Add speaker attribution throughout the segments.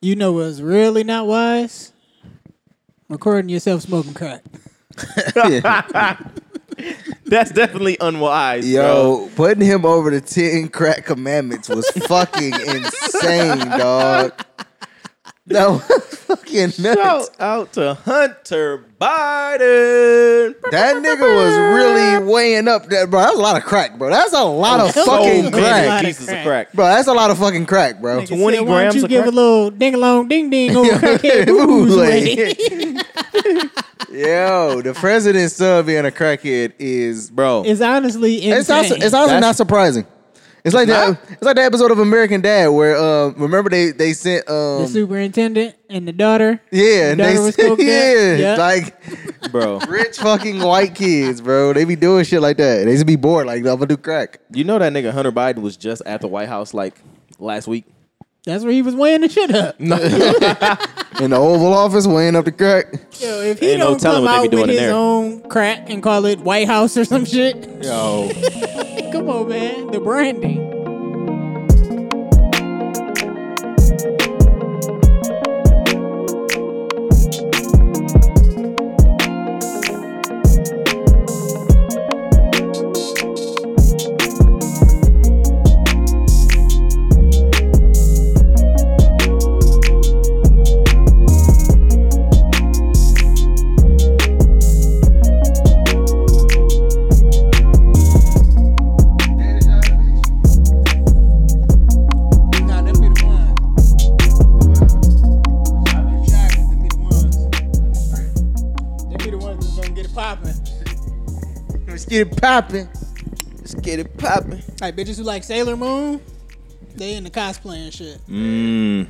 Speaker 1: You know what's really not wise? Recording yourself smoking crack.
Speaker 2: That's definitely unwise. bro.
Speaker 3: Yo, putting him over the 10 crack commandments was fucking insane, dog. That was fucking nuts.
Speaker 2: Shout out to Hunter Biden.
Speaker 3: That nigga was really weighing up that, bro. That's a lot of crack, bro. That's a lot of
Speaker 1: So
Speaker 3: fucking
Speaker 1: many
Speaker 3: crack.
Speaker 1: lot
Speaker 2: pieces
Speaker 1: of crack.
Speaker 2: of crack.
Speaker 3: Bro, that's a lot of fucking crack, bro.
Speaker 1: Nigga
Speaker 2: 20
Speaker 1: said, Why
Speaker 2: grams
Speaker 1: don't you
Speaker 2: of
Speaker 1: give
Speaker 2: crack?
Speaker 1: a little ding along ding ding over crackhead
Speaker 3: Ooh,
Speaker 1: booze
Speaker 3: like-
Speaker 1: lady.
Speaker 3: Yo, the president's son being a crackhead is
Speaker 2: Bro,
Speaker 1: It's honestly insane.
Speaker 3: It's also, it's also
Speaker 2: That's-
Speaker 3: not surprising. It's like that. It's like the episode of American Dad where uh, remember they they sent um
Speaker 1: the superintendent and the daughter.
Speaker 3: yeah and
Speaker 1: daughter
Speaker 3: they
Speaker 1: was
Speaker 3: sent,
Speaker 1: coked
Speaker 3: yeah,
Speaker 1: up. Yeah.
Speaker 3: like
Speaker 2: bro.
Speaker 3: rich fucking white kids, bro. They be doing shit like that. They just be bored like I'm gonna do crack.
Speaker 2: You know that nigga Hunter Biden was just at the White House like last week.
Speaker 1: That's where he was weighing the shit up.
Speaker 3: in the Oval Office weighing up the crack.
Speaker 1: Yo, if he
Speaker 2: Ain't no
Speaker 1: don't
Speaker 2: telling
Speaker 1: come
Speaker 2: what they be
Speaker 1: out
Speaker 2: doing
Speaker 1: with
Speaker 2: in
Speaker 1: his
Speaker 2: there.
Speaker 1: own crack and call it White House or some shit,
Speaker 3: Yo,
Speaker 1: come on, man. The branding. Nah, them be the ones. Them be the ones. Them be the ones that's gonna get it popping.
Speaker 3: let's get it popping.
Speaker 2: Let's get it popping.
Speaker 1: Like bitches who like Sailor Moon, they in the cosplay and shit.
Speaker 3: Mm-hmm.
Speaker 2: Mm.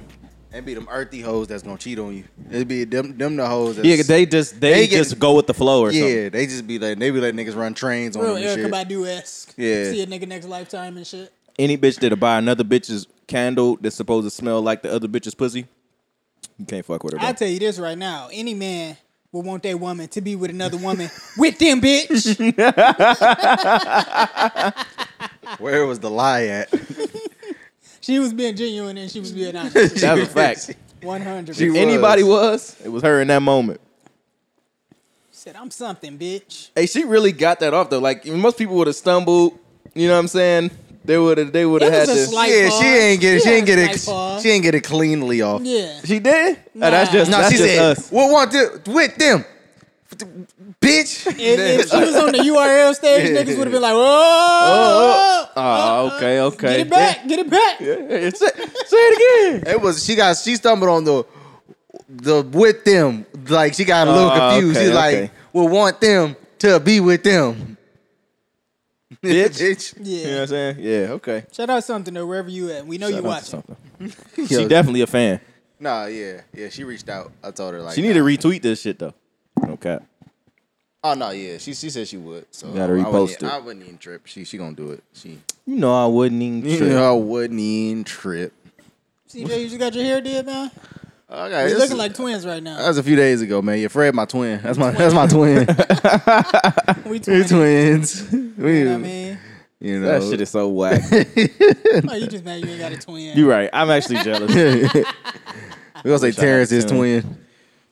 Speaker 3: And be them earthy hoes that's gonna cheat on you. It'd be them them the hoes. That's,
Speaker 2: Yeah, they just they,
Speaker 3: They get-
Speaker 2: just go with the flow or something.
Speaker 3: yeah they just be like they be like niggas run trains on
Speaker 1: Real
Speaker 3: them and
Speaker 1: Erica
Speaker 3: shit.
Speaker 1: Badu esque.
Speaker 3: Yeah.
Speaker 1: See a nigga next lifetime and shit.
Speaker 2: Any bitch that'll buy another bitch's candle that's supposed to smell like the other bitch's pussy, you can't fuck with her.
Speaker 1: I
Speaker 2: Bro.
Speaker 1: tell you this right now, any man would want that woman to be with another woman with them bitch.
Speaker 3: Where was the lie at?
Speaker 1: She was being genuine and she was being honest.
Speaker 2: That's a fact.
Speaker 1: One hundred.
Speaker 3: She
Speaker 2: If
Speaker 3: was.
Speaker 1: She
Speaker 2: anybody was, it was her in that moment.
Speaker 1: said, "I'm something, bitch."
Speaker 2: Hey, she really got that off though. Like most people would have stumbled. You know what I'm saying? They would have. They would have
Speaker 1: It
Speaker 2: had
Speaker 1: was a
Speaker 2: this.
Speaker 1: slight-
Speaker 3: yeah,
Speaker 1: pause.
Speaker 3: she ain't get it.
Speaker 1: She
Speaker 3: She ain't
Speaker 1: had a
Speaker 3: get it.
Speaker 1: slight pause.
Speaker 3: She ain't get it cleanly off.
Speaker 1: Yeah.
Speaker 2: she did. Oh, that's
Speaker 1: Nah.
Speaker 2: just.
Speaker 3: No,
Speaker 2: that's
Speaker 3: she
Speaker 2: just
Speaker 3: said
Speaker 2: us.
Speaker 3: we'll want to with them, bitch.
Speaker 1: If,
Speaker 2: E.
Speaker 1: if she was on the URL stage, niggas would have been like, "Whoa,
Speaker 2: Oh, okay, okay.
Speaker 1: get it back, get it back."
Speaker 2: say, say it again.
Speaker 3: It was she got she stumbled on the the with them. Like she got a little
Speaker 2: Oh,
Speaker 3: confused.
Speaker 2: okay,
Speaker 3: She's like,
Speaker 2: okay.
Speaker 3: we'll want them to be with them, bitch.
Speaker 1: Yeah.
Speaker 2: You know what I'm saying? Yeah, okay.
Speaker 1: Shout out something though, wherever you at. We know you watching.
Speaker 2: She definitely a fan.
Speaker 3: Nah, yeah, yeah. She reached out. I told her like
Speaker 2: She need to retweet this shit though. Okay.
Speaker 3: Oh no, yeah. She she said she would. So
Speaker 2: Gotta
Speaker 3: I wouldn't- e-
Speaker 2: repost it.
Speaker 3: I wouldn't even trip. She she gonna do it. She
Speaker 2: You know I wouldn't even.
Speaker 3: you
Speaker 2: trip.
Speaker 3: know, I wouldn't even trip.
Speaker 1: CJ, you just got your hair did, man.
Speaker 3: Okay,
Speaker 1: You're
Speaker 3: this-
Speaker 1: looking like twins right
Speaker 3: That
Speaker 1: now.
Speaker 3: was a few days ago, man. Your Fred, my twin. That's my that's my twin.
Speaker 1: We twins.
Speaker 3: We're twins. We,
Speaker 1: You know what I mean?
Speaker 3: you know,
Speaker 2: That shit is so whack.
Speaker 1: Oh, you just mad you ain't got a twin.
Speaker 2: You're right. I'm actually jealous.
Speaker 3: we gonna say Terrence is twin.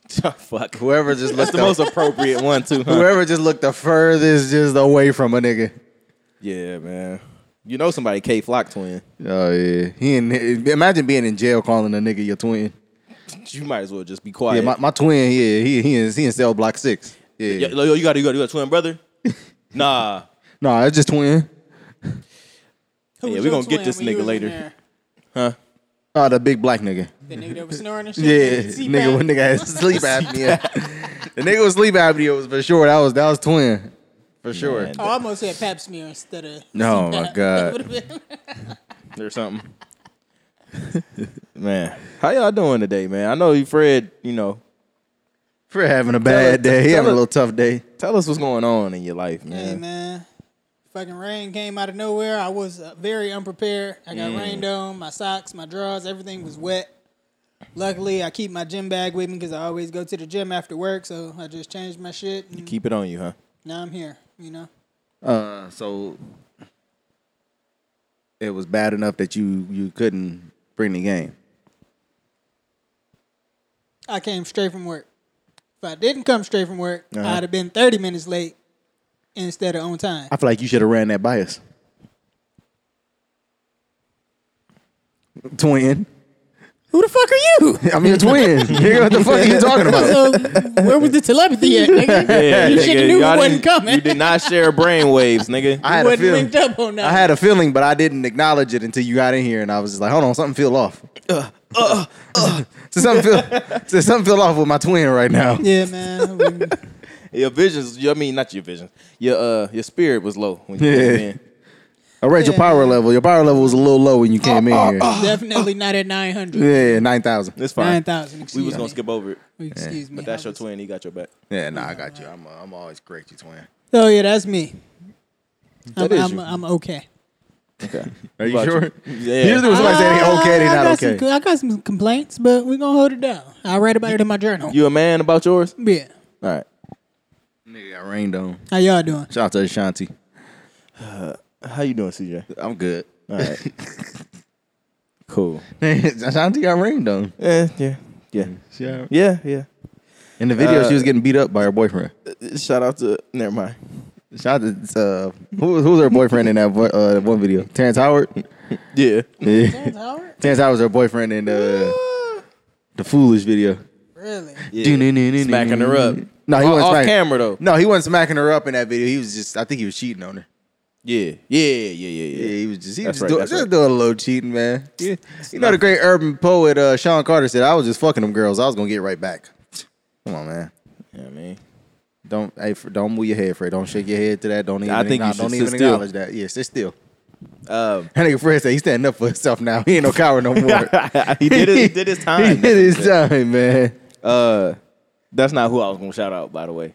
Speaker 2: Fuck.
Speaker 3: Whoever just looked
Speaker 2: That's the
Speaker 3: the,
Speaker 2: most appropriate one too. Huh?
Speaker 3: whoever just looked the furthest just away from a nigga.
Speaker 2: Yeah, man. You know somebody K Flock twin.
Speaker 3: Oh yeah, he in, imagine being in jail calling a nigga your twin.
Speaker 2: You might as well just be
Speaker 3: Yeah,
Speaker 2: quiet.
Speaker 3: my, my twin. Yeah, he he in, he in cell block six.
Speaker 2: Yo,
Speaker 3: Yeah,
Speaker 2: yo, you got you got you got a twin brother? nah.
Speaker 3: no, it's just twin.
Speaker 1: Who
Speaker 2: Yeah,
Speaker 1: was
Speaker 2: we
Speaker 1: your
Speaker 2: gonna get
Speaker 1: twin
Speaker 2: this
Speaker 1: when you
Speaker 2: nigga
Speaker 1: was in
Speaker 2: later.
Speaker 1: there?
Speaker 3: Oh, the big black nigga.
Speaker 1: The nigga that was snoring and shit.
Speaker 3: Yeah,
Speaker 1: See
Speaker 3: nigga,
Speaker 1: back.
Speaker 3: when nigga had sleep apnea. the nigga with sleep apnea was for sure. That was that was twin, for sure.
Speaker 2: Man.
Speaker 1: Oh, I almost said pap smear instead of.
Speaker 3: No, my God.
Speaker 2: or something. man, how y'all doing today, man? I know you, Fred. You know,
Speaker 3: For having a bad
Speaker 2: tell
Speaker 3: day, he
Speaker 2: her-
Speaker 3: having a little tough day.
Speaker 2: tell us what's going on in your life,
Speaker 1: hey
Speaker 2: man.
Speaker 1: man, fucking rain came out of nowhere. I was uh, very unprepared. I got
Speaker 2: Mm.
Speaker 1: rained on. My socks, my drawers, everything was wet. Luckily, I keep my gym bag with me because I always go to the gym after work. So I just changed my shit. And
Speaker 2: Keep it on you, huh?
Speaker 1: now I'm here. You know.
Speaker 3: Uh, so it was bad enough that you you couldn't bring the game.
Speaker 1: I came straight from work. If I didn't come straight from work,
Speaker 2: Uh-huh.
Speaker 1: I'd have been 30 minutes late instead of on time.
Speaker 2: I feel like you should have ran that by us.
Speaker 3: Twin.
Speaker 4: Who the fuck are you?
Speaker 3: I'm your twin. Nigga, what the fuck are you talking about?
Speaker 4: so where was the telepathy at, nigga?
Speaker 2: Yeah,
Speaker 4: you
Speaker 2: nigga,
Speaker 4: should have knew it
Speaker 2: y'all
Speaker 4: wasn't
Speaker 2: didn't-
Speaker 4: coming.
Speaker 2: You did not share brainwaves, nigga.
Speaker 3: I had a
Speaker 1: Wasn't
Speaker 3: feeling.
Speaker 1: linked up on that.
Speaker 3: I had a feeling, but I didn't acknowledge it until you got in here, and I was just like, "Hold on, something feel off."
Speaker 1: Uh,
Speaker 3: so something feel, so something feel off with my twin right now.
Speaker 1: yeah, man. We-
Speaker 2: your visions, I mean, not your visions. Your uh, your spirit was low when you
Speaker 3: Yeah.
Speaker 2: came in.
Speaker 3: I read your
Speaker 1: Yeah.
Speaker 3: power level. Your power level was a little low when you came
Speaker 1: Uh,
Speaker 3: in here.
Speaker 1: definitely not at 900.
Speaker 3: Yeah, nine thousand.
Speaker 2: It's fine.
Speaker 1: 9,000.
Speaker 2: we
Speaker 1: excuse
Speaker 2: was
Speaker 1: me.
Speaker 2: gonna skip over it,
Speaker 1: Excuse me.
Speaker 2: but
Speaker 1: I
Speaker 2: that's your
Speaker 1: was-
Speaker 2: twin. He got your back.
Speaker 3: Yeah, nah, I got you. I'm, uh, I'm always correct, you twin.
Speaker 1: Oh, yeah, that's me.
Speaker 2: That
Speaker 1: I'm,
Speaker 2: is
Speaker 1: I'm,
Speaker 2: you.
Speaker 1: I'm okay.
Speaker 3: Are
Speaker 2: About you. Yeah.
Speaker 3: Usually when somebody say they
Speaker 1: I-
Speaker 3: okay, they
Speaker 1: Uh, I
Speaker 3: not
Speaker 1: got
Speaker 3: okay.
Speaker 1: Some, I got some complaints, but we're going to hold it down. I write about it in my journal.
Speaker 2: You a man about yours?
Speaker 1: yeah.
Speaker 2: All right.
Speaker 3: Nigga got rained on.
Speaker 1: How y'all doing?
Speaker 3: Shout out to Ashanti.
Speaker 2: How you doing, CJ?
Speaker 3: I'm good.
Speaker 2: All right. cool.
Speaker 3: Ashanti got rained on.
Speaker 2: Yeah, Eh, yeah, yeah,
Speaker 3: Yeah.
Speaker 2: yeah, yeah.
Speaker 3: In the video,
Speaker 2: Uh,
Speaker 3: she was getting beat up by her boyfriend.
Speaker 2: Uh, Shout out to. Never mind.
Speaker 3: Shout out to uh, who, was- who was her boyfriend in that vo- uh, one video? Terrence Howard.
Speaker 2: Yeah.
Speaker 3: Yeah. Terrence Howard was her boyfriend in the the foolish video.
Speaker 1: Really?
Speaker 2: yeah. Smacking her up.
Speaker 3: No, he
Speaker 2: Off-
Speaker 3: wasn't
Speaker 2: off
Speaker 3: smacking-
Speaker 2: camera though.
Speaker 3: No, he wasn't smacking her up in that video. He was just, I think he was cheating on her.
Speaker 2: Yeah, yeah, yeah, yeah,
Speaker 3: Yeah,
Speaker 2: yeah.
Speaker 3: he was just he
Speaker 2: That's
Speaker 3: was
Speaker 2: right,
Speaker 3: doing,
Speaker 2: that's
Speaker 3: just
Speaker 2: right.
Speaker 3: doing a little cheating, man. Yeah. You know the great urban poet uh, Sean Carter said, "I was just fucking them girls. I was gonna get right back." Come on, man.
Speaker 2: yeah I mean,
Speaker 3: Don't hey, Fre- don't move your head, Fred. Don't shake your head to that. Don't even
Speaker 2: I think you
Speaker 3: acknowledge-
Speaker 2: should
Speaker 3: don't
Speaker 2: sit
Speaker 3: even
Speaker 2: still.
Speaker 3: acknowledge that. Yeah, sit still.
Speaker 2: um,
Speaker 3: That nigga Fred said he's standing up for himself now. He ain't no coward no more.
Speaker 2: he did it. He did his time.
Speaker 3: he did his time, man.
Speaker 2: Uh, that's not who I was gonna shout out, by the way.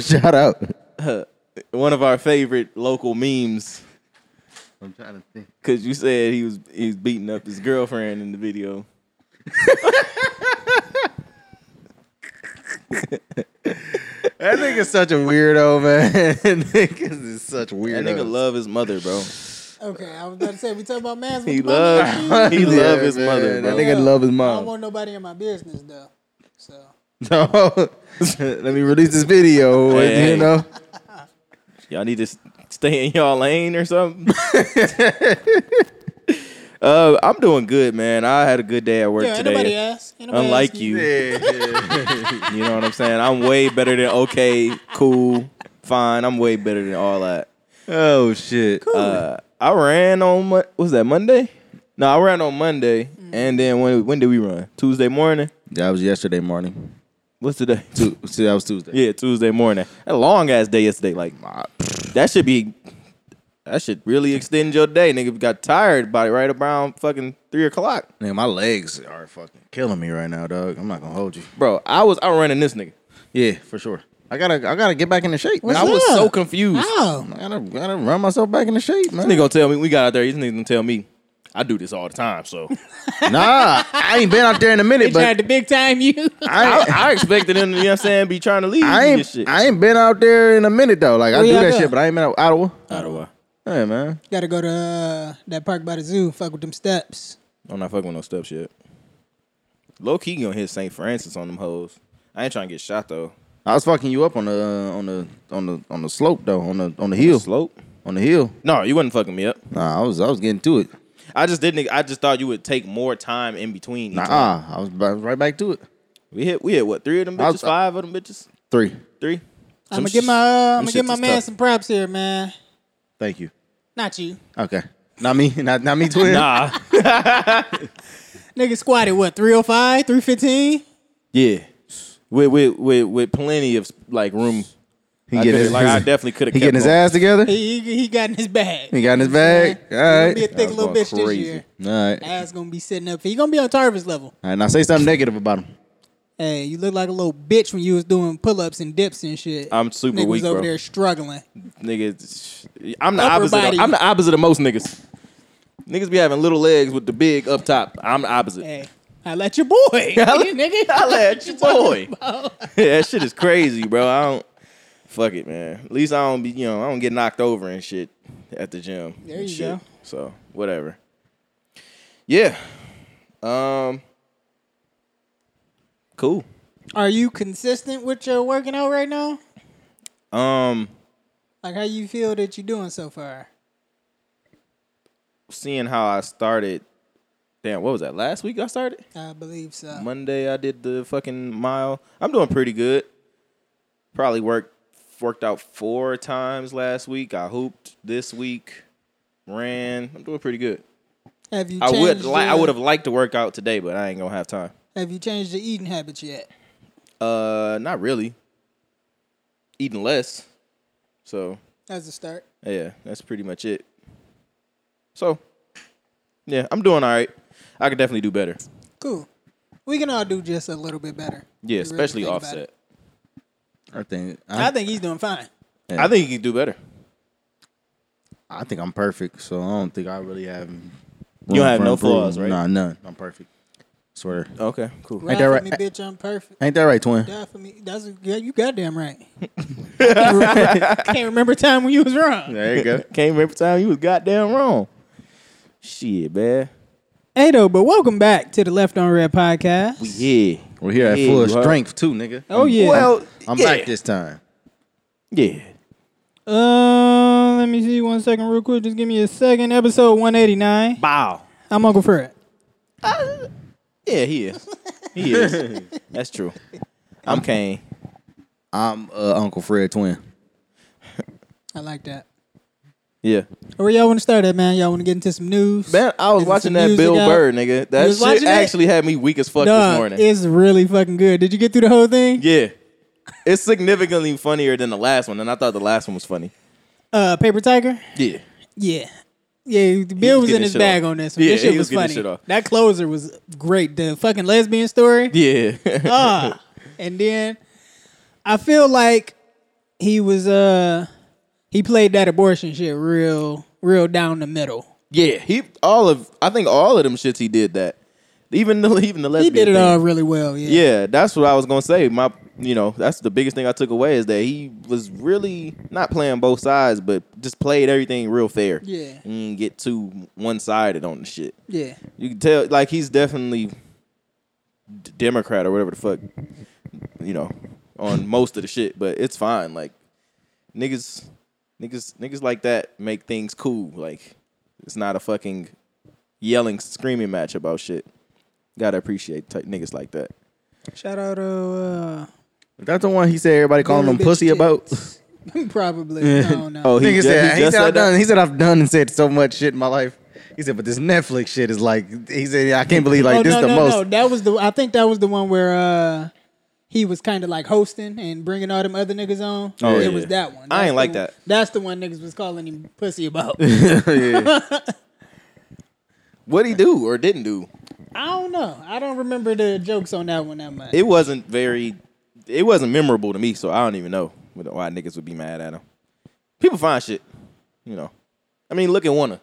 Speaker 3: Shout out.
Speaker 2: One of our favorite local memes,
Speaker 3: I'm trying to think.
Speaker 2: cause you said he was he was beating up his girlfriend in the video.
Speaker 3: That nigga's such a weirdo, man. Niggas is such
Speaker 2: That
Speaker 3: weirdo.
Speaker 2: nigga love his mother, bro.
Speaker 1: Okay, I was about to say, we talk about man's
Speaker 2: He
Speaker 1: with
Speaker 2: love he love his
Speaker 3: man.
Speaker 2: mother,
Speaker 3: That
Speaker 2: bro.
Speaker 3: nigga love his
Speaker 1: I don't
Speaker 3: mom.
Speaker 1: want nobody in my business, though. So,
Speaker 3: No, let me release this video.
Speaker 2: Hey.
Speaker 3: You know,
Speaker 2: Y'all need to s- stay in y'all lane or something. uh, I'm doing good, man. I had a good day at work
Speaker 1: yeah, anybody
Speaker 2: today.
Speaker 1: ask? Anybody
Speaker 2: Unlike
Speaker 1: ask
Speaker 2: you, you know what I'm saying. I'm way better than okay, cool, fine. I'm way better than all that.
Speaker 3: oh shit.
Speaker 2: Uh, I ran on Mon- was that Monday? No, I ran on Monday, and then when when did we run? Tuesday morning.
Speaker 3: That was yesterday morning.
Speaker 2: What's today?
Speaker 3: Tu- see, that was Tuesday.
Speaker 2: yeah, Tuesday morning. A long ass day yesterday. Like that should be. That should really extend your day, nigga. Got tired by right around fucking three o'clock,
Speaker 3: Nigga, my legs are fucking killing me right now, dog. I'm not gonna hold you.
Speaker 2: bro. I was outrunning this nigga.
Speaker 3: Yeah, for sure. I gotta, I gotta get back into shape.
Speaker 1: What's
Speaker 3: man.
Speaker 2: I
Speaker 3: I
Speaker 2: was
Speaker 1: up?
Speaker 2: so confused.
Speaker 1: How?
Speaker 3: I gotta, gotta run myself back into shape, man.
Speaker 2: This nigga gonna tell me we got out there. This nigga gonna tell me I do this all the time. So
Speaker 3: nah, I ain't been out there in a minute,
Speaker 1: They tried
Speaker 3: but
Speaker 1: to big time you.
Speaker 2: I,
Speaker 3: I,
Speaker 2: I expected him to, you know what I'm saying, be trying to leave
Speaker 3: I
Speaker 2: and
Speaker 3: ain't,
Speaker 2: shit.
Speaker 3: I ain't been out there in a minute though. Like I
Speaker 1: Where
Speaker 3: do
Speaker 1: y'all
Speaker 3: that
Speaker 1: go?
Speaker 3: shit, but I ain't been out Ottawa.
Speaker 2: Ottawa.
Speaker 3: Hey man,
Speaker 1: Got to go to uh, that park by the zoo. Fuck with them steps.
Speaker 2: I'm not fucking with no stuff shit. Low key gonna hit St. Francis on them hoes. I ain't trying to get shot though.
Speaker 3: I was fucking you up on the uh, on the on the on the slope though, on the on the hill,
Speaker 2: Slope?
Speaker 3: on the hill.
Speaker 2: No, you wasn't fucking me up.
Speaker 3: Nah, I was I was getting to it.
Speaker 2: I just didn't. I just thought you would take more time in between. each
Speaker 3: Nah,
Speaker 2: one.
Speaker 3: I was ba- right back to it.
Speaker 2: We hit. We hit what? Three of them
Speaker 3: I
Speaker 2: bitches.
Speaker 3: was-
Speaker 2: Five of them bitches.
Speaker 3: Three.
Speaker 2: Three.
Speaker 1: I'm
Speaker 2: Some
Speaker 1: gonna give
Speaker 2: sh-
Speaker 1: my uh, I'm gonna
Speaker 2: them
Speaker 1: give
Speaker 2: shits
Speaker 1: my
Speaker 2: is
Speaker 1: man
Speaker 2: tough.
Speaker 1: some props here, man.
Speaker 3: Thank you.
Speaker 1: Not you,
Speaker 3: Okay. Not me. Not not me. Twin.
Speaker 2: Nah.
Speaker 1: nigga. Squatted what 305, 315.
Speaker 2: yeah. With with with with plenty of like room.
Speaker 3: He
Speaker 2: I
Speaker 3: getting
Speaker 2: feel
Speaker 3: his,
Speaker 2: like I definitely could have.
Speaker 3: he getting his ass together.
Speaker 1: He,
Speaker 3: He
Speaker 1: he, he got in his bag. He
Speaker 3: got in his bag. All right.
Speaker 1: Be a thick
Speaker 2: was
Speaker 1: little
Speaker 2: going
Speaker 1: bitch
Speaker 2: crazy.
Speaker 1: this year.
Speaker 3: All right. All
Speaker 1: Ass gonna be sitting up. He gonna be on Tarvis level.
Speaker 3: right. Now say something negative about him.
Speaker 1: Hey, you look like a little bitch when you was doing pull ups and dips and shit.
Speaker 2: I'm super
Speaker 1: Nigga
Speaker 2: weak,
Speaker 1: was over
Speaker 2: bro.
Speaker 1: there struggling.
Speaker 2: niggas. I'm the
Speaker 1: Upper
Speaker 2: opposite.
Speaker 1: body.
Speaker 2: Of, I'm the opposite of most niggas. Niggas be having little legs with the big up top. I'm the opposite.
Speaker 1: Hey, I let your boy, nigga.
Speaker 2: Holla at your boy. yeah, that shit is crazy, bro. I don't fuck it, man. At least I don't be, you know, I don't get knocked over and shit at the gym.
Speaker 1: There
Speaker 2: and
Speaker 1: you
Speaker 2: shit.
Speaker 1: go.
Speaker 2: So whatever. Yeah. Um. Cool.
Speaker 1: Are you consistent with your working out right now?
Speaker 2: Um,
Speaker 1: Like how you feel that you're doing so far?
Speaker 2: seeing how I started. Damn, what was that? Last week I started.
Speaker 1: I believe so.
Speaker 2: Monday I did the fucking mile. I'm doing pretty good. Probably worked worked out four times last week. I hooped this week. Ran. I'm doing pretty good.
Speaker 1: Have you?
Speaker 2: I
Speaker 1: Changed
Speaker 2: would like I
Speaker 1: your-
Speaker 2: would have liked to work out today, but I ain't gonna have time.
Speaker 1: Have you changed your eating habits yet?
Speaker 2: Uh, not really. Eating less. So
Speaker 1: That's a start.
Speaker 2: yeah, that's pretty much it. So yeah, I'm doing all right. I could definitely do better.
Speaker 1: Cool. We can all do just a little bit better. You
Speaker 2: Yeah,
Speaker 1: really
Speaker 2: especially
Speaker 1: think about
Speaker 2: Offset.
Speaker 1: it.
Speaker 3: I think
Speaker 1: I
Speaker 3: I,
Speaker 1: think he's doing fine.
Speaker 2: I think you can do better.
Speaker 3: I think I'm perfect, so I don't think I really have. You
Speaker 2: don't have no flaws, right?
Speaker 3: Nah, none. I'm perfect. Swear.
Speaker 2: Okay, cool.
Speaker 1: Ride
Speaker 3: that
Speaker 1: for
Speaker 3: right?
Speaker 1: me, bitch. I'm perfect.
Speaker 3: Ain't that right, twin?
Speaker 1: Die for me. That's yeah, you goddamn right. Can't remember a time when you was wrong.
Speaker 3: There you go.
Speaker 2: Can't remember time you was goddamn wrong. Shit, man.
Speaker 1: Hey though, but welcome back to the Left on Red podcast.
Speaker 2: Yeah.
Speaker 3: We're here at
Speaker 2: Yeah,
Speaker 3: full
Speaker 2: you are.
Speaker 3: strength too, nigga.
Speaker 1: Oh yeah.
Speaker 2: Well,
Speaker 3: I'm
Speaker 2: yeah.
Speaker 3: back this time.
Speaker 2: Yeah.
Speaker 1: Uh, let me see one second, real quick. Just give me a second. Episode one eighty nine.
Speaker 2: Bow.
Speaker 1: I'm Uncle Fred.
Speaker 2: Yeah, he is. He is. That's true. I'm Kane.
Speaker 3: I'm uh, Uncle Fred twin.
Speaker 1: I like that.
Speaker 2: Yeah.
Speaker 1: Where y'all want to start at, man? Y'all want to get into some news?
Speaker 2: Man, I was
Speaker 1: Is it
Speaker 2: watching
Speaker 1: some
Speaker 2: that
Speaker 1: music
Speaker 2: Bill
Speaker 1: out?
Speaker 2: Burr, nigga.
Speaker 1: You
Speaker 2: That
Speaker 1: was watching
Speaker 2: shit
Speaker 1: it?
Speaker 2: actually had me weak as fuck this
Speaker 1: Dog,
Speaker 2: morning.
Speaker 1: it's really fucking good. Did you get through the whole thing?
Speaker 2: yeah. It's significantly funnier than the last one, and I thought the last one was funny.
Speaker 1: Uh, Paper Tiger.
Speaker 2: Yeah.
Speaker 1: Yeah. Yeah, Bill was,
Speaker 2: was getting
Speaker 1: in his
Speaker 2: shit
Speaker 1: bag
Speaker 2: off.
Speaker 1: on this one.
Speaker 2: Yeah,
Speaker 1: this shit
Speaker 2: he was
Speaker 1: was,
Speaker 2: getting
Speaker 1: funny.
Speaker 2: shit off.
Speaker 1: That closer was great. The fucking lesbian story.
Speaker 2: Yeah.
Speaker 1: Ah. and then I feel like he was uh he played that abortion shit real real down the middle.
Speaker 2: yeah. He all of I think all of them shits he did that. Even the even the
Speaker 1: He
Speaker 2: lesbian
Speaker 1: did it
Speaker 2: thing.
Speaker 1: all really well, yeah.
Speaker 2: Yeah, that's what I was gonna say. My, you know, that's the biggest thing I took away is that he was really not playing both sides, but just played everything real fair.
Speaker 1: Yeah.
Speaker 2: and didn't get too one sided on the shit.
Speaker 1: Yeah.
Speaker 2: You can tell, like he's definitely d- Democrat or whatever the fuck, you know, on most of the shit. But it's fine. Like niggas, niggas, niggas like that make things cool. Like it's not a fucking yelling, screaming match about shit. Gotta appreciate t- niggas like that.
Speaker 1: Shout out to uh,
Speaker 3: That's the one he said everybody calling him
Speaker 1: Bitch
Speaker 3: pussy
Speaker 1: tits.
Speaker 3: about.
Speaker 1: probably. I don't know.
Speaker 2: Oh, he,
Speaker 3: Nigga
Speaker 2: just,
Speaker 3: said,
Speaker 2: he
Speaker 3: he
Speaker 2: just
Speaker 3: said, I've
Speaker 2: said
Speaker 3: done,
Speaker 2: that.
Speaker 3: he said I've done and said so much shit in my life. He said, but this Netflix shit is like he said I can't believe like
Speaker 1: oh,
Speaker 3: this
Speaker 1: no,
Speaker 3: is the
Speaker 1: no,
Speaker 3: most.
Speaker 1: no. That was the I think that was the one where uh he was kind of like hosting and bringing all them other niggas on.
Speaker 2: Oh,
Speaker 1: it
Speaker 2: yeah.
Speaker 1: was that one.
Speaker 2: I ain't
Speaker 1: the
Speaker 2: like
Speaker 1: one-
Speaker 2: that.
Speaker 1: That's the one niggas was calling him pussy about.
Speaker 2: What he do or didn't do?
Speaker 1: I don't know. I don't remember the jokes on that one that much.
Speaker 2: It wasn't very. It wasn't memorable to me, so I don't even know why niggas would be mad at him. People find shit, you know. I mean, look at Warner.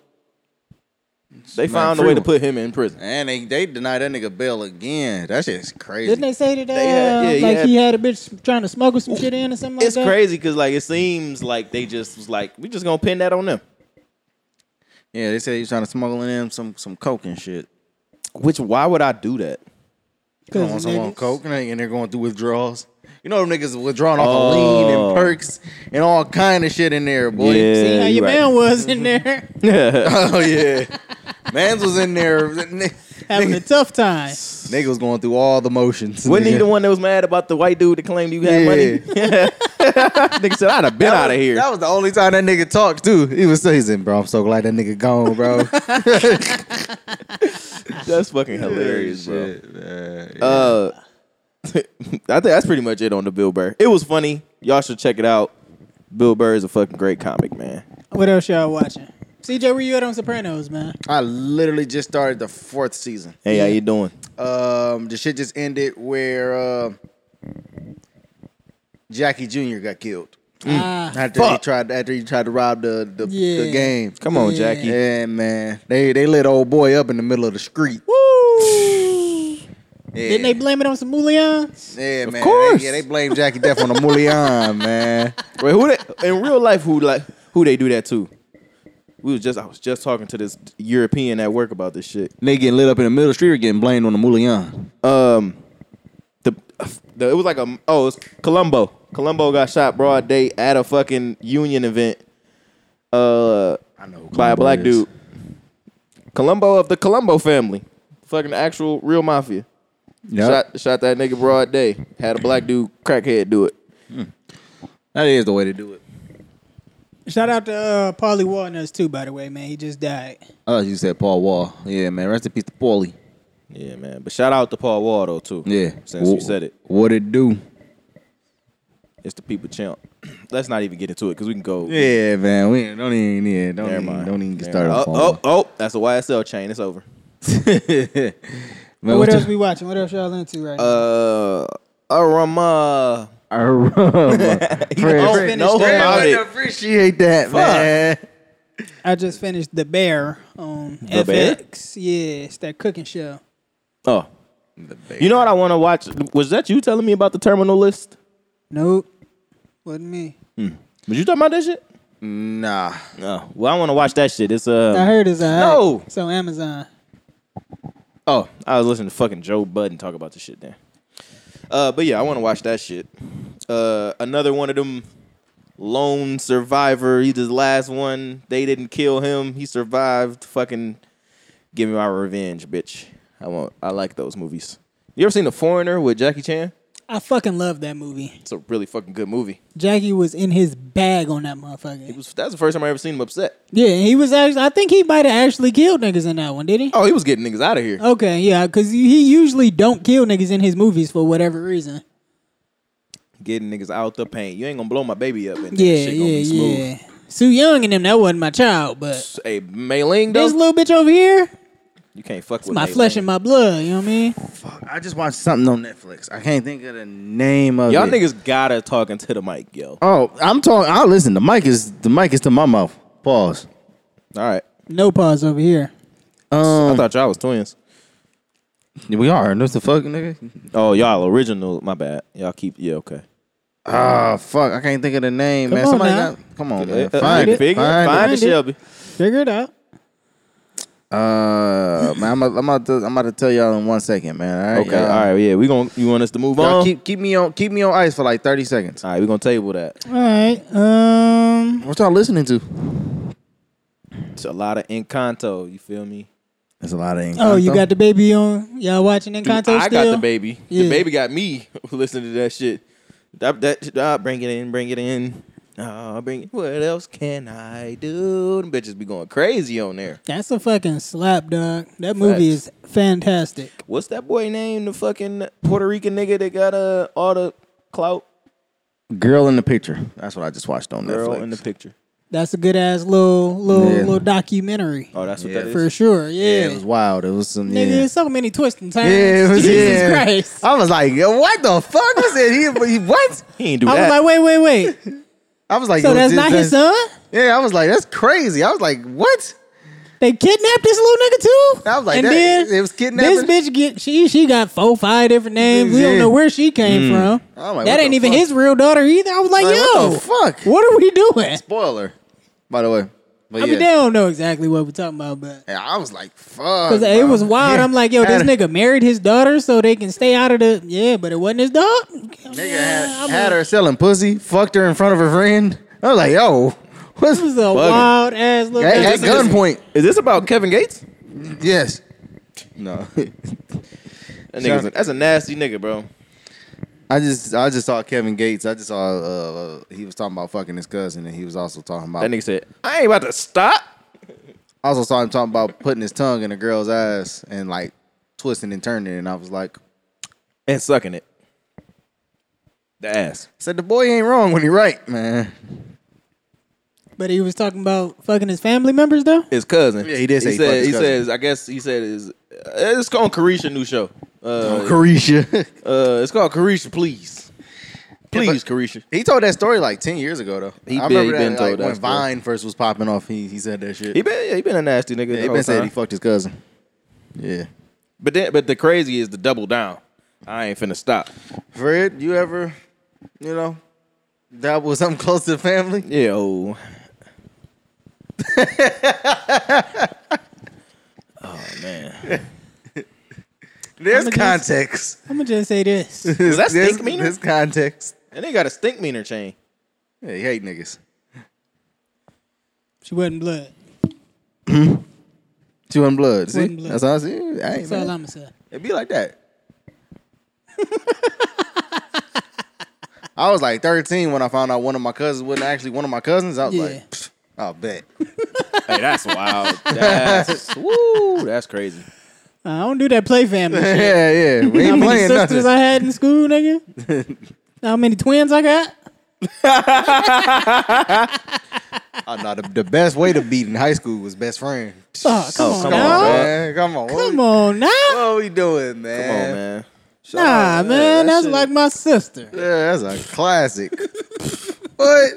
Speaker 2: They found a
Speaker 3: free
Speaker 2: way to
Speaker 3: one.
Speaker 2: put him in prison.
Speaker 3: And they they denied that nigga bail again. That shit's crazy.
Speaker 1: Didn't they say that uh,
Speaker 2: had- yeah, he
Speaker 1: like
Speaker 2: had-
Speaker 1: he had a bitch trying to smuggle some shit in or something like
Speaker 2: It's
Speaker 1: that?
Speaker 2: crazy because like it seems like they just was like we just gonna pin that on them,
Speaker 3: Yeah, they said he was trying to smuggle in him some some coke and shit.
Speaker 2: which why would I do that?
Speaker 3: They
Speaker 1: of
Speaker 3: want someone
Speaker 1: niggas.
Speaker 3: coke and, they, and they're going through withdrawals. You know them niggas withdrawing off of lean and perks and all kind of shit in there, boy.
Speaker 1: See how
Speaker 2: Yeah,
Speaker 1: your
Speaker 2: you right.
Speaker 1: man was in there
Speaker 3: Oh yeah. Mans was in there. Nigga,
Speaker 1: having a tough time.
Speaker 3: nigga was going through all the motions.
Speaker 2: Wasn't he
Speaker 3: nigga.
Speaker 2: the one that was mad about the white dude that claimed you had money? Nigga said I'd have been out of here.
Speaker 3: That was the only time that nigga talked too. He was he said, "Bro, I'm so glad that nigga gone, bro."
Speaker 2: That's fucking hilarious, bro.
Speaker 3: Shit, man.
Speaker 2: Uh, I think that's pretty much it on the Bill Burr. It was funny. Y'all should check it out. Bill Burr is a fucking great comic, man.
Speaker 1: What else y'all watching? CJ, where you at on Sopranos, man?
Speaker 3: I literally just started the fourth season.
Speaker 2: Hey, how you doing?
Speaker 3: Um, the shit just ended where uh, Jackie Jr. got killed Mm.
Speaker 1: Ah,
Speaker 3: after he
Speaker 2: Mm. Fuck.
Speaker 3: tried after he tried to rob the the,
Speaker 1: Yeah.
Speaker 3: the game.
Speaker 2: Come on,
Speaker 1: Yeah.
Speaker 2: Jackie.
Speaker 3: Yeah, man. They they lit old boy up in the middle of the street.
Speaker 1: woo!
Speaker 3: Yeah.
Speaker 1: Didn't they blame it on some Mulians?
Speaker 3: yeah, man. They-
Speaker 2: course.
Speaker 3: yeah, they blame Jackie Death on the Mulian, man.
Speaker 2: Wait, who they, in real life? Who like who they do that to? We was just I was just talking to this European at work about this shit.
Speaker 3: They getting lit up in the middle of the street or getting blamed on the Mulian.
Speaker 2: Um, the the, it was like a oh, it's Columbo. Columbo got shot broad day at a fucking union event. Uh,
Speaker 3: I know.
Speaker 2: by a black dude. Columbo of the Columbo family, fucking actual real mafia.
Speaker 3: Yeah,
Speaker 2: Shot shot that nigga broad day. Had a black dude crackhead do it.
Speaker 3: that is the way to do it.
Speaker 1: Shout out to uh, Paulie Walnuts too, by the way, man. He just died.
Speaker 3: Oh, you said Paul Wall. Yeah, man. Rest in peace to Paulie.
Speaker 2: Yeah, man. But shout out to Paul Wall though too.
Speaker 3: Yeah.
Speaker 2: Since
Speaker 3: Wh-
Speaker 2: you said it,
Speaker 3: What it do?
Speaker 2: it's the people champ. Let's not even get into it because we can go.
Speaker 3: Yeah, man. We ain't- don't even yeah, don't
Speaker 2: Never
Speaker 3: even,
Speaker 2: mind.
Speaker 3: don't even get
Speaker 2: Never
Speaker 3: started.
Speaker 2: mind.
Speaker 3: on
Speaker 2: Oh, oh, oh, that's a YSL chain. It's over.
Speaker 3: man,
Speaker 1: What,
Speaker 3: what
Speaker 1: else
Speaker 3: the-
Speaker 1: we watching? What else y'all into right now?
Speaker 2: Uh, Arama.
Speaker 3: Arama.
Speaker 1: don't
Speaker 3: Fred,
Speaker 1: finish that.
Speaker 2: about
Speaker 3: Fred,
Speaker 2: it.
Speaker 3: I appreciate that, man.
Speaker 1: I just finished The Bear on
Speaker 2: The Bear?
Speaker 1: FX. Yeah, it's that cooking show.
Speaker 2: Oh, you know what I want to watch? Was that you telling me about the terminal list?
Speaker 1: Nope, wasn't me.
Speaker 2: Was you talking about that shit?
Speaker 3: Nah.
Speaker 2: No. Well, I want to watch that shit. It's
Speaker 1: I
Speaker 2: uh.
Speaker 1: heard it's a
Speaker 2: No.
Speaker 1: So Amazon.
Speaker 2: Oh, I was listening to fucking Joe Budden talk about this shit then. Uh, but yeah, I want to watch that shit. Uh, another one of them lone survivor. He's the last one. They didn't kill him. He survived. Fucking give me my revenge, bitch. I want. I like those movies. You ever seen The Foreigner with Jackie Chan?
Speaker 1: I fucking love that movie.
Speaker 2: It's a really fucking good movie.
Speaker 1: Jackie was in his bag on that
Speaker 2: It
Speaker 1: motherfucker.
Speaker 2: was- That's the first time I ever seen him upset.
Speaker 1: Yeah, he was actually. I think he might have actually killed niggas in that one, did he?
Speaker 2: Oh, he was getting niggas out of here.
Speaker 1: Okay, yeah, because he usually don't kill niggas in his movies for whatever reason.
Speaker 2: Getting niggas out the paint. You ain't gonna blow my baby up and
Speaker 1: Yeah,
Speaker 2: shit gonna
Speaker 1: yeah,
Speaker 2: be smooth.
Speaker 1: yeah. Sue Young and them, that wasn't my child, but
Speaker 2: Hey, Mei Ling,
Speaker 1: this
Speaker 2: though,
Speaker 1: little bitch over here,
Speaker 2: you can't fuck with
Speaker 1: my
Speaker 2: Mei
Speaker 1: flesh
Speaker 2: Ling.
Speaker 1: and my blood, you know what I mean?
Speaker 3: Fuck. I just watched something on Netflix. I can't think of the name of it.
Speaker 2: Y'all niggas gotta talk into the mic, yo. All
Speaker 3: Oh, I'm talking. I listen. The mic is the mic is to my mouth. Pause.
Speaker 2: right.
Speaker 1: No pause over here.
Speaker 3: Um,
Speaker 2: I thought y'all was twins.
Speaker 3: We are. That's the fuck, nigga.
Speaker 2: Oh, y'all original. My bad. Y'all keep. Yeah, okay.
Speaker 3: Ah, fuck. I can't think of the name, man.
Speaker 1: on
Speaker 3: Somebody
Speaker 1: now.
Speaker 3: got. Come on,
Speaker 2: Uh,
Speaker 3: man. Find it.
Speaker 2: Figure,
Speaker 3: Find it.
Speaker 2: find
Speaker 1: it.
Speaker 2: the Shelby.
Speaker 1: Figure it out.
Speaker 3: Uh, man, I'm, I'm about to. I'm about to tell y'all in one second, man. All right.
Speaker 2: Okay. All right. Yeah, we gonna. You want us to move
Speaker 3: um, Y'all
Speaker 2: on?
Speaker 3: keep keep me on keep me on ice for like 30 seconds.
Speaker 2: All right. We gonna table that.
Speaker 1: All right. Um,
Speaker 3: What y'all listening to?
Speaker 2: It's a lot of Encanto. You feel me?
Speaker 3: That's a lot of.
Speaker 1: oh, you got the baby on. Y'all watching Encanto
Speaker 2: I
Speaker 1: still?
Speaker 2: got the baby.
Speaker 1: Yeah.
Speaker 2: The baby got me listening to that shit. That, that ah, bring it in, bring it in. Ah, bring it. What else can I do? Them bitches be going crazy on there.
Speaker 1: That's a fucking slap, dog. That movie
Speaker 2: Facts.
Speaker 1: is fantastic.
Speaker 2: What's that boy name? The fucking Puerto Rican nigga that got uh, all the clout.
Speaker 3: girl in the picture. That's what I just watched on
Speaker 2: Girl
Speaker 3: Netflix.
Speaker 2: in the picture.
Speaker 1: That's a good ass little little
Speaker 3: Yeah.
Speaker 1: little documentary
Speaker 2: Oh, that's what
Speaker 3: Yeah.
Speaker 2: that is.
Speaker 1: for sure.
Speaker 3: yeah,
Speaker 1: Yeah,
Speaker 3: it was wild. It was some.
Speaker 1: nigga,
Speaker 3: yeah.
Speaker 1: there's so many twists and turns.
Speaker 3: Yeah, it was,
Speaker 1: Jesus
Speaker 3: yeah.
Speaker 1: Christ!
Speaker 3: I was like, yo, what the fuck was it? He, he what?
Speaker 2: He ain't do
Speaker 1: I was
Speaker 2: that.
Speaker 1: like, wait, wait, wait.
Speaker 3: I was like,
Speaker 1: So
Speaker 3: yo,
Speaker 1: that's
Speaker 3: this-
Speaker 1: not his son?
Speaker 3: Yeah, I was like, that's crazy. I was like, what?
Speaker 1: They kidnapped this little nigga too?
Speaker 3: I was like,
Speaker 1: and
Speaker 3: that-
Speaker 1: then
Speaker 3: it
Speaker 1: this
Speaker 3: was kidnapping?
Speaker 1: bitch get she she got four five different names. We don't
Speaker 3: Yeah.
Speaker 1: know where she came
Speaker 3: I'm
Speaker 1: from.
Speaker 3: like, what
Speaker 1: that
Speaker 3: the
Speaker 1: ain't even
Speaker 3: fuck?
Speaker 1: his real daughter either. I was like,
Speaker 3: Like,
Speaker 1: yo,
Speaker 3: what the fuck?
Speaker 1: what are we doing?
Speaker 3: Spoiler, by the way. But
Speaker 1: I mean,
Speaker 3: yeah.
Speaker 1: they don't know exactly what we're talking about, but
Speaker 3: And I was like, fuck.
Speaker 1: because it
Speaker 3: bro.
Speaker 1: was wild. I'm like, yo, this
Speaker 3: Had-
Speaker 1: nigga married his daughter so they can stay out of the yeah, but it wasn't his dog.
Speaker 3: Nigga had, had her selling pussy, fucked her in front of her friend. I was like, yo,
Speaker 1: This
Speaker 3: what's
Speaker 1: is a
Speaker 3: at,
Speaker 1: wild ass little.
Speaker 3: at
Speaker 2: this-
Speaker 3: gunpoint?
Speaker 2: Is this about Kevin Gates?
Speaker 3: Yes. No,
Speaker 2: That
Speaker 3: Sure.
Speaker 2: nigga's a, that's a nasty nigga, bro.
Speaker 3: I just I just saw Kevin Gates. I just saw uh, uh, he was talking about fucking his cousin, and he was also talking about
Speaker 2: That nigga said, I ain't about to stop.
Speaker 3: I also saw him talking about putting his tongue in a girl's ass and like twisting and turning, and I was like,
Speaker 2: And sucking it. The ass.
Speaker 3: said the boy ain't wrong when he right, man.
Speaker 1: But he was talking about fucking his family members though.
Speaker 2: His cousin.
Speaker 3: Yeah, he did say he fucked
Speaker 2: said,
Speaker 3: his
Speaker 2: he
Speaker 3: cousin.
Speaker 2: says, I guess he said, is uh, it's called Carisha new show. Uh,
Speaker 3: Carisha.
Speaker 2: uh, it's called Carisha, please. Please, Carisha.
Speaker 3: he told that story like ten years ago though.
Speaker 2: He
Speaker 3: I
Speaker 2: been-
Speaker 3: remember
Speaker 2: he been
Speaker 3: that,
Speaker 2: told
Speaker 3: like,
Speaker 2: that
Speaker 3: when
Speaker 2: story.
Speaker 3: Vine first was popping off. He he said that shit.
Speaker 2: He been, yeah, he been a nasty nigga.
Speaker 3: Yeah,
Speaker 2: the
Speaker 3: he
Speaker 2: whole
Speaker 3: been saying he
Speaker 2: time.
Speaker 3: fucked his cousin. Yeah.
Speaker 2: But then, but the crazy is the double down. I ain't finna stop.
Speaker 3: Fred, you ever, you know, dabble with something close to the family?
Speaker 2: Yo. oh man.
Speaker 3: There's
Speaker 1: I'ma just-
Speaker 3: context.
Speaker 1: I'm gonna just say this.
Speaker 3: There's,
Speaker 2: that stink
Speaker 3: there's,
Speaker 2: meaner?
Speaker 3: there's context.
Speaker 2: And they got a stink meaner chain.
Speaker 3: Yeah, you hate niggas.
Speaker 1: She wasn't blood.
Speaker 3: Two in blood. See,
Speaker 1: in blood.
Speaker 3: that's all I see. I ain't
Speaker 1: That's all
Speaker 3: man.
Speaker 1: I'ma say.
Speaker 3: It be like that. I was like 13 when I found out one of my cousins wasn't actually one of my cousins. I was
Speaker 1: Yeah.
Speaker 3: like, "Pfft, I'll bet.
Speaker 2: Hey, that's wild. That's woo. That's crazy.
Speaker 1: Uh, I don't do that play family shit.
Speaker 3: yeah, yeah. We
Speaker 1: How
Speaker 3: ain't
Speaker 1: many
Speaker 3: playing
Speaker 1: sisters
Speaker 3: nothing.
Speaker 1: I had in school, nigga? How many twins I got?
Speaker 3: Oh, no, the, the best way to beat in high school was best friend.
Speaker 1: Oh, come on
Speaker 2: come
Speaker 1: now.
Speaker 2: on, man.
Speaker 3: Man, come on.
Speaker 1: Come
Speaker 3: what,
Speaker 1: on now.
Speaker 3: we- what we doing, man?
Speaker 2: Come on, man.
Speaker 1: Nah, man,
Speaker 2: that
Speaker 1: that's
Speaker 2: shit-
Speaker 1: like my sister.
Speaker 3: Yeah, that's a classic. what?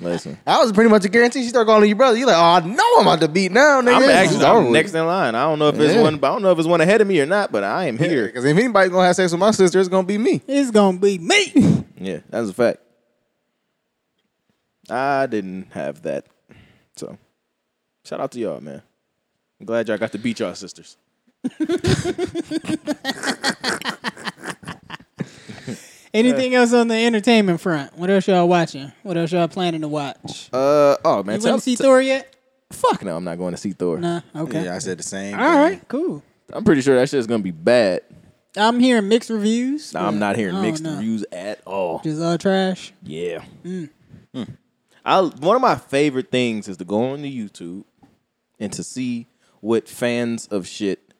Speaker 2: Listen,
Speaker 3: I was pretty much a guarantee she started calling you brother. You like, oh, I know I'm about to beat now, nigga.
Speaker 2: I'm
Speaker 3: This
Speaker 2: actually
Speaker 3: is over
Speaker 2: I'm
Speaker 3: with.
Speaker 2: next in line. I don't know if it's
Speaker 3: Yeah.
Speaker 2: one. I don't know if it's one ahead of me or not, but I am here.
Speaker 3: Because if anybody's gonna have sex with my sister, it's gonna be me.
Speaker 1: It's gonna be me.
Speaker 2: Yeah, that's a fact. I didn't have that, so shout out to y'all, man. I'm glad y'all got to beat y'all sisters.
Speaker 1: Anything else on the entertainment front? What else y'all watching? What else y'all planning to watch?
Speaker 2: Uh oh, man.
Speaker 1: you
Speaker 2: tell-
Speaker 1: went to see Thor yet?
Speaker 2: Fuck no, I'm not going to see Thor.
Speaker 1: Nah. Okay.
Speaker 3: I said the same.
Speaker 1: All right. Cool.
Speaker 2: I'm pretty sure that shit's gonna be bad.
Speaker 1: I'm hearing mixed reviews.
Speaker 2: Nah, I'm
Speaker 1: but
Speaker 2: not hearing
Speaker 1: I don't
Speaker 2: mixed
Speaker 1: know.
Speaker 2: reviews at all.
Speaker 1: Just all trash.
Speaker 2: Yeah. Mm. I one of my favorite things is to go on to YouTube and to see what fans of shit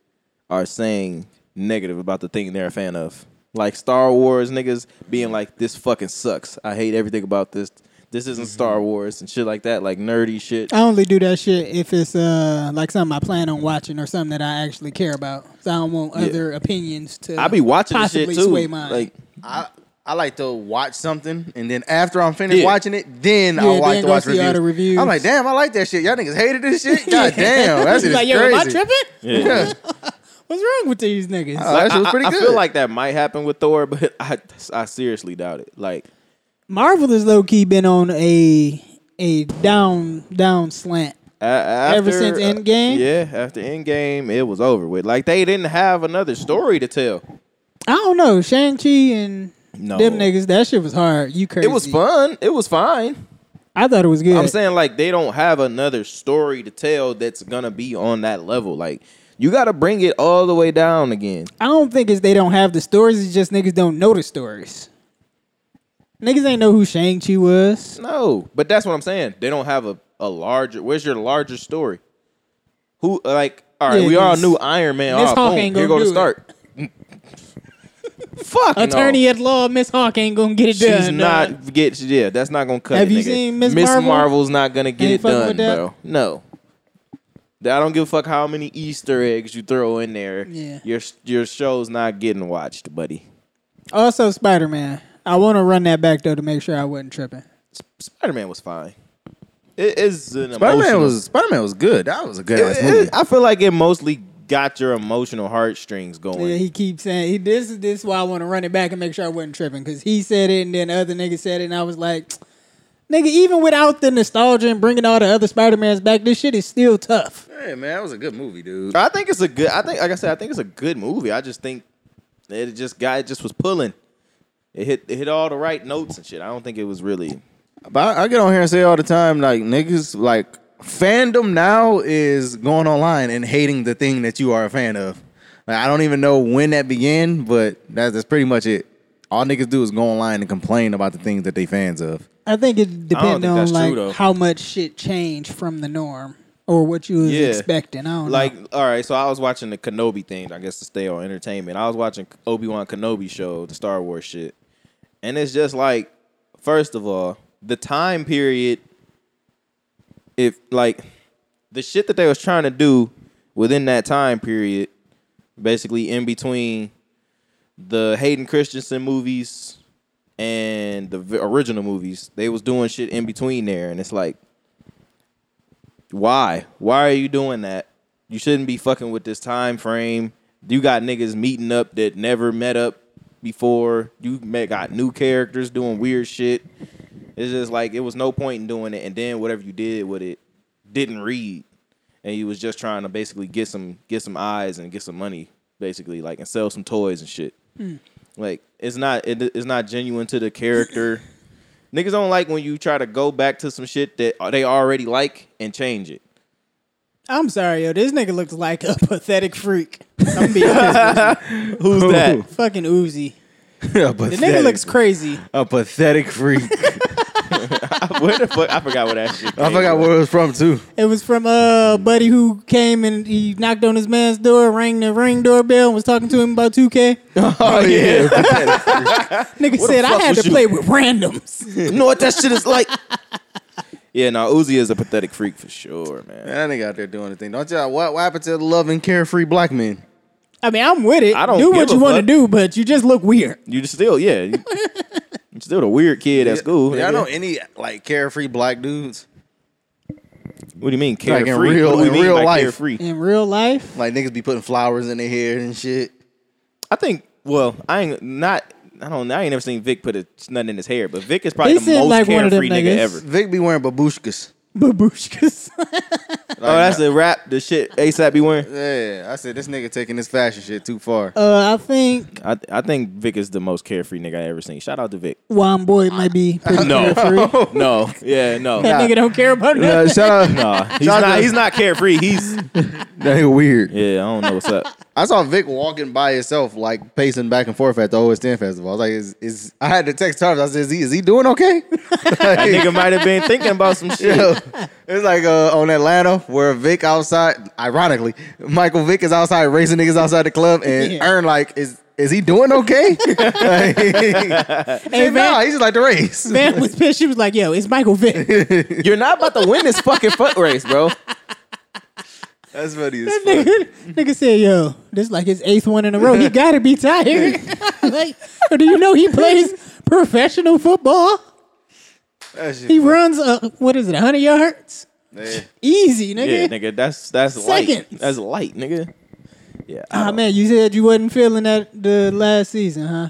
Speaker 2: are saying negative about the thing they're a fan of. Like Star Wars niggas being like, "This fucking sucks. I hate everything about this. This
Speaker 3: Mm-hmm.
Speaker 2: isn't Star Wars and shit like that. Like nerdy shit."
Speaker 1: I only do that shit if it's uh like something I plan on watching or something that I actually care about. So I don't want other opinions to.
Speaker 2: I be watching the
Speaker 1: possibly
Speaker 2: shit too.
Speaker 1: Sway mine.
Speaker 2: Like
Speaker 3: I, I like to watch something, and then after I'm finished
Speaker 2: Yeah.
Speaker 3: watching it, then I
Speaker 1: Yeah,
Speaker 3: like
Speaker 1: then
Speaker 3: to
Speaker 1: go
Speaker 3: watch
Speaker 1: see all
Speaker 3: reviews.
Speaker 1: the reviews.
Speaker 3: I'm like, damn, I like that shit. Y'all niggas hated this shit. God damn, that
Speaker 1: You
Speaker 3: shit
Speaker 1: like,
Speaker 3: is
Speaker 1: yo, am I
Speaker 3: crazy.
Speaker 1: tripping?
Speaker 2: yeah. Uh,
Speaker 1: What's wrong with these niggas?
Speaker 3: Oh, that shit was
Speaker 2: I-
Speaker 3: pretty
Speaker 2: I, I
Speaker 3: good.
Speaker 2: feel like that might happen with Thor, but I I seriously doubt it. Like
Speaker 1: Marvel has low key been on a a down down slant.
Speaker 2: a- after, uh,
Speaker 1: Ever since Endgame?
Speaker 2: yeah, after Endgame, it was over with. Like they didn't have another story to tell.
Speaker 1: I don't know Shang Chi and
Speaker 2: No.
Speaker 1: them niggas. That shit was hard. You crazy?
Speaker 2: It was fun. It was fine.
Speaker 1: I thought it was good.
Speaker 2: I'm saying like they don't have another story to tell that's gonna be on that level. Like you got to bring it all the way down again.
Speaker 1: I don't think it's they don't have the stories. It's just niggas don't know the stories. Niggas ain't know who Shang Chi was.
Speaker 2: No, but that's what I'm saying. They don't have a, a larger. Where's your larger story? Who like? All right,
Speaker 1: Yeah,
Speaker 2: we all
Speaker 1: 'cause
Speaker 2: knew Iron Man.
Speaker 1: Miss
Speaker 2: Oh,
Speaker 1: Hawk
Speaker 2: boom,
Speaker 1: ain't
Speaker 2: here
Speaker 1: gonna
Speaker 2: go to
Speaker 1: do it.
Speaker 2: start. Fuck no.
Speaker 1: Attorney at law, Miss Hawk ain't gonna get it
Speaker 2: She's
Speaker 1: done.
Speaker 2: not
Speaker 1: dog.
Speaker 2: get. Yeah, that's not gonna cut.
Speaker 1: Have
Speaker 2: it,
Speaker 1: you
Speaker 2: nigga.
Speaker 1: seen Miss
Speaker 2: Miss
Speaker 1: Marvel?
Speaker 2: Marvel's not gonna get
Speaker 1: Ain't
Speaker 2: it
Speaker 1: fucking
Speaker 2: done,
Speaker 1: with that?
Speaker 2: bro. No. I don't give a fuck how many Easter eggs you throw in there.
Speaker 1: Yeah.
Speaker 2: Your your show's not getting watched, buddy.
Speaker 1: Also, Spider Man. I want to run that back though to make sure I wasn't tripping.
Speaker 2: Spider Man was fine. It is an
Speaker 3: Spider Man
Speaker 2: emotional-
Speaker 3: was Spider Man was good. That was a good ass
Speaker 2: It-
Speaker 3: movie.
Speaker 2: it- I feel like it mostly got your emotional heartstrings going.
Speaker 1: Yeah, he keeps saying he, this is this is why I want to run it back and make sure I wasn't tripping because he said it and then the other nigga said it and I was like, nigga, even without the nostalgia and bringing all the other Spider Mans back, this shit is still tough.
Speaker 3: Hey man, that was a good movie, dude.
Speaker 2: I think it's a good. I think, like I said, I think it's a good movie. I just think that it just guy just was pulling. It hit it hit all the right notes and shit. I don't think it was really.
Speaker 3: But I, I get on here and say all the time, like niggas, like fandom now is going online and hating the thing that you are a fan of. Like I don't even know when that began, but that's, that's pretty much it. All niggas do is go online and complain about the things that they fans of.
Speaker 1: I think it depends
Speaker 2: think
Speaker 1: on
Speaker 2: that's true,
Speaker 1: like
Speaker 2: though.
Speaker 1: how much shit changed from the norm or what you was
Speaker 2: Yeah.
Speaker 1: expecting. I don't
Speaker 2: Like,
Speaker 1: know.
Speaker 2: all right, so I was watching the Kenobi thing, I guess to stay on entertainment. I was watching Obi Wan Kenobi show, the Star Wars shit. And it's just like, first of all, the time period, if like the shit that they was trying to do within that time period, basically in between the Hayden Christensen movies and the v- original movies, they was doing shit in between there, and it's like why? Why are you doing that? You shouldn't be fucking with this time frame. You got niggas meeting up that never met up before. You met, got new characters doing weird shit. It's just like it was no point in doing it, and then whatever you did with it didn't read, and you was just trying to basically get some get some eyes and get some money basically, like and sell some toys and shit. Like it's not it, it's not genuine to the character. Niggas don't like when you try to go back to some shit that they already like and change it.
Speaker 1: I'm sorry, yo. This nigga looks like a pathetic freak. I'm being honest.
Speaker 2: Who's that?
Speaker 1: fucking Uzi.
Speaker 3: a
Speaker 1: The
Speaker 3: pathetic,
Speaker 1: nigga looks crazy.
Speaker 3: a pathetic freak.
Speaker 2: Where the fuck? I forgot what that shit.
Speaker 3: I forgot where it was from too.
Speaker 1: It was from a buddy who came and he knocked on his man's door, rang the ring doorbell, and was talking to him about 2K.
Speaker 3: Oh yeah, pathetic freak.
Speaker 1: Nigga said I
Speaker 2: fuck
Speaker 1: had
Speaker 2: was
Speaker 1: to
Speaker 2: you?"
Speaker 1: play with randoms.
Speaker 2: You know what that shit is like? yeah, no, Uzi is a pathetic freak for sure,
Speaker 3: Man,
Speaker 2: man.
Speaker 3: that nigga out there doing the thing. Don't y'all? What, what happened to the loving, carefree black men?
Speaker 1: I mean, I'm with it.
Speaker 2: I don't
Speaker 1: do
Speaker 2: give
Speaker 1: what
Speaker 2: a
Speaker 1: you want to
Speaker 2: fuck.
Speaker 1: do, but you just look weird.
Speaker 2: You just still, yeah, you, you're still the weird kid at school.
Speaker 3: Yeah, I
Speaker 2: nigga.
Speaker 3: know any like carefree black dudes.
Speaker 2: What do you mean
Speaker 3: Like in
Speaker 2: carefree?
Speaker 3: real-
Speaker 2: what do we
Speaker 3: in
Speaker 2: mean
Speaker 3: real
Speaker 2: by
Speaker 3: life.
Speaker 2: carefree?
Speaker 1: In real life,
Speaker 3: Like niggas be putting flowers in their hair and shit.
Speaker 2: I think. Well, I ain't not. I don't. I ain't never seen Vic put a, nothing in his hair, but Vic is probably
Speaker 1: He
Speaker 2: the
Speaker 1: seemed
Speaker 2: most
Speaker 1: like one of them
Speaker 2: carefree nigga
Speaker 1: niggas.
Speaker 2: ever.
Speaker 3: Vic be wearing babushkas.
Speaker 1: babushkas.
Speaker 2: oh, that's the rap. The shit ASAP be wearing.
Speaker 3: Yeah, I said this nigga taking this fashion shit too far.
Speaker 1: uh, I think
Speaker 2: I I think Vic is the most carefree nigga I ever seen. Shout out to Vic.
Speaker 1: Juan Boy might be pretty
Speaker 2: No.
Speaker 1: carefree.
Speaker 2: No, yeah, no,
Speaker 1: That nigga don't care about
Speaker 3: Yeah,
Speaker 1: nothing.
Speaker 3: shout out.
Speaker 2: nah. He's
Speaker 3: Shout out
Speaker 2: not.
Speaker 3: to-
Speaker 2: He's not carefree. He's
Speaker 3: That nigga weird.
Speaker 2: yeah. I don't know what's up.
Speaker 3: I saw Vic walking by himself, like pacing back and forth at the OSN festival. I was like, "Is is?" I had to text Tarvis. I said, "Is he, is he doing okay?"
Speaker 2: That nigga might have been thinking about some shit.
Speaker 3: Yo, it's like uh, on Atlanta where Vic outside, ironically, Michael Vick is outside racing niggas outside the club, and
Speaker 1: Yeah.
Speaker 3: Earn like is is he doing okay? like,
Speaker 1: Hey,
Speaker 3: nah,
Speaker 1: man,
Speaker 3: he's just like the race.
Speaker 1: man was pissed. She was like, "Yo, it's Michael Vick." That
Speaker 2: You're not about to win this fucking foot race, bro.
Speaker 3: That's funny as fuck.
Speaker 1: nigga, nigga said, "Yo, this is like his eighth one in a row. He gotta be tired." like, do you know he plays professional football?
Speaker 3: That shit
Speaker 1: He runs uh, what is it, hundred yards?
Speaker 3: man.
Speaker 1: Easy,
Speaker 2: Yeah,
Speaker 1: nigga.
Speaker 2: nigga, that's that's light.
Speaker 1: Seconds.
Speaker 2: That's light, nigga. Yeah. I
Speaker 1: Ah
Speaker 2: don't-
Speaker 1: man, you said you wasn't feeling that the last season, huh?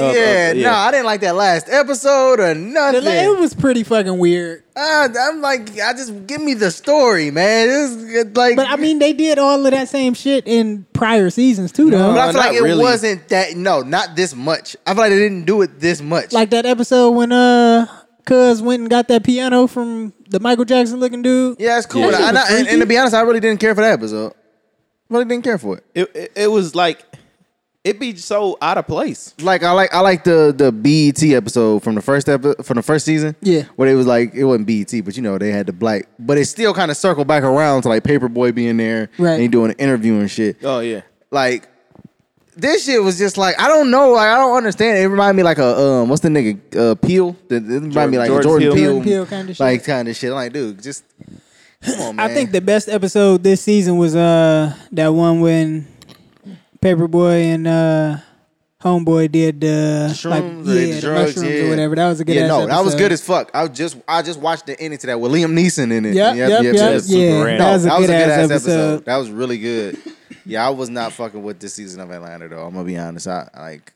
Speaker 2: uh,
Speaker 3: yeah,
Speaker 2: yeah.
Speaker 3: no, I didn't like that last episode or
Speaker 1: Oh, The
Speaker 3: nothing.
Speaker 1: la- it was pretty fucking weird.
Speaker 3: I, I'm like, I just give me the story, man. This is like,
Speaker 1: But I mean, they did all of that same shit in prior seasons too, though.
Speaker 3: but I
Speaker 2: No,
Speaker 3: feel like
Speaker 2: not
Speaker 3: it
Speaker 2: really.
Speaker 3: wasn't that. No, not this much. I feel like they didn't do it this much.
Speaker 1: like that episode when uh, Cuz went and got that piano from the Michael Jackson looking dude.
Speaker 3: yeah, it's cool.
Speaker 2: Yeah.
Speaker 3: And, I- and, I- and- and to
Speaker 1: Freaky.
Speaker 3: be honest, I really didn't care for that episode. Really didn't care for it.
Speaker 2: It, it it was like it be so out of place.
Speaker 3: Like I like I like the the BET episode from the first episode from the first season.
Speaker 1: Yeah.
Speaker 3: where it was like it wasn't BET, but you know they had the black, but it still kind of circled back around to like Paperboy being there,
Speaker 1: Right.
Speaker 3: And he doing an interview and shit.
Speaker 2: Oh yeah.
Speaker 3: like this shit was just like I don't know, like I don't understand. It reminded me like a um, what's the nigga uh, Peel? It reminded me like a
Speaker 2: Jordan
Speaker 3: Jordan
Speaker 2: Peele.
Speaker 3: Peel,
Speaker 1: Jordan Peele kinda shit.
Speaker 3: like kind of shit. I'm like, dude, just come on, man.
Speaker 1: I think the best episode this season was uh that one when Paperboy and uh Homeboy did uh,
Speaker 3: Shrooms
Speaker 1: like,
Speaker 3: or
Speaker 1: yeah, the
Speaker 3: drugs,
Speaker 1: mushrooms
Speaker 3: yeah.
Speaker 1: or whatever. That was a good
Speaker 3: yeah,
Speaker 1: ass
Speaker 3: no, that was
Speaker 1: episode.
Speaker 3: good as fuck. I just I just watched the ending to that with Liam Neeson in it.
Speaker 1: Yep, yep, yep.
Speaker 3: just-
Speaker 1: Yeah,
Speaker 2: super
Speaker 1: that
Speaker 2: random.
Speaker 1: was a good ass
Speaker 3: good-ass
Speaker 1: episode.
Speaker 3: That was really good. Yeah, I was not fucking with this season of Atlanta though. I'm gonna be honest. I I, like,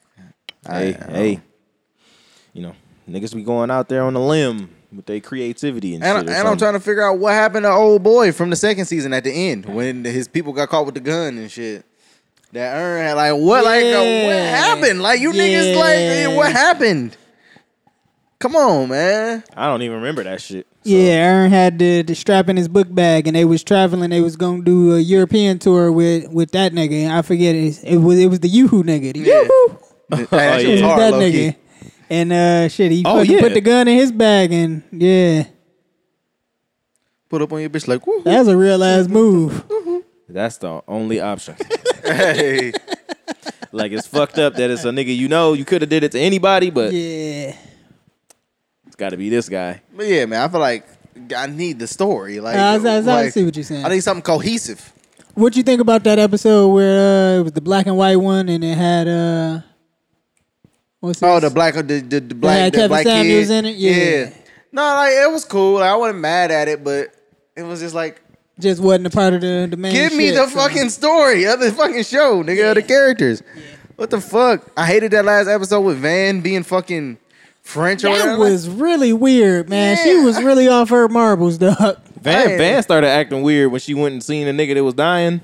Speaker 3: I,
Speaker 2: Hey,
Speaker 3: I don't-
Speaker 2: hey. You know, niggas be going out there on a limb with their creativity and,
Speaker 3: And,
Speaker 2: shit. or
Speaker 3: and I'm
Speaker 2: something.
Speaker 3: trying to figure out what happened to old boy from the second season at the end when his people got caught with the gun and shit. That Earn had like what like uh, what
Speaker 1: Yeah.
Speaker 3: happened? Like you niggas like eh,
Speaker 1: Yeah.
Speaker 3: what happened? Come on, man.
Speaker 2: I don't even remember that shit.
Speaker 1: Yeah, Aaron had the, the strap in his book bag, and they was traveling. They was gonna do a European tour with with that nigga. I forget it. It was it was the Yoo-Hoo nigga. The Yoo-Hoo.
Speaker 3: That, that shit
Speaker 2: Oh, yeah.
Speaker 3: was
Speaker 1: It was
Speaker 3: hard,
Speaker 1: that
Speaker 3: low-key.
Speaker 1: nigga. And uh, shit, he
Speaker 2: Oh,
Speaker 1: fucking
Speaker 2: yeah.
Speaker 1: put the gun in his bag, and yeah,
Speaker 3: Put up on your bitch like woo.
Speaker 1: that was a real ass move.
Speaker 2: That's the only option.
Speaker 3: Hey.
Speaker 2: like it's fucked up that it's a nigga you know you could have did it to anybody, but
Speaker 1: Yeah,
Speaker 2: it's got to be this guy.
Speaker 3: But yeah, man, I feel like I need the story. Like,
Speaker 1: I was- I was- I
Speaker 3: like,
Speaker 1: see what you're saying.
Speaker 3: I need something cohesive.
Speaker 1: what you think about that episode where uh, it was the black and white one, and it had uh, what's his?
Speaker 3: Oh, the black, the, the, the black,
Speaker 1: had
Speaker 3: the
Speaker 1: Kevin
Speaker 3: black
Speaker 1: Samuels
Speaker 3: kid.
Speaker 1: in it? Yeah.
Speaker 3: No, like it was cool. Like, I wasn't mad at it, but it was just like,
Speaker 1: just wasn't a part of the the main.
Speaker 3: give me
Speaker 1: shit,
Speaker 3: the
Speaker 1: so-
Speaker 3: fucking story of the fucking show, nigga, of the characters. What the fuck? I hated that last episode with Van being fucking French. or
Speaker 1: That
Speaker 3: whatever.
Speaker 1: was really weird, man. She
Speaker 3: Yeah.
Speaker 1: was really off her marbles, dog.
Speaker 2: Van
Speaker 3: Hey.
Speaker 2: Van started acting weird when she went and seen a nigga that was dying.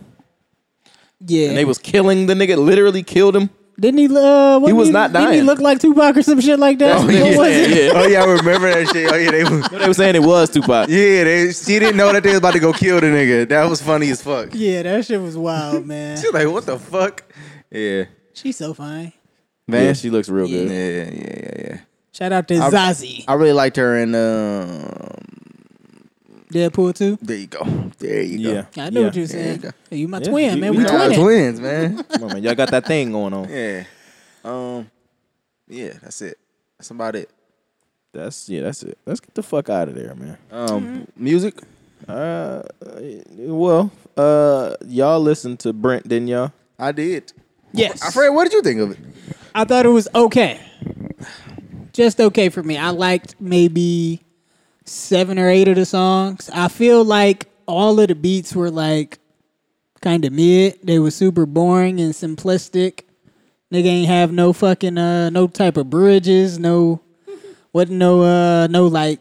Speaker 1: Yeah.
Speaker 2: and they was killing the nigga. Literally killed him.
Speaker 4: Didn't he? Uh, what
Speaker 2: He was
Speaker 4: did-
Speaker 2: not
Speaker 4: Didn't he
Speaker 2: dying.
Speaker 4: look like Tupac or some shit like that?
Speaker 2: Oh,
Speaker 4: What
Speaker 2: yeah.
Speaker 4: was it?
Speaker 3: Oh yeah, I remember that shit. Oh yeah, they were.
Speaker 2: They were saying it was Tupac.
Speaker 3: Yeah, they, she didn't know that they was about to go kill the nigga. That was funny as fuck.
Speaker 1: Yeah, that shit was wild, man.
Speaker 3: She's like, what the fuck? Yeah,
Speaker 1: She's so fine.
Speaker 3: man.
Speaker 2: Yeah, she looks real
Speaker 3: yeah,
Speaker 2: good.
Speaker 3: yeah, yeah, yeah.
Speaker 1: Shout out to Zazie.
Speaker 3: I really liked her in. Um,
Speaker 1: Deadpool too.
Speaker 3: there you go. There you go.
Speaker 2: Yeah,
Speaker 1: I know what you
Speaker 2: yeah.
Speaker 1: were saying.
Speaker 3: Yeah.
Speaker 1: Hey, you my
Speaker 2: Yeah,
Speaker 1: twin,
Speaker 2: we-
Speaker 1: man.
Speaker 2: we
Speaker 1: We,
Speaker 2: are
Speaker 3: Y'all
Speaker 1: twinning.
Speaker 3: twins, man.
Speaker 2: Come on, man. Y'all got that thing going on.
Speaker 3: yeah. Um. Yeah, that's it. That's about it.
Speaker 2: That's yeah. That's it. Let's get the fuck out of there, man.
Speaker 3: Um, music.
Speaker 2: Uh, well, uh, y'all listened to Brent, didn't y'all?
Speaker 3: I did.
Speaker 1: Yes.
Speaker 3: Fred, what did you think of it?
Speaker 1: I thought it was okay. Just okay for me. I liked maybe seven or eight of the songs. I feel like all of the beats were like kind of mid. They were super boring and simplistic. Nigga ain't have no fucking uh no type of bridges, no wasn't no uh no like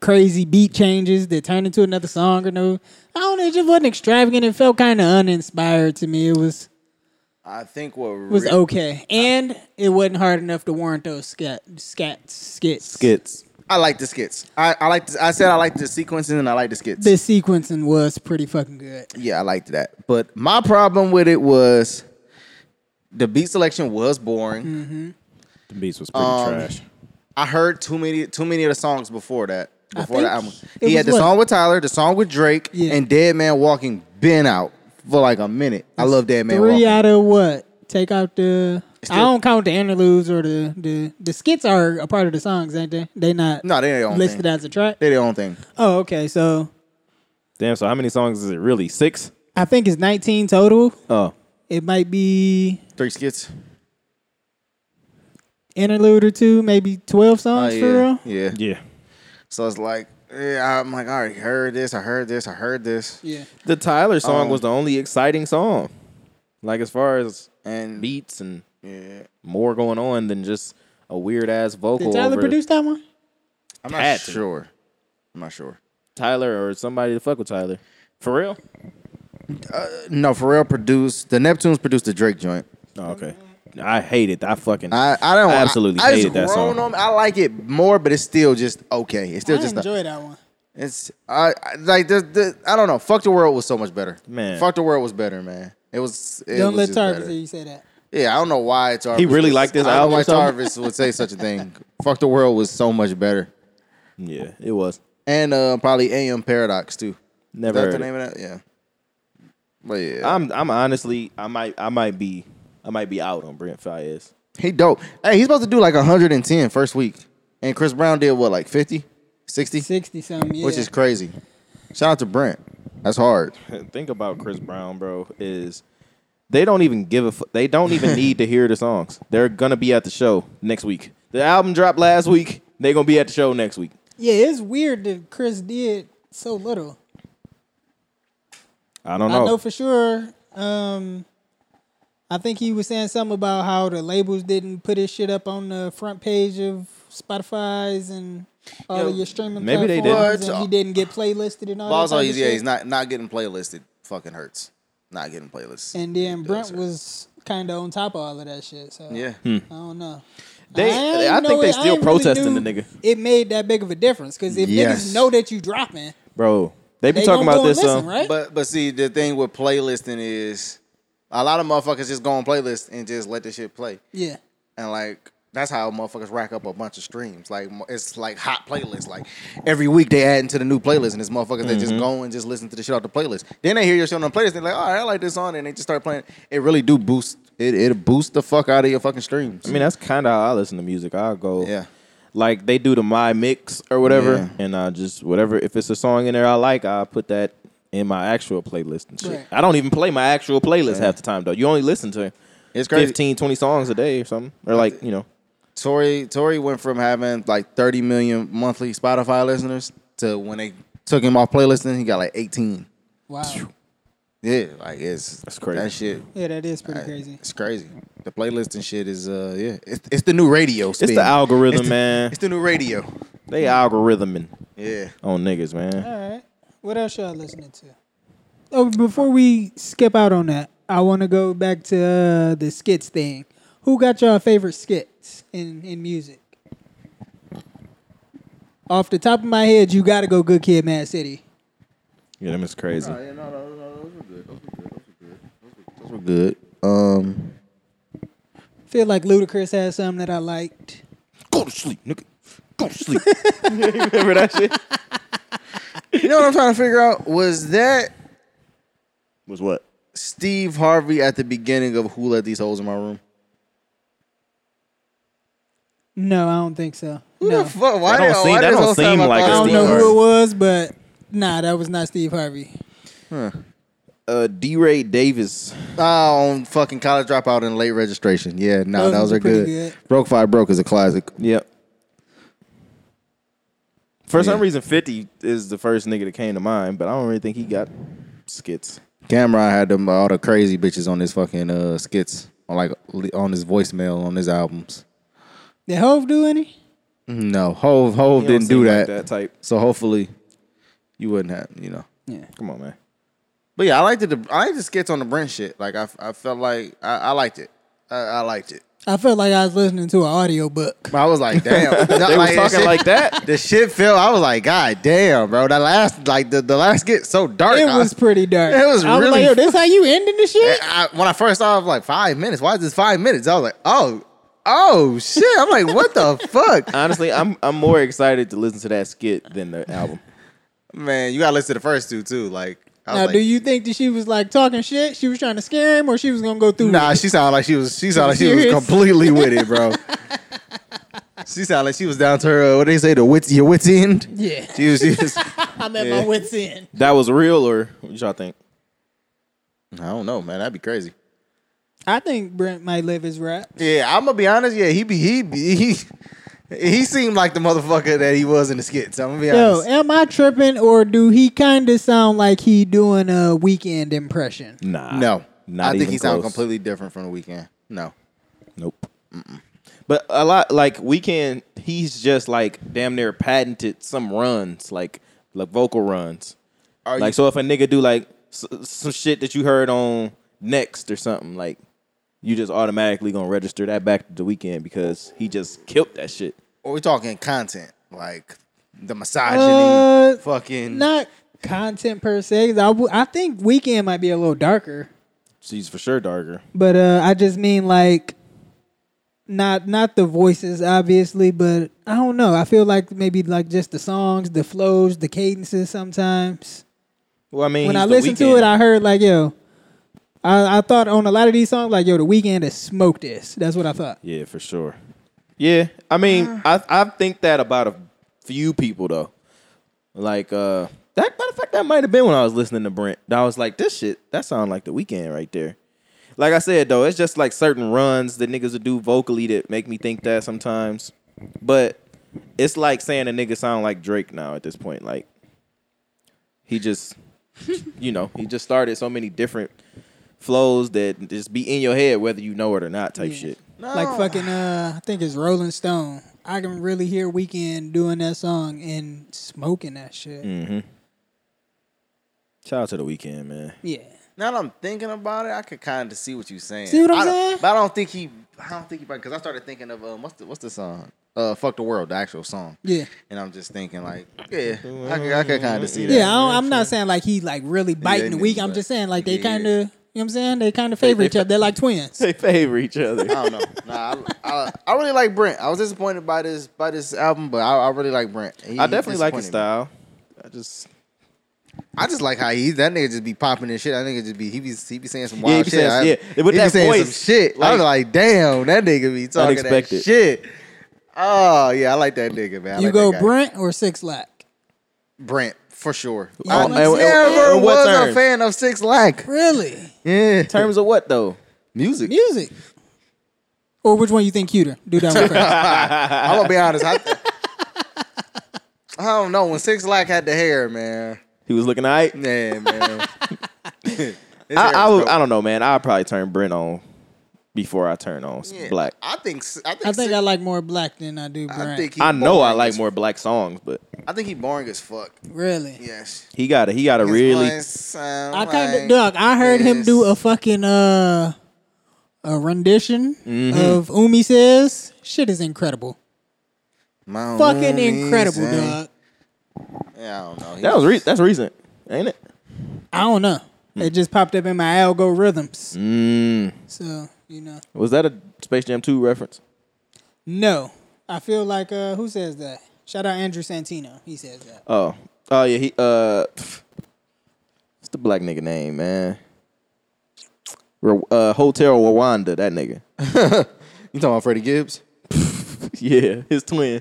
Speaker 1: crazy beat changes that turned into another song or no I don't know, it just wasn't extravagant. It felt kinda uninspired to me. It was
Speaker 3: I think what
Speaker 1: was okay, and it wasn't hard enough to warrant those scat scat skits.
Speaker 2: Skits.
Speaker 3: I like the skits. I, I like. I said I liked the sequences and I like the skits.
Speaker 1: The sequencing was pretty fucking good.
Speaker 3: yeah, I liked that. But my problem with it was the beat selection was boring.
Speaker 2: The beats was pretty trash.
Speaker 3: I heard too many too many of the songs before that. Before the
Speaker 1: think
Speaker 3: album,
Speaker 1: it
Speaker 3: he had
Speaker 1: was
Speaker 3: the
Speaker 1: what-
Speaker 3: song with Tyler, the song with Drake,
Speaker 1: Yeah.
Speaker 3: and Dead Man Walking been out for like a minute. I love Dead Man
Speaker 1: Three
Speaker 3: Walking.
Speaker 1: out of what? Take out the. I
Speaker 3: still-
Speaker 1: don't count the interludes or the the the skits are a part of the songs, ain't they? They not
Speaker 3: no, they their own
Speaker 1: listed
Speaker 3: thing.
Speaker 1: as a track.
Speaker 3: They their own thing.
Speaker 1: Oh, okay. So
Speaker 2: Damn. So how many songs is it really? Six.
Speaker 1: I think it's 19 total.
Speaker 2: Oh,
Speaker 1: It might be
Speaker 3: Three skits.
Speaker 1: interlude or two, maybe 12
Speaker 3: Oh,
Speaker 1: songs for
Speaker 3: yeah,
Speaker 1: real.
Speaker 3: yeah.
Speaker 2: yeah.
Speaker 3: So it's like, yeah, I'm like, I already heard this, I heard this, I heard this,
Speaker 1: Yeah.
Speaker 2: The Tyler song
Speaker 3: Um,
Speaker 2: was the only exciting song. Like as far as
Speaker 3: and
Speaker 2: beats and
Speaker 3: yeah,
Speaker 2: more going on than just a weird ass vocal.
Speaker 1: Did Tyler
Speaker 2: over
Speaker 1: produce that one?
Speaker 3: I'm not
Speaker 2: Had to.
Speaker 3: sure. I'm not sure.
Speaker 2: Tyler or somebody to fuck with Tyler. For real?
Speaker 3: No, Pharrell produced the Neptunes produced the Drake joint.
Speaker 2: Oh, okay. I hate it. I fucking
Speaker 3: I I don't
Speaker 2: I absolutely
Speaker 3: I, I
Speaker 2: hated that
Speaker 3: grown On,
Speaker 2: song.
Speaker 3: I like it more, but it's still just okay. It's still
Speaker 1: I
Speaker 3: just not-
Speaker 1: enjoy that one.
Speaker 3: It's I, I like the, the I don't know. Fuck the world was so much better.
Speaker 2: Man.
Speaker 3: fuck the world was better, man. It was. It
Speaker 1: Don't
Speaker 3: was
Speaker 1: let
Speaker 3: just
Speaker 1: Tarvis
Speaker 3: better.
Speaker 1: hear you say that.
Speaker 3: Yeah, I don't know why Tarvis.
Speaker 2: He really
Speaker 3: was-
Speaker 2: liked this
Speaker 3: I don't know
Speaker 2: album
Speaker 3: Why Tarvis would say such a thing. Fuck the world was so much better,
Speaker 2: Yeah, it was.
Speaker 3: and uh, probably AM Paradox too. Is
Speaker 2: Never
Speaker 3: that
Speaker 2: heard Ah.
Speaker 3: the
Speaker 2: it.
Speaker 3: name of that? Yeah. But yeah,
Speaker 2: I'm I'm honestly I might I might be I might be out on Brent Fayez.
Speaker 3: he dope. Hey, he's supposed to do like 110 first week, and Chris Brown did what like 50, 60,
Speaker 1: 60 something, yeah.
Speaker 3: which is crazy. Shout out to Brent. That's hard.
Speaker 2: Think about Chris Brown, bro, is they don't even give a fu- they don't even need to hear the songs. They're gonna be at the show next week. The album dropped last week. They're gonna be at the show next week.
Speaker 1: Yeah, it's weird that Chris did so little.
Speaker 2: I don't
Speaker 1: I know
Speaker 2: know.
Speaker 1: for sure. Um, I think he was saying something about how the labels didn't put his shit up on the front page of Spotify's and all of your streaming
Speaker 2: maybe they
Speaker 1: platforms.
Speaker 2: didn't.
Speaker 1: And he didn't get playlisted and all
Speaker 3: Well,
Speaker 1: that.
Speaker 3: also,
Speaker 1: type of
Speaker 3: he's, yeah,
Speaker 1: shit.
Speaker 3: he's not not getting playlisted. Fucking hurts. Not getting playlisted.
Speaker 1: And then Brent was kind of on top of all of that shit. So
Speaker 3: yeah.
Speaker 1: I don't know.
Speaker 2: They-
Speaker 1: ain't
Speaker 2: I think
Speaker 1: know
Speaker 2: they
Speaker 1: it- I
Speaker 2: still
Speaker 1: ain't really
Speaker 2: protesting the
Speaker 1: knew
Speaker 2: nigga.
Speaker 1: It made that big of a difference because if
Speaker 3: Yes.
Speaker 1: niggas know that you dropping,
Speaker 2: bro. They be
Speaker 1: they
Speaker 2: talking
Speaker 1: gonna
Speaker 2: about
Speaker 1: go
Speaker 2: this
Speaker 1: and listen,
Speaker 2: um,
Speaker 1: right?
Speaker 3: Hmm. But but see, the thing with playlisting is a lot of motherfuckers just go on playlist and just let the shit play,
Speaker 1: yeah,
Speaker 3: and like. That's how motherfuckers rack up a bunch of streams. Like mo- it's like hot playlists. Like every week they add into the new playlist, and it's motherfuckers that just go and just listen to the shit off the playlist. Then they hear your shit on the playlist, and they're like, "All right, I like this song," and they just start playing. It really do boost. It it boosts the fuck out of your fucking streams.
Speaker 2: I mean, that's kind of how I listen to music. I'll go,
Speaker 3: Yeah.
Speaker 2: like they do the my mix or whatever,
Speaker 3: Yeah.
Speaker 2: and I just whatever. If it's a song in there I like, I will put that in my actual playlist and shit.
Speaker 1: Right.
Speaker 2: I don't even play my actual playlist half the time though. You only listen to
Speaker 3: It's crazy.
Speaker 2: 15, 20 songs a day or something, or like you know,
Speaker 3: Tory Tory went from having like 30 million monthly Spotify listeners to when they took him off playlisting, he got like 18.
Speaker 1: wow,
Speaker 3: Yeah, like it's
Speaker 2: That's crazy.
Speaker 3: That shit,
Speaker 1: yeah, that is pretty crazy.
Speaker 3: it's crazy. The playlisting shit is uh yeah, it's, it's the new radio.
Speaker 2: it's the algorithm, man.
Speaker 3: It's the new radio.
Speaker 2: they algorithming
Speaker 3: Yeah.
Speaker 2: on niggas, man.
Speaker 1: All right. What else y'all listening to? Oh, before we skip out on that, I want to go back to uh, the skits thing. Who got y'all favorite skits in in music? Off the top of my head, you got to go Good Kid, Mad City.
Speaker 2: Yeah, them is crazy.
Speaker 3: yeah, no, no, no, those were good. Those were good. Those were good.
Speaker 2: Uh,
Speaker 3: Um,
Speaker 1: Feel like Ludacris had some that I liked.
Speaker 2: Go to sleep, nigga. Go to sleep. You remember that shit?
Speaker 3: you know what I'm trying to figure out? Was that
Speaker 2: Was what?
Speaker 3: Steve Harvey at the beginning of Who Let These Holes in My Room?
Speaker 1: No, I don't think so.
Speaker 3: Who
Speaker 1: no.
Speaker 3: the fuck? Why
Speaker 2: That don't
Speaker 3: did- why
Speaker 2: seem-
Speaker 3: did
Speaker 2: that
Speaker 3: this
Speaker 2: don't
Speaker 3: whole time
Speaker 2: seem
Speaker 3: I
Speaker 1: I
Speaker 2: like a
Speaker 3: thought-
Speaker 1: don't
Speaker 2: Steve
Speaker 1: know
Speaker 2: Harvey.
Speaker 1: who it was, but nah, that was not Steve Harvey.
Speaker 2: Uh, D. Ray Davis.
Speaker 3: Oh, on fucking college dropout and late registration. Yeah, no,
Speaker 1: Those
Speaker 3: those,
Speaker 1: were
Speaker 3: are
Speaker 1: pretty
Speaker 3: good.
Speaker 1: good.
Speaker 3: Broke Five Broke is a classic.
Speaker 2: Yep. For some
Speaker 3: Yeah.
Speaker 2: reason, Fifty is the first nigga that came to mind, but I don't really think he got skits.
Speaker 3: Cameron had them uh, all the crazy bitches on his fucking uh, skits, on like li- on his voicemail on his albums.
Speaker 1: Did Hove do any?
Speaker 3: No, Hove Hove
Speaker 2: He don't
Speaker 3: didn't do
Speaker 2: seem
Speaker 3: that.
Speaker 2: like that type.
Speaker 3: So hopefully, you wouldn't have you know.
Speaker 2: Come on, man.
Speaker 3: But yeah, I liked it. I liked the skits on the Brent shit. Like I, I felt like I, I liked it. I, I liked it.
Speaker 1: I felt like I was listening to an audiobook.
Speaker 3: I was like, damn.
Speaker 2: They
Speaker 3: Like,
Speaker 2: was talking
Speaker 3: shit-
Speaker 2: like that.
Speaker 3: The shit felt. I was like, god damn, bro. That last like the, the last skit so dark.
Speaker 1: It
Speaker 3: I-
Speaker 1: was pretty dark.
Speaker 3: It was
Speaker 1: I was
Speaker 3: really-
Speaker 1: like, yo, this how you ending the shit?
Speaker 3: I, when I first saw, it, I was like, five minutes. Why is this five minutes? I was like, oh, oh shit. I'm like, what the fuck,
Speaker 2: Honestly, I'm I'm more excited to listen to that skit than the album.
Speaker 3: man? You gotta listen to the first two too. Like, I was
Speaker 1: Now,
Speaker 3: like,
Speaker 1: do you think that she was like talking shit? She was trying to scare him, or she was gonna go through?
Speaker 3: Nah,
Speaker 1: with it?
Speaker 3: she sounded like she was. She sounded like she
Speaker 1: Serious?
Speaker 3: was completely with it, bro. she sounded like she was down to her. Uh, what they say, the wits, your wits end.
Speaker 1: Yeah.
Speaker 3: She was. She was I
Speaker 1: I'm at
Speaker 3: Yeah.
Speaker 1: my wits end.
Speaker 2: That was real, or what y'all think?
Speaker 3: don't know, man. That'd be crazy.
Speaker 1: I think Brent might live his rap.
Speaker 3: Yeah, I'm gonna be honest. Yeah, he be he be, he he seemed like the motherfucker that he was in the skits. I'm gonna be
Speaker 1: Yo,
Speaker 3: honest.
Speaker 1: am I tripping, or do he kind of sound like he doing a weekend impression?
Speaker 2: Nah,
Speaker 3: no,
Speaker 2: not
Speaker 3: eh, I think
Speaker 2: even
Speaker 3: he sounded
Speaker 2: close.
Speaker 3: completely different from the weekend. No,
Speaker 2: Nope. But a lot like Weekend, he's just like damn near patented some runs, like like vocal runs.
Speaker 3: Are
Speaker 2: like
Speaker 3: you-
Speaker 2: so, if a nigga do like s- some shit that you heard on Next or something, like you just automatically gonna register that back to the Weekend because he just killed that shit.
Speaker 3: Or we talking content like the misogyny,
Speaker 1: Uh,
Speaker 3: fucking.
Speaker 1: Not content per se. I, w- I think weekend might be a little darker,
Speaker 2: She's for sure darker.
Speaker 1: but uh, I just mean like not not the voices, obviously, but I don't know. I feel like maybe like just the songs, the flows, the cadences sometimes.
Speaker 2: Well, I mean,
Speaker 1: when
Speaker 2: he's
Speaker 1: I
Speaker 2: The
Speaker 1: listened to
Speaker 2: Weeknd.
Speaker 1: it, I heard like, yo, I, I thought on a lot of these songs, like, yo, the weekend has smoked this. That's what I thought.
Speaker 2: Yeah, for sure. Yeah, I mean, I I think that about a few people though. Like uh that matter of fact, that might have been when I was listening to Brent. That I was like, this shit, that sound like the weekend right there. Like I said though, it's just like certain runs that niggas would do vocally that make me think that sometimes. But it's like saying a nigga sound like Drake now at this point. Like he just, you know, he just started so many different flows that just be in your head whether you know it or not type
Speaker 1: Yeah.
Speaker 2: shit.
Speaker 1: Like fucking, uh, I think it's Rolling Stone. I can really hear Weekend doing that song and smoking that shit.
Speaker 2: Shout out to the weekend, man.
Speaker 1: Yeah.
Speaker 3: Now that I'm thinking about it, I could kind of see what you're saying.
Speaker 1: See what I'm
Speaker 3: I don't-
Speaker 1: saying?
Speaker 3: But I don't think he. I don't think he. Because I started thinking of um, what's the what's the song? Uh, fuck the world, the actual song.
Speaker 1: Yeah.
Speaker 3: And I'm just thinking like, yeah, I could, I could kind of see that.
Speaker 1: Yeah, I don't, I'm not saying like he like really biting the
Speaker 3: niggas
Speaker 1: week. I'm
Speaker 3: like-
Speaker 1: just saying like they
Speaker 3: Yeah.
Speaker 1: kind of, you know what I'm saying? They kind of favor each other. They're like twins.
Speaker 2: They favor each other.
Speaker 3: I don't know. Nah, I, I, I really like Brent. I was disappointed by this by this album, but I, I really like Brent. He- he
Speaker 2: I definitely like his
Speaker 3: disappointed me.
Speaker 2: style. I just
Speaker 3: I just like how he that nigga just be popping and shit. That nigga just be he be he be saying some
Speaker 2: he
Speaker 3: wild
Speaker 2: be
Speaker 3: shit.
Speaker 2: saying-
Speaker 3: I,
Speaker 2: yeah, with
Speaker 3: he
Speaker 2: that
Speaker 3: be saying
Speaker 2: voice,
Speaker 3: some shit. I was
Speaker 2: like-
Speaker 3: like, damn, that nigga be talking
Speaker 2: Unexpected.
Speaker 3: that shit. Oh yeah, I like that nigga man. I
Speaker 1: You
Speaker 3: like
Speaker 1: go
Speaker 3: that guy.
Speaker 1: Brent or Six Lack?
Speaker 3: Brent for sure.
Speaker 1: Yeah,
Speaker 3: I
Speaker 1: Oh, and- and-
Speaker 3: never
Speaker 2: and
Speaker 3: was
Speaker 2: what terms?
Speaker 3: a fan of Six Lack.
Speaker 1: Really?
Speaker 3: Yeah,
Speaker 2: in terms of what though?
Speaker 3: music.
Speaker 1: Music. Or which one you think cuter? Do that one first.
Speaker 3: I'm gonna be honest. I, I don't know when Six Lack had the hair, man.
Speaker 2: He was looking alright.
Speaker 3: Yeah, man. His hair
Speaker 2: I, I,
Speaker 3: was
Speaker 2: would-
Speaker 3: dope.
Speaker 2: I don't know, man. I'd probably turn Brent on before I turn on s- black.
Speaker 3: I think. s- I think.
Speaker 1: I think
Speaker 3: Six-
Speaker 1: I like more black than I do brown.
Speaker 3: I think. He
Speaker 2: I know I
Speaker 3: boring
Speaker 2: like
Speaker 3: as-
Speaker 2: more black songs, but
Speaker 3: I think he boring as fuck.
Speaker 1: really.
Speaker 3: Yes.
Speaker 2: he gotta he gotta
Speaker 3: His
Speaker 2: really
Speaker 3: voice sound
Speaker 1: I kind of
Speaker 3: like
Speaker 1: dog. I heard him do
Speaker 3: this.
Speaker 1: a fucking uh a rendition
Speaker 3: Mm-hmm.
Speaker 1: of Umi says shit is incredible.
Speaker 3: My
Speaker 1: Fucking
Speaker 3: homies
Speaker 1: incredible,
Speaker 3: ain't-
Speaker 1: dog.
Speaker 3: Yeah, I don't know. He-
Speaker 2: that was re- that's recent, ain't it?
Speaker 1: I don't know. It just popped up in my algorithms.
Speaker 2: Hmm. Mm.
Speaker 1: So you know,
Speaker 2: Was that a Space Jam two reference?
Speaker 1: no. I feel like uh who says that? Shout out Andrew Santino. He says that.
Speaker 2: Oh, oh yeah. He uh, what's the black nigga name, man? Re- uh, Hotel Rwanda. That nigga.
Speaker 3: You talking about Freddie Gibbs?
Speaker 2: Yeah, his twin.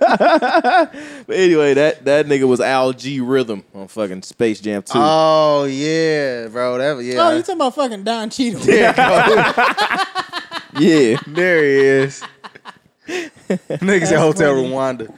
Speaker 2: but anyway, that that nigga was Al G Rhythm on fucking Space Jam two.
Speaker 3: Oh yeah, bro. That was- yeah.
Speaker 1: Oh, you talking about fucking Don Cheadle?
Speaker 2: yeah,
Speaker 3: There he is. Niggas at Hotel Rwanda.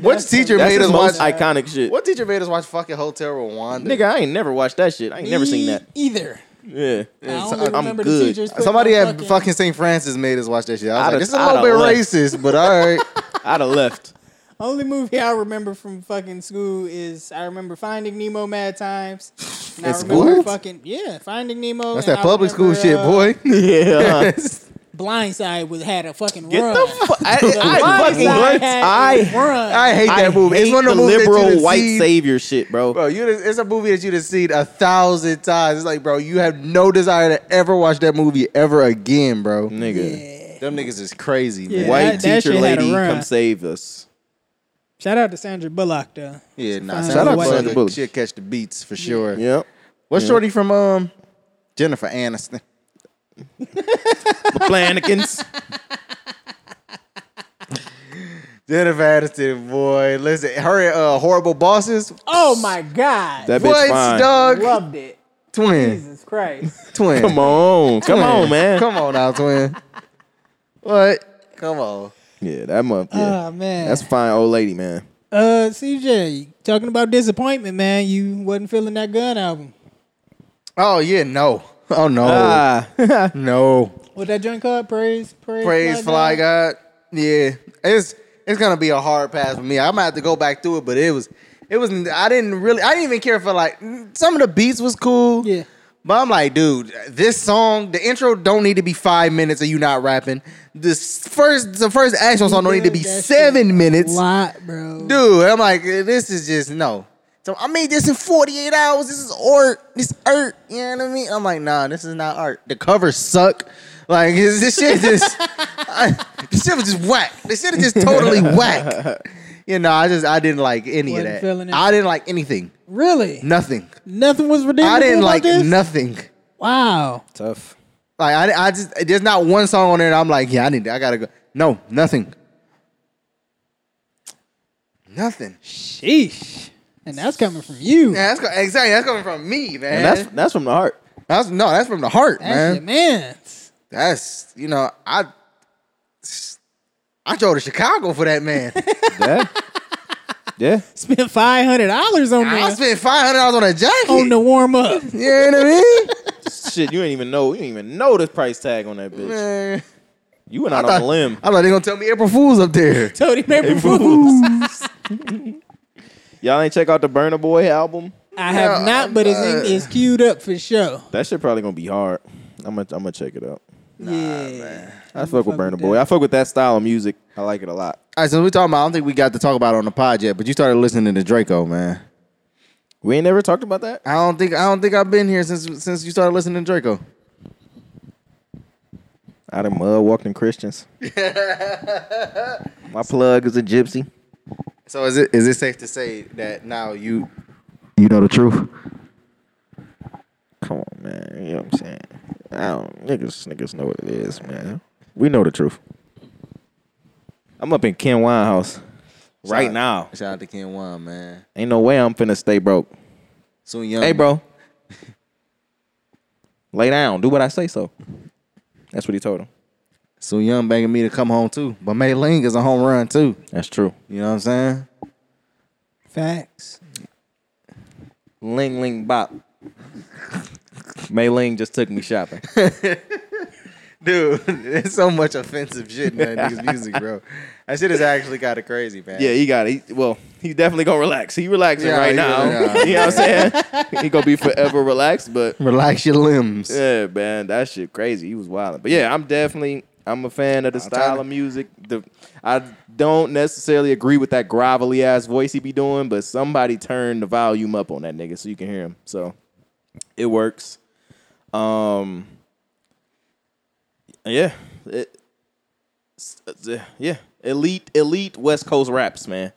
Speaker 3: What teacher
Speaker 2: that's
Speaker 3: made
Speaker 2: his
Speaker 3: us watch?
Speaker 2: most iconic shit.
Speaker 3: what teacher made us watch fucking Hotel Rwanda? Uh,
Speaker 2: Nigga, I ain't never watched that shit. I ain't never seen that.
Speaker 1: E either.
Speaker 2: Yeah,
Speaker 1: I
Speaker 3: It's-
Speaker 1: only
Speaker 3: I'm
Speaker 1: remember the
Speaker 2: good.
Speaker 1: teachers. putting
Speaker 3: Somebody
Speaker 1: on
Speaker 3: at fucking, St. Francis made us watch that shit. I was
Speaker 2: I'da-
Speaker 3: like, this is a
Speaker 2: I'da
Speaker 3: little bit
Speaker 2: left.
Speaker 3: racist, but all right.
Speaker 2: I'd have left.
Speaker 1: Only movie I remember from fucking school is I remember Finding Nemo mad times. And I
Speaker 3: At
Speaker 1: remember
Speaker 3: school?
Speaker 1: fucking yeah, Finding Nemo.
Speaker 3: That's
Speaker 1: and
Speaker 3: that
Speaker 1: I
Speaker 3: public school
Speaker 1: remember,
Speaker 3: shit,
Speaker 1: uh,
Speaker 3: boy.
Speaker 2: Yeah.
Speaker 1: Blindside was had a fucking
Speaker 2: Get
Speaker 1: run.
Speaker 2: the fuck. I, I
Speaker 1: Blindside
Speaker 2: fucking.
Speaker 1: had a
Speaker 2: I.
Speaker 1: run.
Speaker 3: I hate that
Speaker 2: I
Speaker 3: movie. it's
Speaker 2: hate
Speaker 3: one of
Speaker 2: the
Speaker 3: those movies that you
Speaker 2: liberal
Speaker 3: done
Speaker 2: white
Speaker 3: seen-
Speaker 2: savior shit, bro.
Speaker 3: Bro, you done- it's a movie that you'd have seen a thousand times. It's like, bro, you have no desire to ever watch that movie ever again, bro.
Speaker 2: Nigga,
Speaker 3: Them niggas is crazy, man.
Speaker 1: Yeah,
Speaker 2: white
Speaker 1: that- that
Speaker 2: teacher
Speaker 1: shit had a
Speaker 2: lady,
Speaker 1: run.
Speaker 2: come save us.
Speaker 1: Shout out to Sandra Bullock though.
Speaker 3: Yeah, nah.
Speaker 1: Fine.
Speaker 3: Shout out to Sandra
Speaker 2: Sandra Bullock.
Speaker 3: She'll catch the beats for sure.
Speaker 2: Yep.
Speaker 3: What's shorty from um Jennifer Aniston?
Speaker 2: Flanagans.
Speaker 3: Jennifer Aniston, boy. Listen, her uh, horrible bosses.
Speaker 1: Oh my god,
Speaker 2: That bitch
Speaker 3: What,
Speaker 2: fine.
Speaker 3: dog?
Speaker 1: loved it.
Speaker 3: Twin,
Speaker 1: Jesus Christ.
Speaker 3: twin.
Speaker 2: Come on, come
Speaker 3: Twin.
Speaker 2: on, man.
Speaker 3: Come on now, twin. what? Come on.
Speaker 2: Yeah, that month. Yeah.
Speaker 1: Oh man.
Speaker 2: That's a fine old lady, man.
Speaker 1: uh, CJ talking about disappointment, man. You wasn't feeling that gun album.
Speaker 3: Oh yeah, no. Oh no,
Speaker 2: Ah,
Speaker 3: no.
Speaker 1: What that joint called? Praise, praise,
Speaker 3: Praise Fly
Speaker 1: God.
Speaker 3: God. Yeah, it's it's gonna be a hard pass for me. I'm gonna have to go back through it, but it was it was. I didn't really. I didn't even care for like some of the beats was cool.
Speaker 1: Yeah.
Speaker 3: But I'm like, dude, this song, the intro don't need to be five minutes of you not rapping. This first, the first actual song don't need to be
Speaker 1: That shit
Speaker 3: seven minutes,
Speaker 1: Lot, bro.
Speaker 3: dude. I'm like, eh, this is just no. So I made this in 48 hours. This is art. This art. You know what I mean? I'm like, nah, this is not art. The covers suck. Like is this shit just, I, this shit was just whack. This shit is just totally whack. You know, I just I didn't like any
Speaker 1: Wasn't
Speaker 3: of
Speaker 1: feeling
Speaker 3: that.
Speaker 1: it.
Speaker 3: I didn't like anything.
Speaker 1: Really?
Speaker 3: Nothing.
Speaker 1: Nothing was redeemable
Speaker 3: I didn't
Speaker 1: about
Speaker 3: like
Speaker 1: this?
Speaker 3: nothing.
Speaker 1: Wow.
Speaker 2: tough.
Speaker 3: Like I, I just there's not one song on there. That I'm like, yeah, I need, I gotta go. No, nothing, nothing.
Speaker 1: Sheesh. And that's coming from you.
Speaker 3: Yeah, that's co- exactly that's coming from me, man.
Speaker 2: And that's that's from the heart.
Speaker 3: That's- no, that's from the heart,
Speaker 1: That's
Speaker 3: man.
Speaker 1: your man.
Speaker 3: That's you know, I, I drove to Chicago for that man.
Speaker 2: Yeah. yeah.
Speaker 1: Spent five hundred dollars on
Speaker 3: I
Speaker 1: that
Speaker 3: spent five hundred dollars on a jacket.
Speaker 1: on the warm up.
Speaker 3: you know what I mean?
Speaker 2: Shit, you ain't even know. You ain't even know this price tag on that bitch.
Speaker 3: Man.
Speaker 2: You went out
Speaker 3: I thought,
Speaker 2: on a limb.
Speaker 3: I thought they gonna tell me April Fools up there.
Speaker 1: Tony Maple Fools.
Speaker 2: Y'all ain't check out the Burner Boy album.
Speaker 1: I have
Speaker 3: No,
Speaker 1: not, but it's,
Speaker 3: uh,
Speaker 1: in, it's queued up for sure.
Speaker 2: That shit probably gonna be hard. I'm gonna I'm gonna check it out.
Speaker 1: yeah.
Speaker 2: I fuck with Burner
Speaker 1: with
Speaker 2: Boy.
Speaker 1: that.
Speaker 2: I fuck with that style of music. I like it a lot.
Speaker 3: All right, so we talking about. I don't think we got to talk about it on the pod yet, but you started listening to Draco, man.
Speaker 2: We ain't never talked about that.
Speaker 3: I don't think I don't think I've been here since since you started listening to Draco.
Speaker 2: I done mud walked in Christians. My plug is a gypsy.
Speaker 3: So is it is it safe to say that now you you know the truth?
Speaker 2: Come on, man. You know what I'm saying? I don't niggas niggas know what it is, man. We know the truth. I'm up in Ken Winehouse right
Speaker 3: Shout-
Speaker 2: now.
Speaker 3: Shout out to Ken Wan, man.
Speaker 2: Ain't no way I'm finna stay broke.
Speaker 3: Soon young.
Speaker 2: Hey, bro. Lay down. Do what I say so. That's what he told him.
Speaker 3: Soon young begging me to come home too, but May Ling is a home run too.
Speaker 2: That's true.
Speaker 3: You know what I'm saying?
Speaker 1: Facts.
Speaker 2: Ling Ling Bop. Mei Ling just took me shopping.
Speaker 3: Dude, there's so much offensive shit in that nigga's music, bro. That shit is actually kind of crazy, man.
Speaker 2: Yeah, he got it. He- well, he's definitely gonna relax. He relaxing
Speaker 3: Yeah,
Speaker 2: right
Speaker 3: he
Speaker 2: now.
Speaker 3: really-
Speaker 2: you know what I'm saying? he gonna be forever relaxed, but
Speaker 3: Relax your limbs.
Speaker 2: yeah, man, that shit crazy. He was wild. But yeah, I'm definitely I'm a fan of the
Speaker 3: tell
Speaker 2: style
Speaker 3: you.
Speaker 2: of music. The I don't necessarily agree with that grovelly ass voice he be doing, but somebody turned the volume up on that nigga so you can hear him. So it works. Um Yeah. It, s- uh, yeah. Elite elite West Coast raps, man.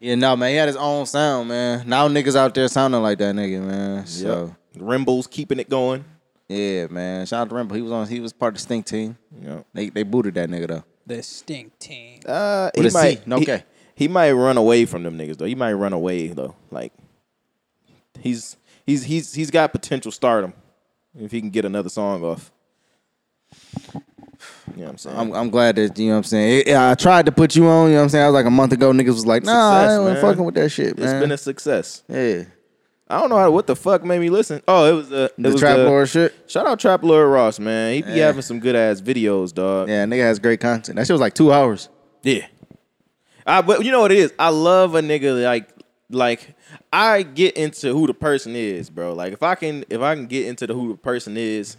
Speaker 3: Yeah, no, man. He had his own sound, man. Now niggas out there sounding like that nigga, man. So
Speaker 2: Rimbles keeping it going.
Speaker 3: yeah, man. Shout out to Rimble. He was on. He was part of the Stink Team.
Speaker 2: Yeah.
Speaker 3: They they booted that nigga though.
Speaker 1: The stink team.
Speaker 2: Uh,
Speaker 3: With
Speaker 2: he
Speaker 3: a C,
Speaker 2: might.
Speaker 3: no
Speaker 2: he-
Speaker 3: K.
Speaker 2: He, might run away from them niggas though. He might run away though. Like he's he's he's he's got potential stardom if he can get another song off. You know what I'm saying?
Speaker 3: I'm, I'm glad that you know what I'm saying. It- I tried to put you on. You know what I'm saying. I was like a month ago. Niggas was like, Nah,
Speaker 2: Success,
Speaker 3: I ain't
Speaker 2: man.
Speaker 3: fucking with that shit,
Speaker 2: It's been
Speaker 3: man.
Speaker 2: a success.
Speaker 3: yeah,
Speaker 2: I don't know how, what the fuck made me listen. Oh, it was uh, it
Speaker 3: the
Speaker 2: was
Speaker 3: trap
Speaker 2: the-
Speaker 3: lord shit.
Speaker 2: Shout out Trap Lord Ross, man. He be
Speaker 3: Yeah.
Speaker 2: having some good ass videos, dog.
Speaker 3: Yeah, nigga has great content. That shit was like two hours.
Speaker 2: Yeah. I but you know what it is? I love a nigga like like I get into who the person is, bro. Like if I can if I can get into the who the person is,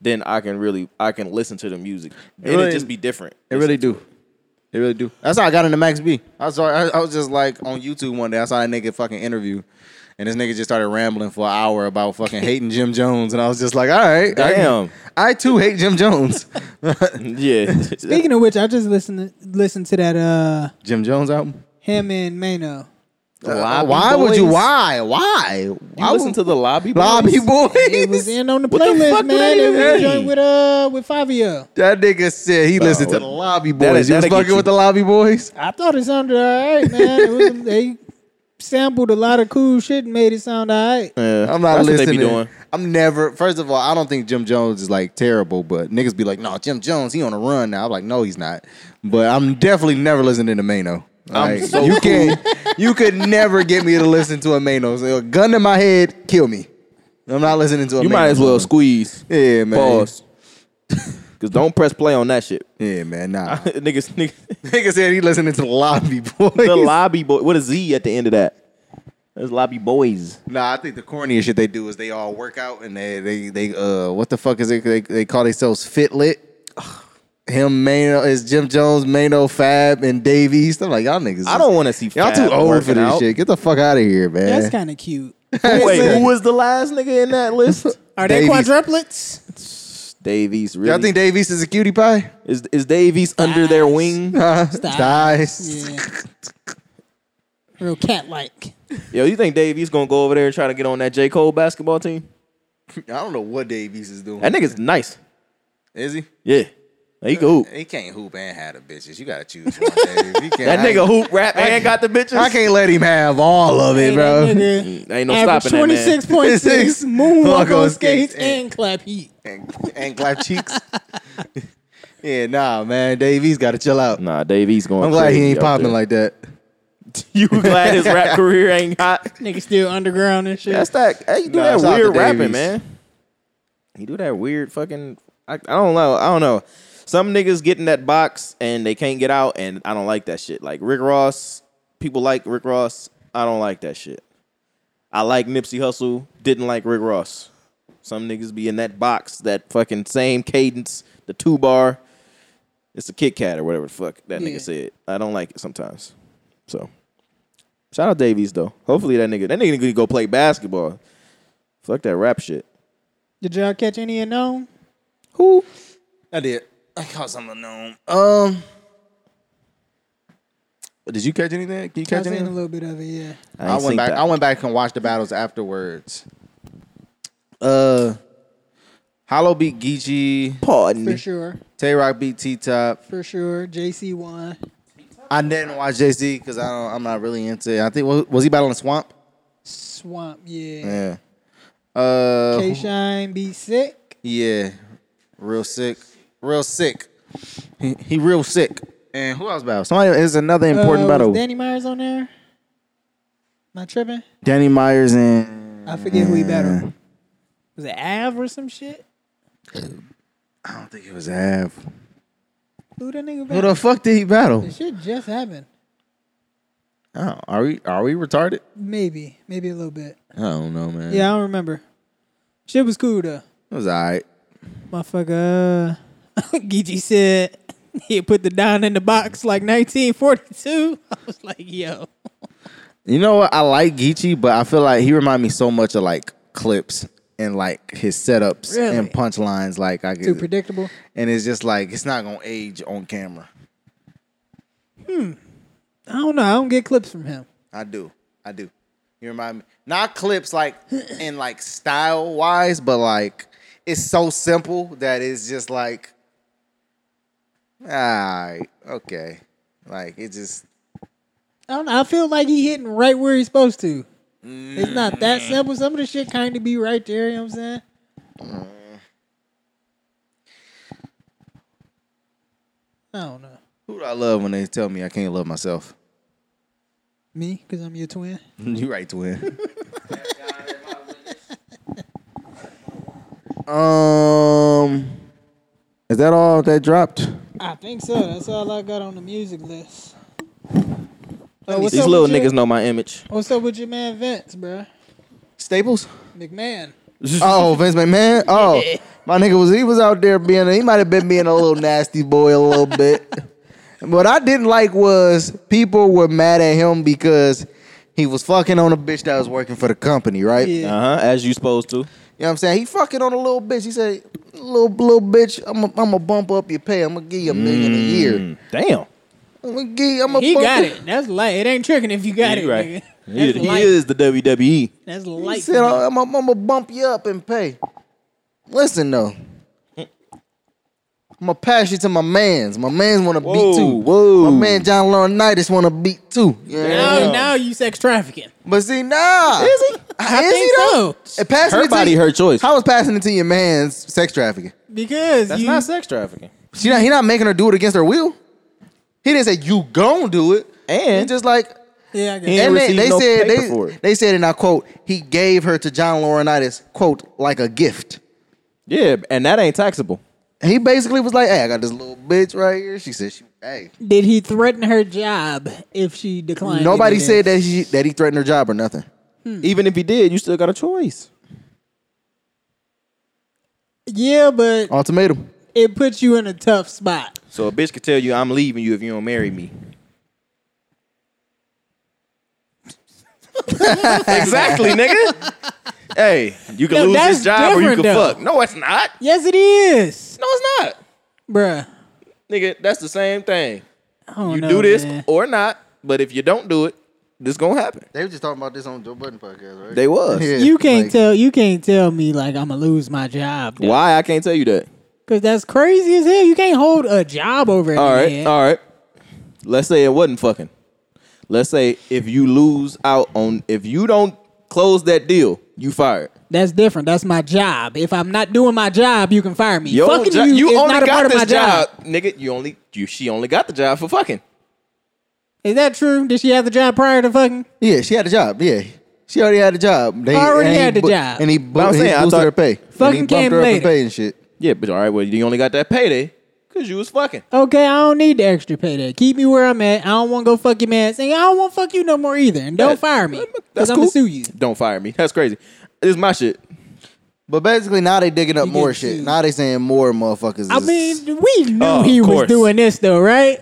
Speaker 2: then I can really I can listen to the music. and
Speaker 3: really-
Speaker 2: it just be different.
Speaker 3: They really do. They really do. That's how I got into Max B. I saw. I, I was just like on YouTube one day. I saw that nigga fucking interview, and this nigga just started rambling for an hour about fucking hating Jim Jones, and I was just like, all right, I can-
Speaker 2: Damn.
Speaker 3: I, too hate Jim Jones.
Speaker 2: yeah.
Speaker 1: Speaking of which, I just listened to, listened to that uh
Speaker 3: Jim Jones album. Uh,
Speaker 1: him and Mano.
Speaker 2: Lobby
Speaker 3: why would you?
Speaker 2: Boys?
Speaker 3: Why? Why?
Speaker 2: you
Speaker 3: why
Speaker 2: listen
Speaker 3: would-
Speaker 2: to the lobby boys?
Speaker 3: Lobby Boys.
Speaker 1: It was in on the
Speaker 2: What the
Speaker 1: playlist,
Speaker 2: fuck do
Speaker 1: man.
Speaker 2: they
Speaker 1: It was a
Speaker 2: mean?
Speaker 1: joint with uh with Fabio.
Speaker 3: that nigga said he listened to
Speaker 2: what-
Speaker 3: the Lobby
Speaker 2: that-
Speaker 3: Boys. you was
Speaker 2: that'll get
Speaker 3: fucking
Speaker 2: you.
Speaker 3: with the Lobby Boys.
Speaker 1: I thought it sounded all right, man. It was, they sampled a lot of cool shit and made it sound all right.
Speaker 2: Yeah,
Speaker 3: I'm not
Speaker 2: that's
Speaker 3: listening.
Speaker 2: What they be doing.
Speaker 3: I'm never. First of all, I don't think Jim Jones is like terrible, but niggas be like, "No, Jim Jones, he on a run now." I'm like, "No, he's not." But I'm definitely never listening to Mano. Like,
Speaker 2: so
Speaker 3: you can you could never get me to listen to a Mano. So a gun in my head, kill me. I'm not listening to a
Speaker 2: You
Speaker 3: Mano
Speaker 2: might as well
Speaker 3: song.
Speaker 2: squeeze.
Speaker 3: Yeah, man.
Speaker 2: Pause. Cause don't press play on that shit.
Speaker 3: Yeah, man. Nah.
Speaker 2: niggas, niggas
Speaker 3: Nigga said he listening to the lobby boys.
Speaker 2: the lobby boy what a Z at the end of that. That's lobby boys.
Speaker 3: Nah, I think the corniest shit they do is they all work out and they they they uh what the fuck is it? They they call themselves Fitlit. Him Mano is Jim Jones, Mano, Fab, and Davies. I'm like y'all niggas. is-
Speaker 2: I don't want to see
Speaker 3: y'all
Speaker 2: Fab
Speaker 3: too old for
Speaker 2: working
Speaker 3: this
Speaker 2: out.
Speaker 3: shit. Get the fuck out of here, man.
Speaker 1: That's kind of cute.
Speaker 2: Wait, who was the last nigga in that list?
Speaker 1: Are they
Speaker 3: Davies.
Speaker 1: quadruplets?
Speaker 2: Davies, really?
Speaker 3: y'all think Davies is a cutie pie?
Speaker 2: is is Davies under their wing?
Speaker 3: Dies.
Speaker 1: Yeah. Real cat like.
Speaker 2: Yo, you think Davies gonna go over there and try to get on that J Cole basketball team?
Speaker 3: I don't know what Davies is doing.
Speaker 2: That nigga's nice.
Speaker 3: Is he?
Speaker 2: Yeah, he can hoop.
Speaker 3: He can't hoop and have the bitches. You gotta choose one. Dave. He can't-
Speaker 2: That
Speaker 3: I-
Speaker 2: nigga hoop rap and got the bitches.
Speaker 3: I can't let him have all of it, bro.
Speaker 2: Ain't no
Speaker 1: Average
Speaker 2: stopping that
Speaker 1: twenty
Speaker 2: man.
Speaker 1: six point six moonwalk on skates and clap heat.
Speaker 3: and, and clap cheeks. yeah, nah, man. Davies got to chill out.
Speaker 2: Nah, Davies going.
Speaker 3: I'm glad he
Speaker 2: crazy
Speaker 3: ain't
Speaker 2: out
Speaker 3: popping
Speaker 2: there.
Speaker 3: like that.
Speaker 2: you. Glad his rap career ain't hot.
Speaker 1: Nigga still underground and shit.
Speaker 2: That's that. Hey, you do
Speaker 3: Nah,
Speaker 2: that
Speaker 3: shout out
Speaker 2: weird
Speaker 3: to
Speaker 2: rapping,
Speaker 3: Davies.
Speaker 2: man. You do that weird fucking. I, I don't know. I don't know. Some niggas get in that box and they can't get out, and I don't like that shit. Like Rick Ross, people like Rick Ross. I don't like that shit. I like Nipsey Hussle. Didn't like Rick Ross. Some niggas be in that box, that fucking same cadence, the two bar. It's a Kit Kat or whatever the fuck that
Speaker 1: Yeah.
Speaker 2: nigga said. I don't like it sometimes. So, shout out Davies though. Hopefully that nigga, that nigga gonna go play basketball. Fuck that rap shit.
Speaker 1: Did y'all catch any of them?
Speaker 2: Who?
Speaker 3: I did. I caught something unknown. Um, did you catch anything? Can
Speaker 1: I
Speaker 3: you catch
Speaker 1: seen a
Speaker 3: anything?
Speaker 1: little bit of it, yeah.
Speaker 3: I, went back. I went back and watched the battles afterwards. Uh, Hollow beat Geechee.
Speaker 2: Pardon
Speaker 3: Mm-hmm.
Speaker 1: For sure.
Speaker 3: Tay Rock beat T Top.
Speaker 1: For sure. JC won.
Speaker 3: I didn't watch JC because I don't. I'm not really into. it. I think was, was he battling Swamp?
Speaker 1: Swamp, yeah.
Speaker 3: Yeah. Uh,
Speaker 1: K Shine be sick.
Speaker 3: Yeah, real sick, real sick. He, he real sick. And who else battle? Somebody is another important
Speaker 1: Uh,
Speaker 3: battle.
Speaker 1: Was Danny Myers on there? Am I tripping?
Speaker 3: Danny Myers and
Speaker 1: I forget who he battled. Was it Av or some shit?
Speaker 3: I don't think it was Av.
Speaker 1: Who that nigga
Speaker 3: Who
Speaker 1: battle?
Speaker 3: the fuck did he battle?
Speaker 1: This shit just happened.
Speaker 3: Oh, are we are we retarded?
Speaker 1: Maybe. Maybe a little bit.
Speaker 3: I don't know, man.
Speaker 1: Yeah, I don't remember. Shit was cool though.
Speaker 3: it was alright.
Speaker 1: Motherfucker. uh, Geechee said he put the Don in the box like 1942. I was like, yo.
Speaker 3: You know what? I like Geechee, but I feel like he remind me so much of like clips and like his setups
Speaker 1: Really?
Speaker 3: and punchlines. Like I get
Speaker 1: Too predictable.
Speaker 3: and it's just like it's not gonna age on camera.
Speaker 1: I don't know. I don't get clips from him.
Speaker 3: I do, I do. You remind me not clips like in like style wise, but like it's so simple that it's just like, ah, okay, like it just
Speaker 1: I don't know. I feel like he hitting right where he's supposed to. It's not
Speaker 2: Mm.
Speaker 1: that simple. Some of the shit kind of be right there. You know what I'm saying? I don't know.
Speaker 3: who do I love when they tell me I can't love myself?
Speaker 1: Me, because I'm your twin.
Speaker 3: You right, twin. um, is that all that dropped?
Speaker 1: I think so. That's all I got on the music list. Uh, what's
Speaker 2: These
Speaker 1: up
Speaker 2: little
Speaker 1: with your-
Speaker 2: niggas know my image.
Speaker 1: What's up with your man Vince, bruh?
Speaker 3: Staples.
Speaker 1: McMahon.
Speaker 3: Oh, Vince McMahon. Oh, my nigga was he was out there being he might have been being a little nasty boy a little bit. What I didn't like was people were mad at him because he was fucking on a bitch that was working for the company, right?
Speaker 1: Yeah.
Speaker 2: Uh huh. As you supposed to.
Speaker 3: You know what I'm saying? He fucking on a little bitch. He said, "Little little bitch, I'm gonna I'm bump up your pay. I'm gonna give you a million a year.
Speaker 2: Mm, damn.
Speaker 3: I'm gonna give you, I'm
Speaker 1: He got it. That's light. It ain't tricking if you got
Speaker 2: You
Speaker 1: it,
Speaker 2: right.
Speaker 1: nigga.
Speaker 2: He,
Speaker 1: That's
Speaker 2: he
Speaker 1: light.
Speaker 2: is the E. WWE.
Speaker 1: That's
Speaker 3: He
Speaker 1: light.
Speaker 3: said, I'm, I'm, I'm gonna bump you up and pay. Listen though, I'm gonna pass you to my man's. My man's wanna
Speaker 2: Whoa,
Speaker 3: beat too.
Speaker 2: whoa.
Speaker 3: My man John Laurinaitis wanna beat too.
Speaker 1: now,
Speaker 3: Yeah.
Speaker 1: Oh, now you sex trafficking.
Speaker 3: But see, nah. Is he?
Speaker 1: I
Speaker 3: Is
Speaker 1: think
Speaker 3: he though?
Speaker 1: so.
Speaker 3: And passing
Speaker 2: Her
Speaker 3: it to
Speaker 2: body,
Speaker 3: you-
Speaker 2: her choice.
Speaker 3: How was passing it to your man's sex trafficking?
Speaker 1: Because
Speaker 2: That's
Speaker 1: you,
Speaker 2: not sex trafficking.
Speaker 3: She not, he not making her do it against her will. He didn't say you gon' do it.
Speaker 2: And-
Speaker 3: He just like
Speaker 1: yeah, I got
Speaker 2: He
Speaker 1: it.
Speaker 2: ain't
Speaker 3: and they,
Speaker 2: received
Speaker 3: they
Speaker 2: no
Speaker 3: said
Speaker 2: paper
Speaker 3: they,
Speaker 2: for it.
Speaker 3: they said and I quote he gave her to John Laurinaitis quote like a gift.
Speaker 2: Yeah, and that ain't taxable.
Speaker 3: He basically was like, "Hey, I got this little bitch right here." She said, "She hey."
Speaker 1: Did he threaten her job if she declined?
Speaker 3: Nobody
Speaker 1: it?
Speaker 3: said that she that he threatened her job or nothing.
Speaker 2: Even if he did, you still got a choice.
Speaker 1: Yeah, but
Speaker 3: Ultimatum.
Speaker 1: it puts you in a tough spot.
Speaker 2: So a bitch could tell you, "I'm leaving you if you don't marry me." exactly, nigga. Hey, you can
Speaker 1: No,
Speaker 2: lose
Speaker 1: that's
Speaker 2: this job or you
Speaker 1: different,
Speaker 2: can
Speaker 1: though.
Speaker 2: fuck. No, it's not.
Speaker 1: Yes, it is,
Speaker 2: No, it's not.
Speaker 1: bruh.
Speaker 2: Nigga, that's the same thing.
Speaker 1: I don't
Speaker 2: You
Speaker 1: know,
Speaker 2: do this
Speaker 1: man.
Speaker 2: or not, but if you don't do it, this gonna happen.
Speaker 3: They were just talking about this on Joe Budden podcast, right?
Speaker 2: They was.
Speaker 3: Yeah.
Speaker 1: You can't
Speaker 3: like-
Speaker 1: tell. You can't tell me like I'm gonna lose my job.
Speaker 2: Why I can't tell you that.
Speaker 1: Because that's crazy as hell. You can't hold a job over.
Speaker 2: All right,
Speaker 1: head.
Speaker 2: all right. Let's say it wasn't fucking. Let's say if you lose out on if you don't close that deal, you fired.
Speaker 1: That's different. That's my job. If I'm not doing my job, you can fire me.
Speaker 2: Yo,
Speaker 1: Fucking
Speaker 2: jo-
Speaker 1: you,
Speaker 2: you
Speaker 1: is
Speaker 2: only
Speaker 1: not a
Speaker 2: got
Speaker 1: part of
Speaker 2: this
Speaker 1: my job.
Speaker 2: nigga. You only you she only got the job for fucking.
Speaker 1: Is that true? Did she have the job prior to fucking?
Speaker 3: Yeah, she had a job. Yeah, she already had a job. They
Speaker 1: Already
Speaker 3: and he
Speaker 1: had the
Speaker 3: bo-
Speaker 1: job.
Speaker 3: and he,
Speaker 2: But
Speaker 3: bo-
Speaker 2: I'm
Speaker 3: he
Speaker 2: saying, I
Speaker 3: boosted
Speaker 2: thought-
Speaker 3: her pay. and he
Speaker 1: Fucking
Speaker 3: bumped
Speaker 1: came
Speaker 3: her up in
Speaker 1: later.
Speaker 3: pay and shit.
Speaker 2: Yeah, but all right, well you only got that payday because you was fucking.
Speaker 1: Okay, I don't need the extra payday. Keep me where I'm at. I don't want to go fuck your man. Saying I don't want to fuck you no more either, and don't
Speaker 2: That-
Speaker 1: fire me because
Speaker 2: That's
Speaker 1: I'm
Speaker 2: cool.
Speaker 1: gonna sue you.
Speaker 2: Don't fire me. That's crazy. This is my shit.
Speaker 3: But basically, now they digging up
Speaker 1: You
Speaker 3: more
Speaker 1: get
Speaker 3: shit.
Speaker 1: sued.
Speaker 3: Now they saying more motherfuckers.
Speaker 1: I
Speaker 3: is-
Speaker 1: mean, we knew
Speaker 2: Oh, of
Speaker 1: he was
Speaker 2: course.
Speaker 1: doing this though, right?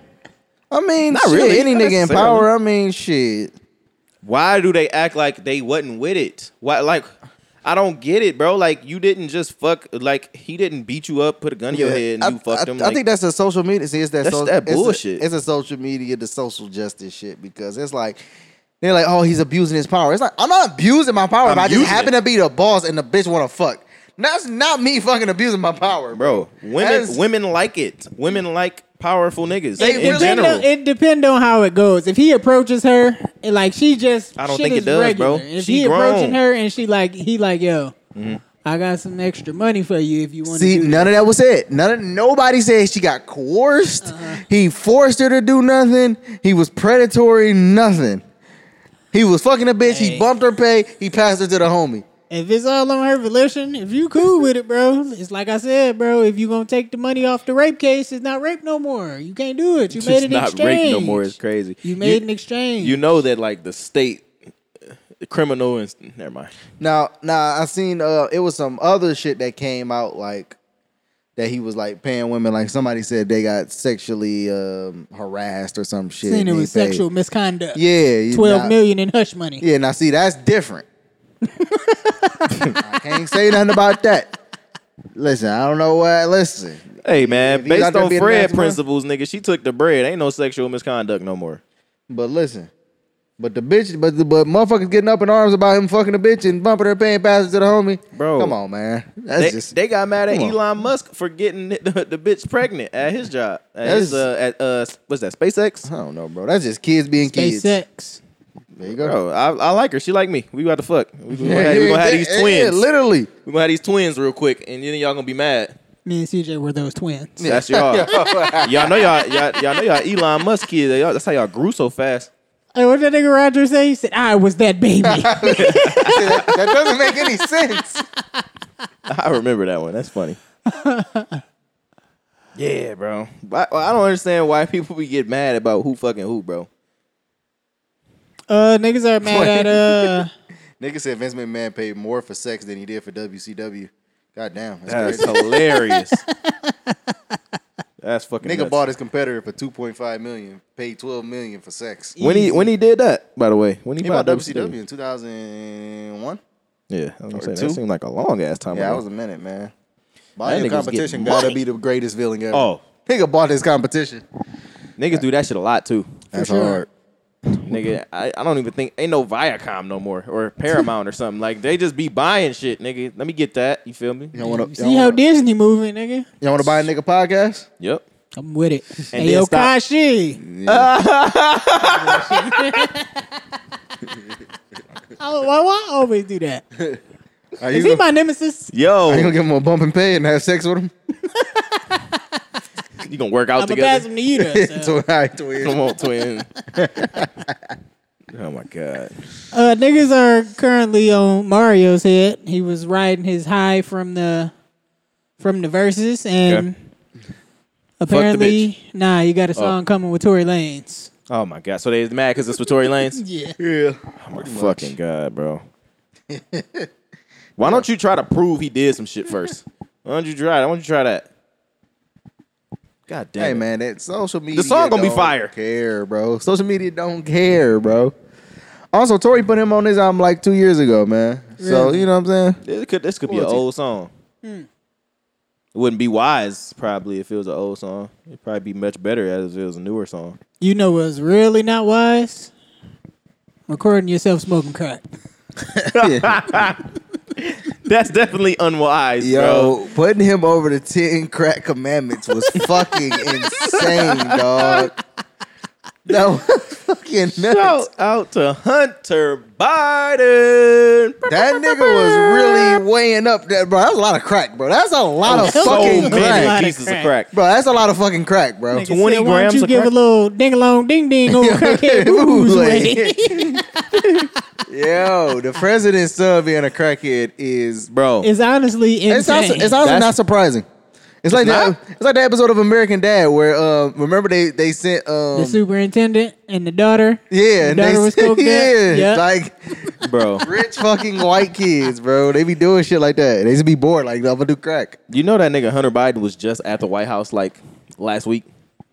Speaker 3: I mean,
Speaker 2: Not
Speaker 3: shit,
Speaker 2: really,
Speaker 3: Any
Speaker 2: not
Speaker 3: nigga in
Speaker 2: necessarily.
Speaker 3: power. I mean, shit.
Speaker 2: Why do they act like they wasn't with it? Why like I don't get it, bro. Like you didn't just fuck. Like he didn't beat you up, put a gun in your head, and
Speaker 3: I,
Speaker 2: you fucked
Speaker 3: I,
Speaker 2: him.
Speaker 3: I think that's a social media. See, it's that
Speaker 2: That's
Speaker 3: so-
Speaker 2: that
Speaker 3: it's a-
Speaker 2: bullshit.
Speaker 3: it's a social media, the social justice shit. Because it's like they're like, oh, he's abusing his power. It's like I'm not abusing my power.
Speaker 2: I'm
Speaker 3: if I just
Speaker 2: using
Speaker 3: happen
Speaker 2: it.
Speaker 3: to be the boss and the bitch want to fuck. That's not me fucking abusing my power,
Speaker 2: bro. Women,
Speaker 3: That's-
Speaker 2: women like it. Women like powerful niggas
Speaker 3: They
Speaker 2: in
Speaker 3: really
Speaker 1: Depend
Speaker 2: general.
Speaker 1: on- it depend on how it goes. If he approaches her, and like she just,
Speaker 2: I don't
Speaker 1: shit
Speaker 2: think it
Speaker 1: is
Speaker 2: does, bro.
Speaker 1: regular. If
Speaker 2: She
Speaker 1: he approaching
Speaker 2: grown. Mm-hmm.
Speaker 1: her and she like, he like, yo, I got some extra money for you if you want
Speaker 3: See,
Speaker 1: to.
Speaker 3: none of that was it. None of nobody said she got coerced. He forced her to do nothing. He was predatory. Nothing. He was fucking a bitch.
Speaker 1: Hey.
Speaker 3: He bumped her pay. He passed her to the homie.
Speaker 1: If it's all on her volition, if you cool with it, bro, it's like I said, bro. If you gonna take the money off the rape case, it's not rape no more. You can't do it. You made
Speaker 2: It's
Speaker 1: an
Speaker 2: not
Speaker 1: exchange.
Speaker 2: rape no more. It's crazy.
Speaker 1: You made an exchange.
Speaker 2: You know that like the state, the criminal and never mind.
Speaker 3: Now, now I seen uh it was some other shit that came out like that he was like paying women like somebody said they got sexually um harassed or some shit.
Speaker 1: Saying
Speaker 3: and
Speaker 1: it
Speaker 3: he
Speaker 1: was
Speaker 3: paid.
Speaker 1: sexual misconduct.
Speaker 3: Yeah, you-
Speaker 1: twelve
Speaker 3: nah.
Speaker 1: million in hush money.
Speaker 3: Yeah, now see that's different. I can't say nothing about that. Listen, I don't know what. Listen,
Speaker 2: Hey man,
Speaker 3: he's out
Speaker 2: based
Speaker 3: there
Speaker 2: on
Speaker 3: being a
Speaker 2: Fred
Speaker 3: man's man.
Speaker 2: principles, nigga, she took the bread. Ain't no sexual misconduct no more.
Speaker 3: but listen, but the bitch, but the but motherfuckers getting up in arms about him fucking a bitch and bumping her, paying passes to the homie.
Speaker 2: Bro.
Speaker 3: come on, man, that's
Speaker 2: They,
Speaker 3: just
Speaker 2: they got mad at
Speaker 3: come on.
Speaker 2: Elon Musk for getting the, the bitch pregnant at his job. At
Speaker 3: That's-
Speaker 2: his, uh, at uh, what's that? SpaceX.
Speaker 3: I don't know, bro. That's just kids being kids.
Speaker 1: SpaceX.
Speaker 3: There you go.
Speaker 2: Bro, I, I like her. She like me. We about to fuck. We, we
Speaker 3: Yeah,
Speaker 2: gonna, have, we
Speaker 3: yeah,
Speaker 2: gonna have
Speaker 3: yeah,
Speaker 2: these
Speaker 3: yeah,
Speaker 2: twins.
Speaker 3: literally.
Speaker 2: we gonna have these twins real quick, and then y'all gonna be mad.
Speaker 1: Me and CJ were those twins.
Speaker 2: That's y'all. y'all know y'all, y'all. Y'all know y'all Elon Musk kids. Y'all- that's how y'all grew so fast.
Speaker 1: Hey, what did that nigga Roger say? He said, "I was that baby."
Speaker 3: that, that doesn't make any sense.
Speaker 2: I remember that one. That's funny. yeah, bro. But I, I don't understand why people be get mad about who fucking who, bro.
Speaker 1: uh, niggas are mad at uh.
Speaker 3: Nigga said Vince McMahon paid more for sex than he did for WCW. God damn. That's
Speaker 2: That's
Speaker 3: crazy.
Speaker 2: hilarious. That's fucking.
Speaker 3: Nigga
Speaker 2: nuts.
Speaker 3: bought his competitor for 2.5 million, paid 12 million for sex.
Speaker 2: when he when he did that. By the way, when he,
Speaker 3: He
Speaker 2: bought,
Speaker 3: bought WCW in 2001.
Speaker 2: Yeah, I was gonna say,
Speaker 3: two.
Speaker 2: that seemed like a long ass time.
Speaker 3: Yeah,
Speaker 2: ago.
Speaker 3: that was a minute, man. Buying
Speaker 2: nigga was
Speaker 3: competition
Speaker 2: getting
Speaker 3: gotta
Speaker 2: money.
Speaker 3: be the greatest villain ever.
Speaker 2: Oh.
Speaker 3: Nigga bought this competition.
Speaker 2: Niggas do that shit a lot too.
Speaker 3: That's
Speaker 1: sure.
Speaker 3: hard.
Speaker 2: Nigga, I, I don't even think ain't no Viacom no more or Paramount or something. Like they just be buying shit, nigga. Let me get that. You feel me?
Speaker 3: Y'all wanna,
Speaker 1: See how
Speaker 3: y'all, wanna,
Speaker 1: Disney moving, nigga.
Speaker 3: y'all wanna buy a nigga podcast?
Speaker 2: Yep.
Speaker 1: I'm with it.
Speaker 2: And
Speaker 1: hey,
Speaker 2: then
Speaker 1: yo,
Speaker 2: stop.
Speaker 1: Kashi. oh, why, why I always do that?
Speaker 3: Are you,
Speaker 1: Is he
Speaker 3: gonna,
Speaker 1: my nemesis?
Speaker 3: are you gonna
Speaker 2: Yo,
Speaker 3: give him a bump and pay and have sex with him?
Speaker 2: you gonna work out
Speaker 1: I'm gonna pass
Speaker 2: together?
Speaker 1: him to you. Though, so.
Speaker 3: So, all right, twin.
Speaker 2: Come on, twin. oh my god.
Speaker 1: uh, niggas are currently on Mario's head. He was riding his high from the from the verses, and apparently, nah, you got a song coming with Tory Lanez.
Speaker 2: Oh my god. So they was mad because it's with Tory Lanez.
Speaker 1: Yeah,
Speaker 3: Yeah.
Speaker 2: oh my fucking god, bro. Why don't you try to prove he did some shit first? Why don't you try? Why don't you try that? God damn.
Speaker 3: Hey
Speaker 2: it.
Speaker 3: man, that social media.
Speaker 2: song gonna be
Speaker 3: don't
Speaker 2: fire.
Speaker 3: Care, bro. Social media don't care, bro. Also, Tori put him on his album like two years ago, man. So
Speaker 1: Really?
Speaker 3: you know what I'm saying?
Speaker 2: This could this could be an
Speaker 3: Quality.
Speaker 2: old song. Hmm. It wouldn't be wise probably if it was an old song. It'd probably be much better as if it was a newer song.
Speaker 1: you know what's really not wise? Recording yourself smoking crack.
Speaker 2: That's definitely unwise,
Speaker 3: Yo, putting him over the ten crack commandments was fucking insane, dog. That was fucking nuts.
Speaker 2: Shout out to Hunter Biden.
Speaker 3: That nigga was really weighing up that, bro. That's a lot of crack, bro. That's a lot of
Speaker 1: So
Speaker 3: fucking
Speaker 1: many
Speaker 3: crack,
Speaker 1: lot of
Speaker 2: pieces of
Speaker 1: crack.
Speaker 2: crack.
Speaker 3: bro. That's a lot of fucking crack, bro.
Speaker 1: Nigga
Speaker 2: 20
Speaker 1: said, Why
Speaker 2: grams
Speaker 1: don't you
Speaker 2: of
Speaker 1: give
Speaker 2: crack-
Speaker 1: a little ding along ding ding over crackhead
Speaker 3: Ooh,
Speaker 1: boo-boo's
Speaker 3: like-
Speaker 1: way?
Speaker 3: Yo, the president's son being a crackhead is
Speaker 2: Bro,
Speaker 1: It's honestly insane.
Speaker 3: It's also, it's also
Speaker 2: That's-
Speaker 3: not surprising. It's like
Speaker 2: not?
Speaker 3: that. It's like the episode of American Dad where uh, remember they they sent um,
Speaker 1: the superintendent and the daughter.
Speaker 3: yeah and
Speaker 1: the
Speaker 3: they
Speaker 1: daughter was
Speaker 3: sent-
Speaker 1: coked
Speaker 3: yeah
Speaker 1: up. Yeah.
Speaker 3: like
Speaker 2: bro.
Speaker 3: rich fucking white kids, bro. They be doing shit like that. They just be bored like I'm gonna do crack.
Speaker 2: You know that nigga Hunter Biden was just at the White House like last week.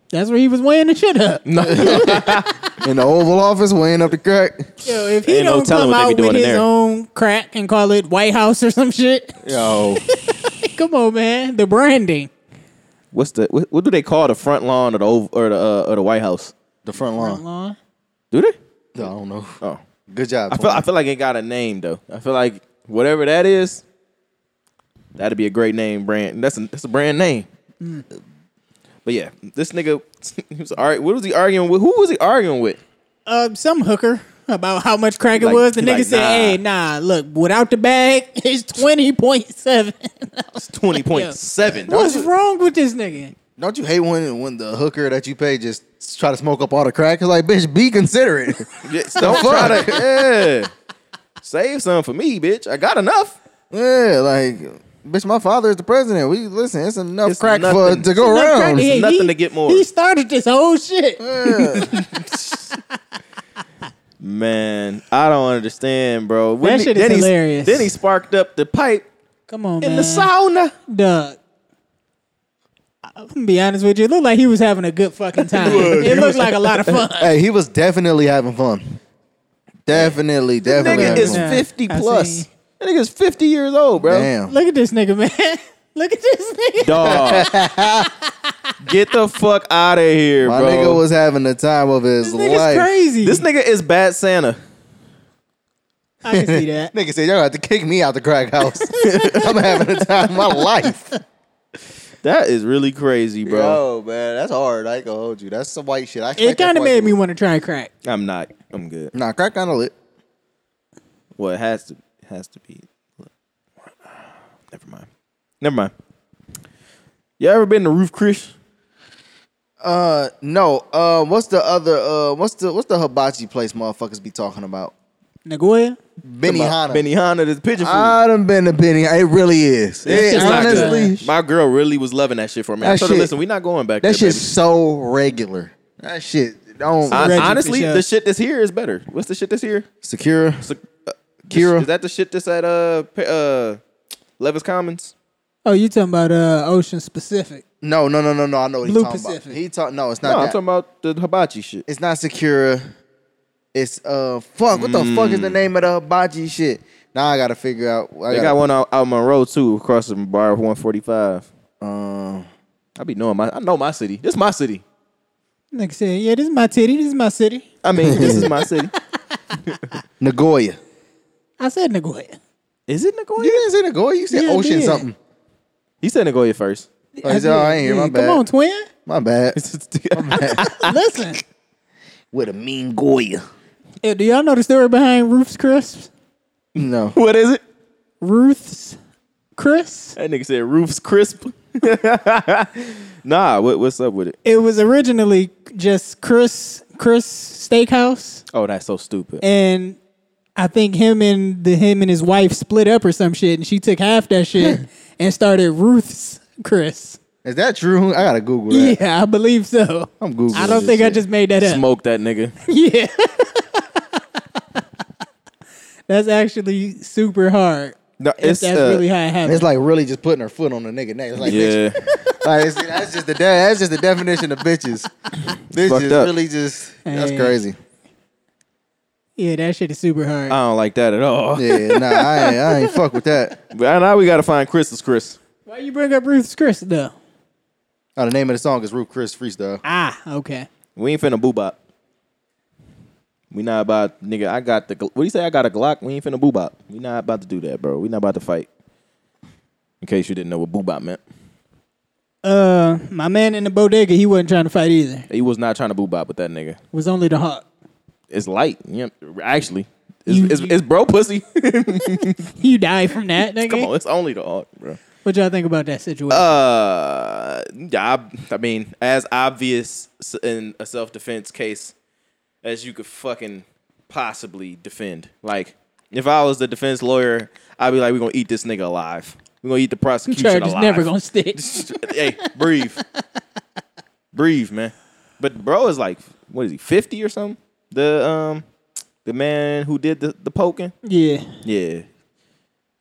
Speaker 1: That's where he was weighing the shit up.
Speaker 3: Mm. in the Oval Office weighing up the crack.
Speaker 1: Yo, if he
Speaker 2: Ain't no
Speaker 1: don't
Speaker 2: telling
Speaker 1: come
Speaker 2: what they be
Speaker 1: out
Speaker 2: doing
Speaker 1: with
Speaker 2: in
Speaker 1: his
Speaker 2: there.
Speaker 1: own crack and call it White House or some shit,
Speaker 3: Yo,
Speaker 1: come on, man. The branding.
Speaker 2: What's the what, what do they call the front lawn of the Ov- or the uh, or the White House?
Speaker 3: the front lawn.
Speaker 1: Lawn.
Speaker 2: Do they?
Speaker 3: I don't know.
Speaker 2: Oh.
Speaker 3: Good job.
Speaker 2: I feel, I
Speaker 3: Twan.
Speaker 2: feel like it got a name though. I feel like whatever that is, that'd be a great name brand. That's a that's a brand name. But yeah, this nigga, he was all right. What was he arguing with? Who was he arguing with?
Speaker 1: Uh, some hooker about how much crack it
Speaker 2: Like-
Speaker 1: was. The
Speaker 2: he
Speaker 1: nigga
Speaker 2: like,
Speaker 1: said,
Speaker 2: nah.
Speaker 1: hey, nah, look, without the bag, it's 20.7.
Speaker 2: It's twenty point seven.
Speaker 1: What's wrong with this nigga?
Speaker 3: Don't you hate when when the hooker that you pay just try to smoke up all the crack? It's like, bitch, be considerate.
Speaker 2: Don't try to. Yeah. Save some for me, bitch. I got enough.
Speaker 3: Yeah, like, bitch, my father is the president. We listen, it's enough
Speaker 2: It's
Speaker 3: crack for
Speaker 2: nothing.
Speaker 3: to go
Speaker 1: Nothing
Speaker 3: around.
Speaker 1: crazy.
Speaker 2: nothing to get more.
Speaker 1: He started this whole shit.
Speaker 2: Man, I don't understand, bro. When
Speaker 1: That
Speaker 2: he-
Speaker 1: shit is
Speaker 2: then he-
Speaker 1: hilarious.
Speaker 2: Then he sparked up the pipe
Speaker 1: Come on,
Speaker 2: in
Speaker 1: man.
Speaker 2: the sauna.
Speaker 1: Doug. I'm gonna be honest with you. It looked like he was having a good fucking time. it looked like a lot of fun.
Speaker 3: Hey, he was definitely having fun. Definitely, definitely.
Speaker 2: Nigga
Speaker 3: having
Speaker 2: is
Speaker 3: fun.
Speaker 1: Yeah,
Speaker 2: fifty
Speaker 1: I
Speaker 2: plus.
Speaker 1: see.
Speaker 2: That nigga's fifty years old, bro.
Speaker 3: Damn.
Speaker 1: Look at this nigga, man. Look at this nigga.
Speaker 2: Dog. Get the fuck out of here,
Speaker 3: My
Speaker 2: bro.
Speaker 3: nigga was having the time of his
Speaker 1: This nigga's
Speaker 3: life.
Speaker 1: crazy.
Speaker 2: this nigga is bad Santa.
Speaker 1: I can see that.
Speaker 3: Nigga said, y'all have to kick me out the crack house. I'm having the time of my life.
Speaker 2: That is really crazy, bro.
Speaker 3: Bro, man, that's hard. I ain't gonna hold you. That's some white shit. I
Speaker 1: It
Speaker 3: expect that
Speaker 1: kind of
Speaker 3: white
Speaker 1: made me
Speaker 3: people.
Speaker 1: want to try crack.
Speaker 2: I'm not. I'm good.
Speaker 3: Nah, crack kind of lit.
Speaker 2: Well, it has to. It has to be. Never mind. Never mind. You ever been to Roof Chris?
Speaker 3: Uh, no. Uh, what's the other? Uh, what's the what's the hibachi place motherfuckers be talking about?
Speaker 1: Nagoya.
Speaker 3: Benihana.
Speaker 2: Benihana. This pigeon food.
Speaker 3: I done been to Benihana. It really is. It,
Speaker 1: just not good.
Speaker 3: honestly,
Speaker 2: My girl really was loving that shit for me. I
Speaker 3: That
Speaker 2: told her,
Speaker 3: shit-
Speaker 2: listen, we're not going back there.
Speaker 3: that shit's
Speaker 2: baby."
Speaker 3: so regular. That shit don't.
Speaker 2: Hon-
Speaker 1: Reggie,
Speaker 2: honestly,
Speaker 1: for sure.
Speaker 2: the shit that's here is better. What's the shit that's here?
Speaker 3: Secura.
Speaker 2: It's like, uh, the
Speaker 3: Kira.
Speaker 2: sh- Is that the shit that's at uh Pa- uh Levis Commons?
Speaker 1: Oh, you talking about uh, Ocean Pacific?
Speaker 3: No, no, no, no, no. I know what he's
Speaker 1: Blue
Speaker 3: talking
Speaker 1: Pacific.
Speaker 3: about. He talk. No, it's
Speaker 2: No,
Speaker 3: not.
Speaker 2: I'm
Speaker 3: that.
Speaker 2: talking about the hibachi shit.
Speaker 3: It's not Secura. It's uh fuck. What the fuck is the name of the hibachi shit? Now I gotta figure out. I
Speaker 2: They
Speaker 3: gotta-
Speaker 2: got one out, out Monroe too, across from bar 145.
Speaker 3: uh,
Speaker 2: I be knowing my I know my city. This my city.
Speaker 1: Nigga said, "Yeah, this is my titty. This is my city."
Speaker 2: I mean, this is my city.
Speaker 3: Nagoya.
Speaker 1: I said Nagoya.
Speaker 2: Is it Nagoya?
Speaker 3: You didn't say Nagoya. You said
Speaker 1: Yeah, I
Speaker 3: Ocean
Speaker 1: did.
Speaker 3: something.
Speaker 2: He said Nagoya first.
Speaker 3: Oh, he said, oh, I ain't hear. My
Speaker 1: Come
Speaker 3: bad.
Speaker 1: on, twin.
Speaker 3: My bad.
Speaker 1: Listen,
Speaker 3: With a mean Goya.
Speaker 1: Eh, do y'all know the story behind Ruth's Crisps?
Speaker 3: No.
Speaker 2: what is it?
Speaker 1: Ruth's Crisps.
Speaker 2: That nigga said roof's crisp. nah, what, what's up with it?
Speaker 1: It was originally just Chris Chris Steakhouse,
Speaker 2: Oh, that's so stupid.
Speaker 1: and I think him and the him and his wife split up or some shit, and she took half that shit and started Ruth's Chris.
Speaker 3: Is that true? I gotta Google that.
Speaker 1: Yeah, I believe so.
Speaker 3: I'm Googling.
Speaker 1: I don't
Speaker 3: this
Speaker 1: think I
Speaker 3: shit.
Speaker 1: just made that up.
Speaker 2: Smoke that nigga.
Speaker 1: Yeah. That's actually super hard.
Speaker 2: No,
Speaker 1: If
Speaker 2: it's,
Speaker 1: that's
Speaker 2: uh,
Speaker 1: really how it happens.
Speaker 3: It's like really just putting her foot on the nigga neck. It's like, bitch,
Speaker 2: Yeah.
Speaker 3: like, it's- that's just the de- that's just the definition of bitches. Bitches
Speaker 2: fucked up.
Speaker 3: really just that's
Speaker 1: Hey.
Speaker 3: crazy.
Speaker 1: yeah, that shit is super hard.
Speaker 3: Uh,
Speaker 2: I don't like that at all.
Speaker 3: Yeah, nah, I ain't, I ain't fuck with that.
Speaker 2: But now we gotta find Chris's Chris.
Speaker 1: Why you bring up Ruth's Chris though?
Speaker 3: Oh, the name of the song is Root Chris Freestyle.
Speaker 1: Ah, okay.
Speaker 2: We ain't finna boobop. We not about nigga. I got the. gl- What do you say? I got a Glock. We ain't finna boobop. We not about to do that, bro. We not about to fight. In case you didn't know what boobop meant,
Speaker 1: Uh, my man in the bodega, he wasn't trying to fight either.
Speaker 2: he was not trying to boobop with that nigga.
Speaker 1: It was only the hawk.
Speaker 2: It's light. Yeah, actually, it's,
Speaker 1: You-
Speaker 2: it's,
Speaker 1: you-
Speaker 2: it's bro pussy.
Speaker 1: You die from that, nigga.
Speaker 2: Come on, it's only the art, bro.
Speaker 1: What y'all think about that situation?
Speaker 2: Uh, I, I mean, as obvious s- in a self defense case as you could fucking possibly defend. Like, if I was the defense lawyer, I'd be like, "We're gonna eat this nigga alive. We're gonna eat the prosecution
Speaker 1: Charge is
Speaker 2: alive."
Speaker 1: never gonna stick.
Speaker 2: hey, breathe, breathe, man. But bro is like, what is he, fifty or something? The um, the man who did the the poking.
Speaker 1: yeah.
Speaker 2: Yeah.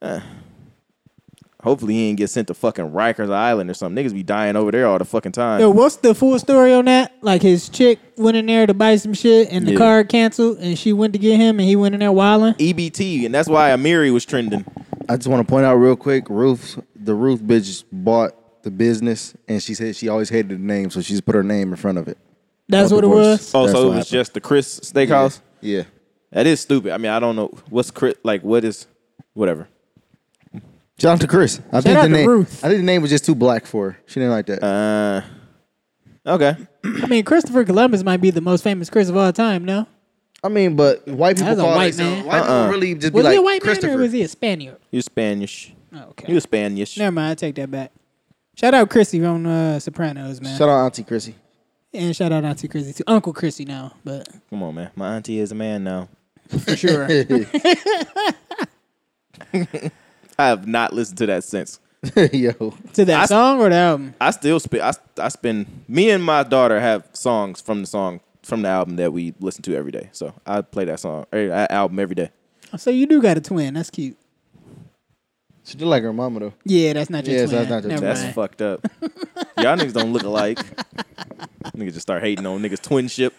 Speaker 2: Eh. Hopefully he ain't get sent to fucking Rikers Island or something. Niggas be dying over there all the fucking time.
Speaker 1: Yo, what's the full story on that? Like his chick went in there to buy some shit, and the
Speaker 2: Yeah.
Speaker 1: car canceled, and she went to get him, and he went in there wilding.
Speaker 2: EBT, E and that's why Amiri was trending.
Speaker 3: I just want to point out real quick, Ruth, the Ruth bitch bought the business, and she said she always hated the name, so she's put her name in front of it.
Speaker 1: That's what it was.
Speaker 2: Oh,
Speaker 3: That's
Speaker 2: so
Speaker 3: what
Speaker 2: it was
Speaker 3: happened.
Speaker 2: just the Chris Steakhouse.
Speaker 3: Yeah.
Speaker 2: That is stupid. I mean, I don't know what's Chris like. What is, whatever.
Speaker 3: Shout out to Chris. I think
Speaker 1: out
Speaker 3: the
Speaker 1: to
Speaker 3: name.
Speaker 1: Ruth.
Speaker 3: I think the name was just too black for her. She didn't like that.
Speaker 2: Uh, okay.
Speaker 1: I mean, Christopher Columbus might be the most famous Chris of all time. No,
Speaker 3: I mean, but white people
Speaker 1: That's a
Speaker 3: call
Speaker 1: white
Speaker 3: it,
Speaker 1: man.
Speaker 3: white people really just be
Speaker 1: was
Speaker 3: like
Speaker 1: he a white man
Speaker 3: Christopher.
Speaker 1: or was he a Spaniard?
Speaker 2: You Spanish.
Speaker 1: Oh, okay,
Speaker 2: You Spanish.
Speaker 1: never mind. I take that back. Shout out Chrissy on uh, Sopranos, man,
Speaker 3: Shout out Auntie Chrissy.
Speaker 1: and shout out Auntie Chrissy too. Uncle Chrissy now, but
Speaker 2: Come on, man. My auntie is a man now.
Speaker 1: for sure.
Speaker 2: I have not listened to that since.
Speaker 3: Yo.
Speaker 1: to that
Speaker 2: I-
Speaker 1: song or the album?
Speaker 2: I still spit. I I spend. Me and my daughter have songs from the song from the album that we listen to every day. So I play that song or that album every day.
Speaker 1: Oh, So you do got a twin. That's cute.
Speaker 3: She did like her mama though.
Speaker 1: Yeah, that's not your
Speaker 3: Yes,
Speaker 1: twin.
Speaker 3: that's not your
Speaker 1: Never
Speaker 3: twin.
Speaker 2: That's
Speaker 1: mind.
Speaker 2: fucked up. Y'all niggas don't look alike. niggas just start hating on niggas twinship.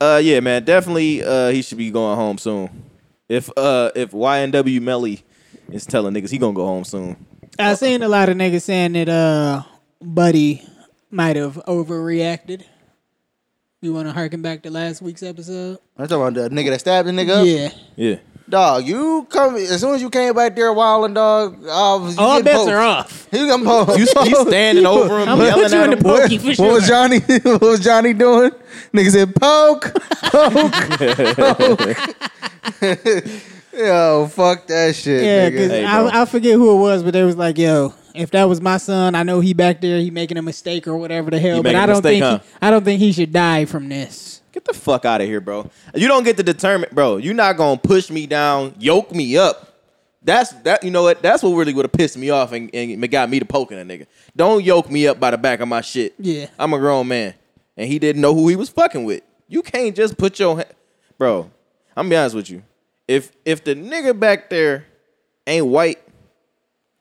Speaker 2: Uh yeah, man. Definitely uh he should be going home soon. If uh if YNW Melly is telling niggas he gonna go home soon.
Speaker 1: I seen a lot of niggas saying that uh Buddy might have overreacted. You want to harken back to last week's episode?
Speaker 3: I'm talking about the nigga that stabbed the nigga up.
Speaker 1: Yeah.
Speaker 2: Yeah.
Speaker 3: Dog, you come as soon as you came back there wilding dog, I was, you
Speaker 1: All
Speaker 3: getting
Speaker 1: bets
Speaker 3: poked.
Speaker 1: are off.
Speaker 3: You getting poked.
Speaker 2: You, you standing over him,
Speaker 1: I'm gonna
Speaker 2: yelling
Speaker 1: put you
Speaker 2: at
Speaker 1: in
Speaker 2: him.
Speaker 1: the pokey for
Speaker 3: what
Speaker 1: sure.
Speaker 3: was Johnny what was Johnny doing? Nigga said poke, poke, poke. Yo, fuck that shit.
Speaker 1: Yeah,
Speaker 3: nigga.
Speaker 1: because
Speaker 2: Hey, bro.
Speaker 1: I, I forget who it was, but they was like, "Yo, if that was my son, I know he back there, he making a mistake or whatever the hell, but
Speaker 2: making
Speaker 1: I
Speaker 2: a
Speaker 1: don't
Speaker 2: mistake,
Speaker 1: think
Speaker 2: huh?
Speaker 1: he, I don't think he should die from this."
Speaker 2: Get the fuck out of here, bro. You don't get to determine, bro. You're not gonna push me down, yoke me up. That's that. You know what? That's what really would have pissed me off and, and got me to poking a nigga. Don't yoke me up by the back of my shit.
Speaker 1: Yeah.
Speaker 2: I'm a grown man, and he didn't know who he was fucking with. You can't just put your, ha- bro. I'm gonna be honest with you. If if the nigga back there ain't white,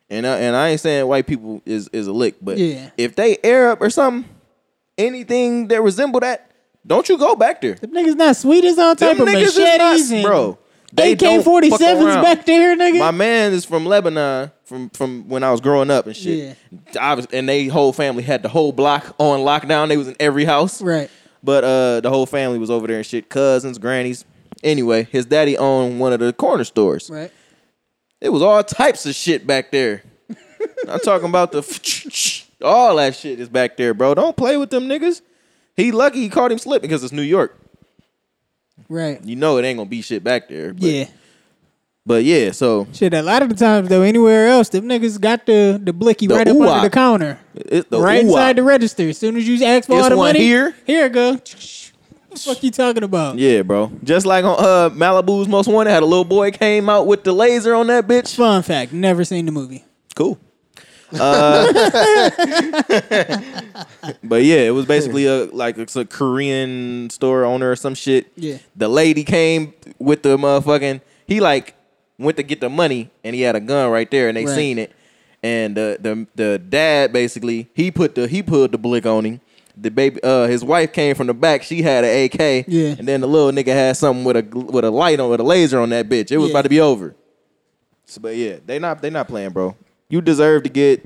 Speaker 2: and I, and I ain't saying white people is is a lick, but
Speaker 1: Yeah.
Speaker 2: if they Arab or something, anything that resemble that, don't you go back there.
Speaker 1: Them niggas not sweet as all type
Speaker 2: Them
Speaker 1: of
Speaker 2: niggas is
Speaker 1: machetes
Speaker 2: not,
Speaker 1: and
Speaker 2: bro. They don't
Speaker 1: AK
Speaker 2: fuck
Speaker 1: forty sevens
Speaker 2: around.
Speaker 1: back there, nigga.
Speaker 2: My man is from Lebanon, from from when I was growing up and shit. I was, and they whole family had the whole block on lockdown. They was in every house,
Speaker 1: Right.
Speaker 2: But uh, the whole family was over there and shit. Cousins, grannies. Anyway, his daddy owned one of the corner stores.
Speaker 1: right.
Speaker 2: It was all types of shit back there. I'm talking about the all that shit is back there, bro. Don't play with them niggas. He lucky he caught him slipping because it's New York.
Speaker 1: Right.
Speaker 2: You know it ain't gonna be shit back there. But,
Speaker 1: Yeah.
Speaker 2: But yeah, so
Speaker 1: Shit, a lot of the times though, anywhere else, them niggas got the the blicky
Speaker 2: The
Speaker 1: right up
Speaker 2: ooh-ah.
Speaker 1: under the counter,
Speaker 2: it's the
Speaker 1: right
Speaker 2: ooh-ah.
Speaker 1: inside the register. As soon as you ask for
Speaker 2: This
Speaker 1: all the
Speaker 2: one
Speaker 1: money,
Speaker 2: here?
Speaker 1: here it go. What the fuck you talking about?
Speaker 2: Yeah, bro. Just like on uh, Malibu's Most Wanted, had a little boy came out with the laser on that bitch.
Speaker 1: Fun fact: never seen the movie.
Speaker 2: Cool. Uh, but yeah, it was basically a like it's a Korean store owner or some shit.
Speaker 1: Yeah.
Speaker 2: The lady came with the motherfucking. He like went to get the money and he had a gun right there and they
Speaker 1: Right.
Speaker 2: seen it. And the the the dad basically he put the he pulled the blick on him. The baby, uh, his wife came from the back. She had an AK.
Speaker 1: Yeah.
Speaker 2: And then the little nigga had something with a gl- with a light on with a laser on that bitch. It was
Speaker 1: Yeah.
Speaker 2: about to be over. So, but yeah, they not they not playing, bro. You deserve to get.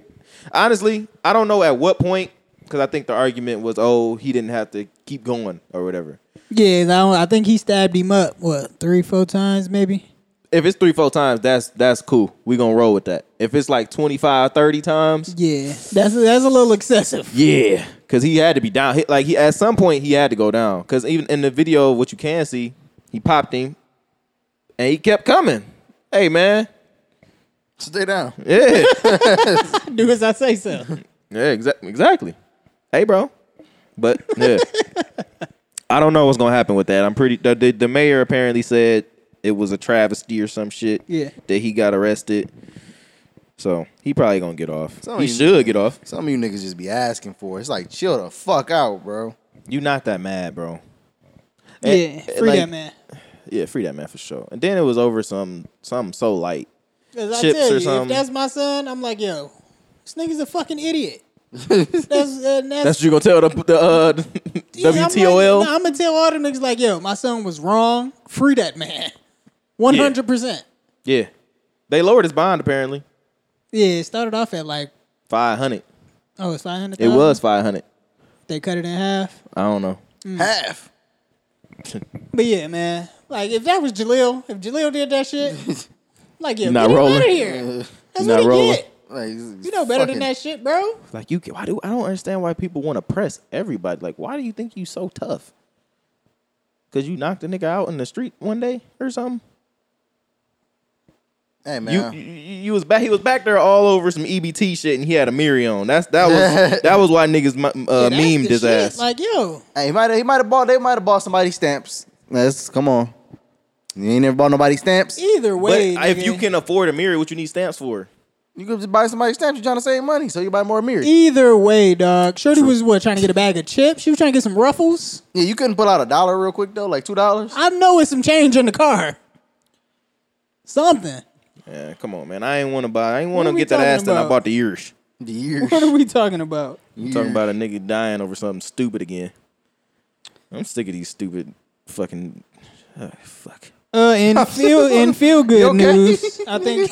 Speaker 2: Honestly, I don't know at what point because I think the argument was, oh, he didn't have to keep going or whatever.
Speaker 1: Yeah, I, don't, I think he stabbed him up. What three, four times maybe?
Speaker 2: If it's three, four times, that's that's cool. We gonna roll with that. If it's like 25, 30 times,
Speaker 1: Yeah, that's that's a little excessive.
Speaker 2: yeah, because he had to be down. He- Like he at some point he had to go down because even in the video, what you can see, he popped him, and he kept coming. Hey man,
Speaker 3: Stay down.
Speaker 2: yeah.
Speaker 1: Do as I say so.
Speaker 2: Yeah, exactly. Exactly. Hey, bro. But yeah, I don't know what's gonna happen with that. I'm pretty. The, the, the mayor apparently said it was a travesty or some shit.
Speaker 1: Yeah.
Speaker 2: That he got arrested. So he probably gonna get off.
Speaker 3: So
Speaker 2: he
Speaker 3: you-
Speaker 2: should get off.
Speaker 3: Some of you niggas just be asking for it. It's like chill the fuck out, bro.
Speaker 2: You not that mad, bro.
Speaker 1: yeah,
Speaker 2: And-
Speaker 1: free
Speaker 2: Eh, like-
Speaker 1: that man.
Speaker 2: Yeah, free that man for sure. And then it was over some something so light.
Speaker 1: 'Cause I
Speaker 2: chips
Speaker 1: tell
Speaker 2: or
Speaker 1: you,
Speaker 2: something.
Speaker 1: If that's my son, I'm like, yo, this nigga's a fucking idiot. that's, uh, and that's,
Speaker 2: That's what you gonna tell the the uh, WTOL.
Speaker 1: I'm, like, nah, I'm gonna tell all the niggas like, yo, my son was wrong. Free that man, one hundred percent.
Speaker 2: yeah, they lowered his bond apparently.
Speaker 1: Yeah, it started off at like,
Speaker 2: Five hundred.
Speaker 1: oh, it's five hundred.
Speaker 2: It was five hundred.
Speaker 1: They cut it in half.
Speaker 2: I don't know.
Speaker 1: Hmm.
Speaker 3: Half.
Speaker 1: But yeah, man, like if that was Jaleel, if Jaleel did that shit, like yo,
Speaker 2: Not
Speaker 1: get him
Speaker 2: rolling.
Speaker 1: out of here. That's
Speaker 2: Not
Speaker 1: what he
Speaker 2: rolling.
Speaker 1: get.
Speaker 3: Like
Speaker 1: You know better than that shit, bro.
Speaker 2: Like you, why do I don't understand why people want to press everybody? Like, why do you think you so tough? Cause you knocked a nigga out in the street one day or something.
Speaker 3: Hey
Speaker 2: You,
Speaker 3: man.
Speaker 2: you you was back. He was back there all over some EBT shit, and he had a Miri on. That's that was that was why niggas mu- uh,
Speaker 1: Yeah, that's the
Speaker 2: memed his
Speaker 1: shit.
Speaker 2: ass.
Speaker 1: Like yo,
Speaker 3: hey, he might have he might have bought they might have bought somebody stamps. That's come on. You ain't never bought nobody stamps.
Speaker 1: Either
Speaker 2: But
Speaker 1: way,
Speaker 2: if
Speaker 1: nigga,
Speaker 2: you can afford a mirror, what you need stamps for?
Speaker 3: You could just buy somebody stamps. You're trying to save money, so you buy more mirrors.
Speaker 1: Either way, dog. Shorty was what trying to get a bag of chips. She was trying to get some ruffles.
Speaker 3: Yeah, you couldn't pull out a dollar real quick though, like two dollars.
Speaker 1: I know it's some change in the car. Something.
Speaker 2: Yeah, come on, man. I ain't want to buy. I ain't want to
Speaker 1: are we
Speaker 2: get that
Speaker 1: talking
Speaker 2: ass that I
Speaker 1: about?
Speaker 2: bought the ears.
Speaker 3: Years.
Speaker 1: What are we talking about?
Speaker 2: I'm talking about a nigga dying over something stupid again. I'm sick of these stupid fucking. ah, fuck.
Speaker 1: Uh, in feel in feel good
Speaker 3: You okay?
Speaker 1: news, I think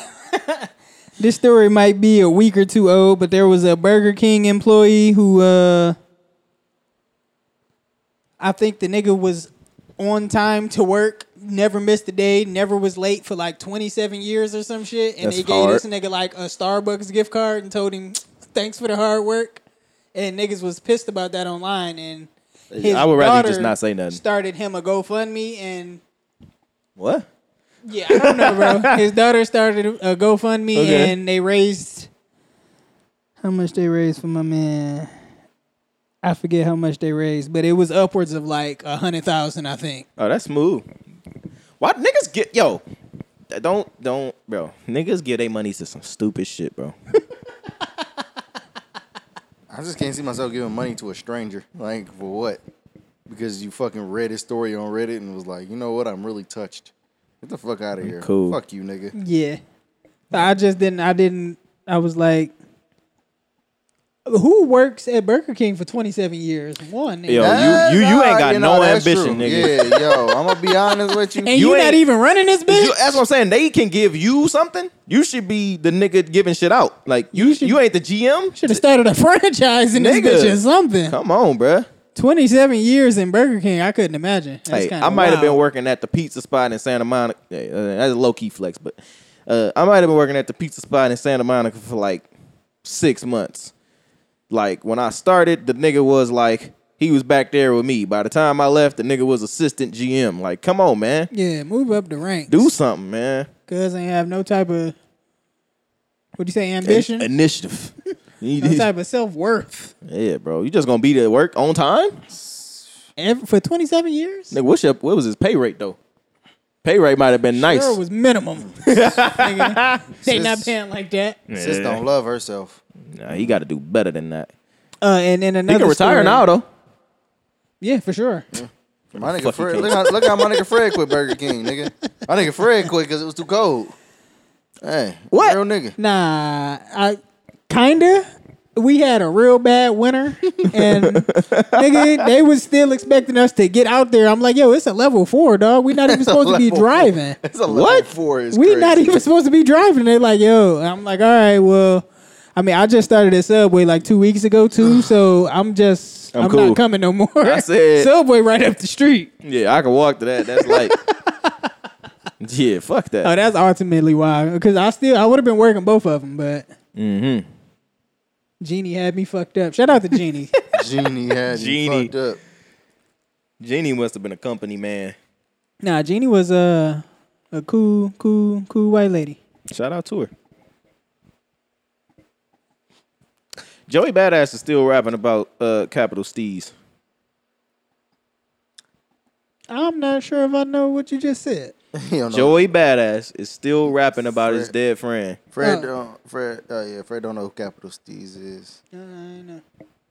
Speaker 1: this story might be a week or two old, but there was a Burger King employee who, uh, I think the nigga was on time to work, never missed a day, never was late for like twenty seven years or some shit, and
Speaker 2: That's
Speaker 1: they gave
Speaker 2: hard.
Speaker 1: this nigga like a Starbucks gift card and told him thanks for the hard work, and niggas was pissed about that online and. His
Speaker 2: I would rather just
Speaker 1: daughter
Speaker 2: not say nothing.
Speaker 1: Started him a GoFundMe and
Speaker 2: What?
Speaker 1: yeah, I don't know, bro. His daughter started a GoFundMe
Speaker 2: Okay.
Speaker 1: and they raised how much they raised for my man. I forget how much they raised, but it was upwards of like a hundred thousand, I think.
Speaker 2: Oh, that's smooth. Why niggas get yo? Don't don't bro. Niggas give their money to some stupid shit, bro.
Speaker 3: I just can't see myself giving money to a stranger. Like for what? Because you fucking read his story on Reddit and was like, you know what? I'm really touched. Get the fuck out of here.
Speaker 2: cool.
Speaker 3: Fuck you, nigga.
Speaker 1: Yeah, I just didn't. I didn't. I was like, who works at Burger King for twenty seven years? One,
Speaker 2: Yo,
Speaker 1: nigga.
Speaker 2: you you, you ain't
Speaker 3: Nah,
Speaker 2: got
Speaker 3: know,
Speaker 2: no
Speaker 3: that's
Speaker 2: ambition,
Speaker 3: true.
Speaker 2: nigga.
Speaker 3: Yeah, yo, I'm gonna be honest with you.
Speaker 1: and
Speaker 2: you
Speaker 1: you, not
Speaker 2: ain't-
Speaker 1: even running this bitch.
Speaker 2: You- that's what I'm saying. They can give you something. You should be the nigga giving shit out. Like you, you,
Speaker 1: should-
Speaker 2: ain't the GM.
Speaker 1: Should have started a franchise in
Speaker 2: Nigga.
Speaker 1: this bitch or something.
Speaker 2: Come on, bruh.
Speaker 1: 27 years in Burger King, I couldn't imagine. That's
Speaker 2: Hey,
Speaker 1: kinda
Speaker 2: I might have been
Speaker 1: wild.
Speaker 2: working at the pizza spot in Santa Monica. Yeah, uh, that's a low key flex, but uh, I might have been working at the pizza spot in Santa Monica for like six months. Like when I started, the nigga was like he was back there with me. By the time I left, the nigga was assistant GM. Like, come on, man,
Speaker 1: Yeah, move up the ranks.
Speaker 2: do something, man.
Speaker 1: Cuz ain't have no type of, what you say, ambition?
Speaker 2: In- initiative. You
Speaker 1: no
Speaker 2: need-
Speaker 1: type of self worth.
Speaker 2: yeah, bro. You just gonna be there at work on time?
Speaker 1: For 27 years?
Speaker 2: Nigga, what's your, what was his pay rate though? Pay rate might have been nice.
Speaker 1: Sure was minimum. Nigga, they not paying like that.
Speaker 3: Sis don't love herself.
Speaker 2: Nah, he got to do better than that.
Speaker 1: Uh, and then
Speaker 2: He
Speaker 1: another.
Speaker 2: can retire
Speaker 1: story-
Speaker 2: now though.
Speaker 1: Yeah, for sure.
Speaker 3: My nigga
Speaker 2: fuck you
Speaker 3: Fred,
Speaker 2: can't-
Speaker 3: look how, look how my nigga Fred quit Burger King, nigga. My nigga Fred quit because it was too cold. Hey,
Speaker 2: What?
Speaker 3: real nigga?
Speaker 1: Nah, I kinda. We had a real bad winter, and nigga, they was still expecting us to get out there. I'm like, yo, it's a level four, dog. We're not even supposed to be
Speaker 3: level four.
Speaker 1: driving.
Speaker 3: It's a level
Speaker 2: What?
Speaker 3: four. Is
Speaker 1: We
Speaker 3: crazy.
Speaker 1: not even supposed to be driving. They're like, yo. I'm like, all right, well, I mean, I just started at Subway like two weeks ago too, so I'm just
Speaker 2: I'm
Speaker 1: I'm,
Speaker 2: cool.
Speaker 1: not coming no more. I
Speaker 2: said-
Speaker 1: Subway right up the street.
Speaker 2: Yeah, I can walk to that. That's like, yeah, fuck that.
Speaker 1: Oh, that's ultimately why. Because I still I would have been working both of them, but Genie had me fucked up. Shout out to Genie.
Speaker 3: Genie had
Speaker 2: Genie.
Speaker 3: Genie. fucked up.
Speaker 2: Genie must have been a company man.
Speaker 1: nah, Genie was a a cool, cool, cool white lady.
Speaker 2: Shout out to her. Joey Badass is still rapping about uh, Capital Steez.
Speaker 1: I'm not sure if I know what you just said.
Speaker 3: You don't know.
Speaker 2: Joey Badass is still rapping about his
Speaker 3: Fred.
Speaker 2: dead friend.
Speaker 3: Fred, don't, Fred, oh yeah, Fred don't know who Capital Steez is.
Speaker 1: I don't know.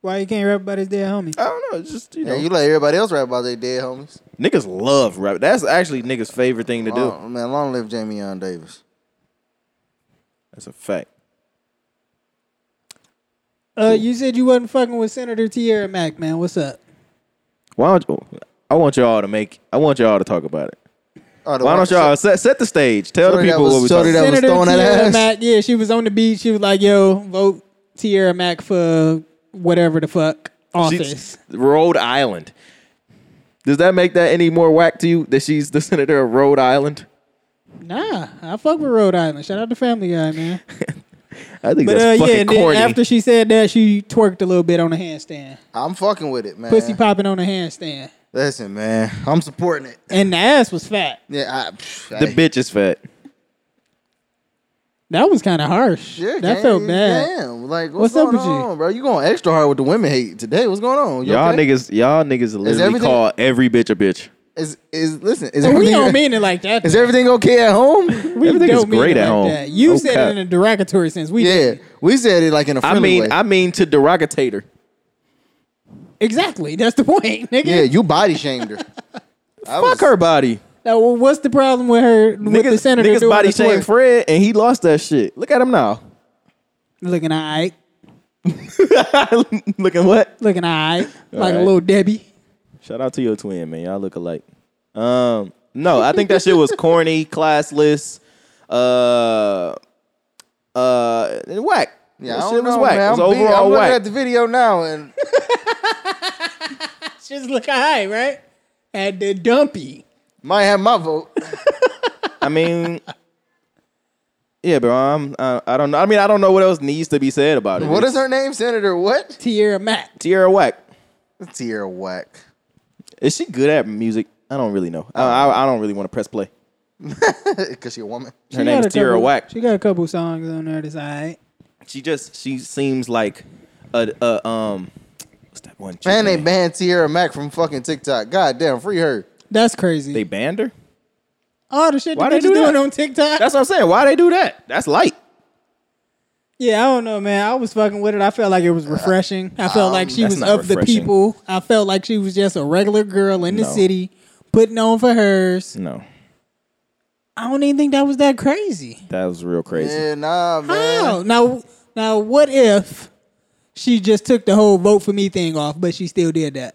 Speaker 1: Why you can't rap about his dead homie?
Speaker 2: I don't know. It's just you know,
Speaker 3: Yeah, you let everybody else rap about their dead homies.
Speaker 2: niggas love rap. That's actually niggas' favorite thing to do.
Speaker 3: Long, man, long live Jamie Young Davis.
Speaker 2: That's a fact.
Speaker 1: Uh, you said you wasn't fucking with Senator Tierra Mack, man. What's up?
Speaker 2: Why don't I want y'all to make? I want y'all to talk about it.
Speaker 3: Oh, the
Speaker 2: Why
Speaker 3: one-
Speaker 2: don't y'all set set the stage? Tell the
Speaker 3: Shorty that
Speaker 2: people
Speaker 3: was-
Speaker 2: what we
Speaker 3: shorty
Speaker 2: talking
Speaker 3: that was
Speaker 1: Senator
Speaker 3: throwing that
Speaker 1: Tierra
Speaker 3: ass.
Speaker 1: Mack, yeah, she was on the beach. She was like, "Yo, vote Tierra Mack for whatever the fuck office."
Speaker 2: She's Rhode Island. Does that make that any more whack to you that she's the senator of Rhode Island?
Speaker 1: Nah, I fuck with Rhode Island. Shout out to Family Guy, man.
Speaker 2: I think
Speaker 1: But uh,
Speaker 2: that's
Speaker 1: yeah,
Speaker 2: fucking
Speaker 1: and then
Speaker 2: corny.
Speaker 1: after she said that, she twerked a little bit on a handstand,
Speaker 3: I'm fucking with it, man.
Speaker 1: pussy popping on a handstand,
Speaker 3: Listen, man, I'm supporting it.
Speaker 1: and the ass was fat.
Speaker 3: Yeah, I, pff,
Speaker 2: the
Speaker 3: I-
Speaker 2: bitch is fat.
Speaker 1: That was kind of harsh.
Speaker 3: Yeah,
Speaker 1: that
Speaker 3: gang,
Speaker 1: felt bad.
Speaker 3: Damn, like
Speaker 1: What's
Speaker 3: what's,
Speaker 1: up
Speaker 3: going
Speaker 1: with you?
Speaker 3: on, bro? You going extra hard with the women hate today? What's going on? You
Speaker 2: Y'all
Speaker 3: okay?
Speaker 2: niggas, y'all niggas literally
Speaker 3: everything-
Speaker 2: call every bitch a bitch.
Speaker 3: Is is listen? Is
Speaker 1: we
Speaker 3: everything,
Speaker 1: don't mean it like that.
Speaker 3: is everything okay at home?
Speaker 1: we
Speaker 2: Everything is
Speaker 1: don't mean
Speaker 2: great
Speaker 1: it
Speaker 2: at
Speaker 1: like
Speaker 2: home.
Speaker 1: That. You
Speaker 2: No
Speaker 1: said
Speaker 2: cap.
Speaker 1: it in a derogatory sense. We
Speaker 3: yeah,
Speaker 1: didn't.
Speaker 3: we said it like in a
Speaker 2: I
Speaker 3: friendly
Speaker 2: mean,
Speaker 3: way.
Speaker 2: I mean to derogatator.
Speaker 1: exactly. That's the point, nigga.
Speaker 3: yeah, you body shamed her. I was-
Speaker 2: Fuck her body.
Speaker 1: Now, well, what's the problem with her with the
Speaker 2: Niggas,
Speaker 1: senator
Speaker 2: niggas
Speaker 1: doing
Speaker 2: body
Speaker 1: the twerk?
Speaker 2: shamed Fred, and he lost that shit. Look at him now.
Speaker 1: Looking alright,
Speaker 2: Looking what?
Speaker 1: looking alright, like a
Speaker 2: Alright.
Speaker 1: little Debbie.
Speaker 2: Shout out to your twin, man. Y'all look alike. Um, no, I think that shit was corny, classless, uh, uh, and whack.
Speaker 3: Yeah,
Speaker 2: that
Speaker 3: I don't
Speaker 2: shit was
Speaker 3: know,
Speaker 2: whack.
Speaker 3: man.
Speaker 2: It was
Speaker 3: I'm, be- I'm
Speaker 2: overall
Speaker 3: looking
Speaker 2: whack.
Speaker 3: at the video now, and
Speaker 1: Just look alright, right? At the dumpy.
Speaker 3: might have my vote.
Speaker 2: I mean, yeah, bro. I'm, I, I don't know. I mean, I don't know what else needs to be said about it.
Speaker 3: What is her name, Senator? What?
Speaker 1: Tierra Matt.
Speaker 2: Tierra Whack?
Speaker 3: Tierra Whack.
Speaker 2: Is she good at music? I don't really know. I, I, I don't really want to press play.
Speaker 3: Because she a woman.
Speaker 2: Her name is Tierra
Speaker 1: couple,
Speaker 2: Whack.
Speaker 1: She got a couple songs on there that's alright.
Speaker 2: She just she seems like a, a um what's that one? chick
Speaker 3: Man, they
Speaker 2: name?
Speaker 3: banned Tierra Mac from fucking TikTok. God damn, free her.
Speaker 1: That's crazy.
Speaker 2: they banned her.
Speaker 1: All the shit
Speaker 2: Why
Speaker 1: that
Speaker 2: they
Speaker 1: bitches
Speaker 2: do that?
Speaker 1: doing on TikTok.
Speaker 2: That's what I'm saying. Why they do that? That's light.
Speaker 1: yeah, I don't know, man. I was fucking with it. I felt like it was refreshing. I felt like she
Speaker 2: Um,
Speaker 1: was
Speaker 2: that's not
Speaker 1: of the
Speaker 2: refreshing.
Speaker 1: people. I felt like she was just a regular girl in the
Speaker 2: No. Mm.
Speaker 1: city putting on for hers.
Speaker 2: No,
Speaker 1: I don't even think that was that crazy.
Speaker 2: that was real crazy.
Speaker 3: Yeah, nah, man.
Speaker 1: How? Oh, Now, now, what if she just took the whole vote for me thing off, but she still did that?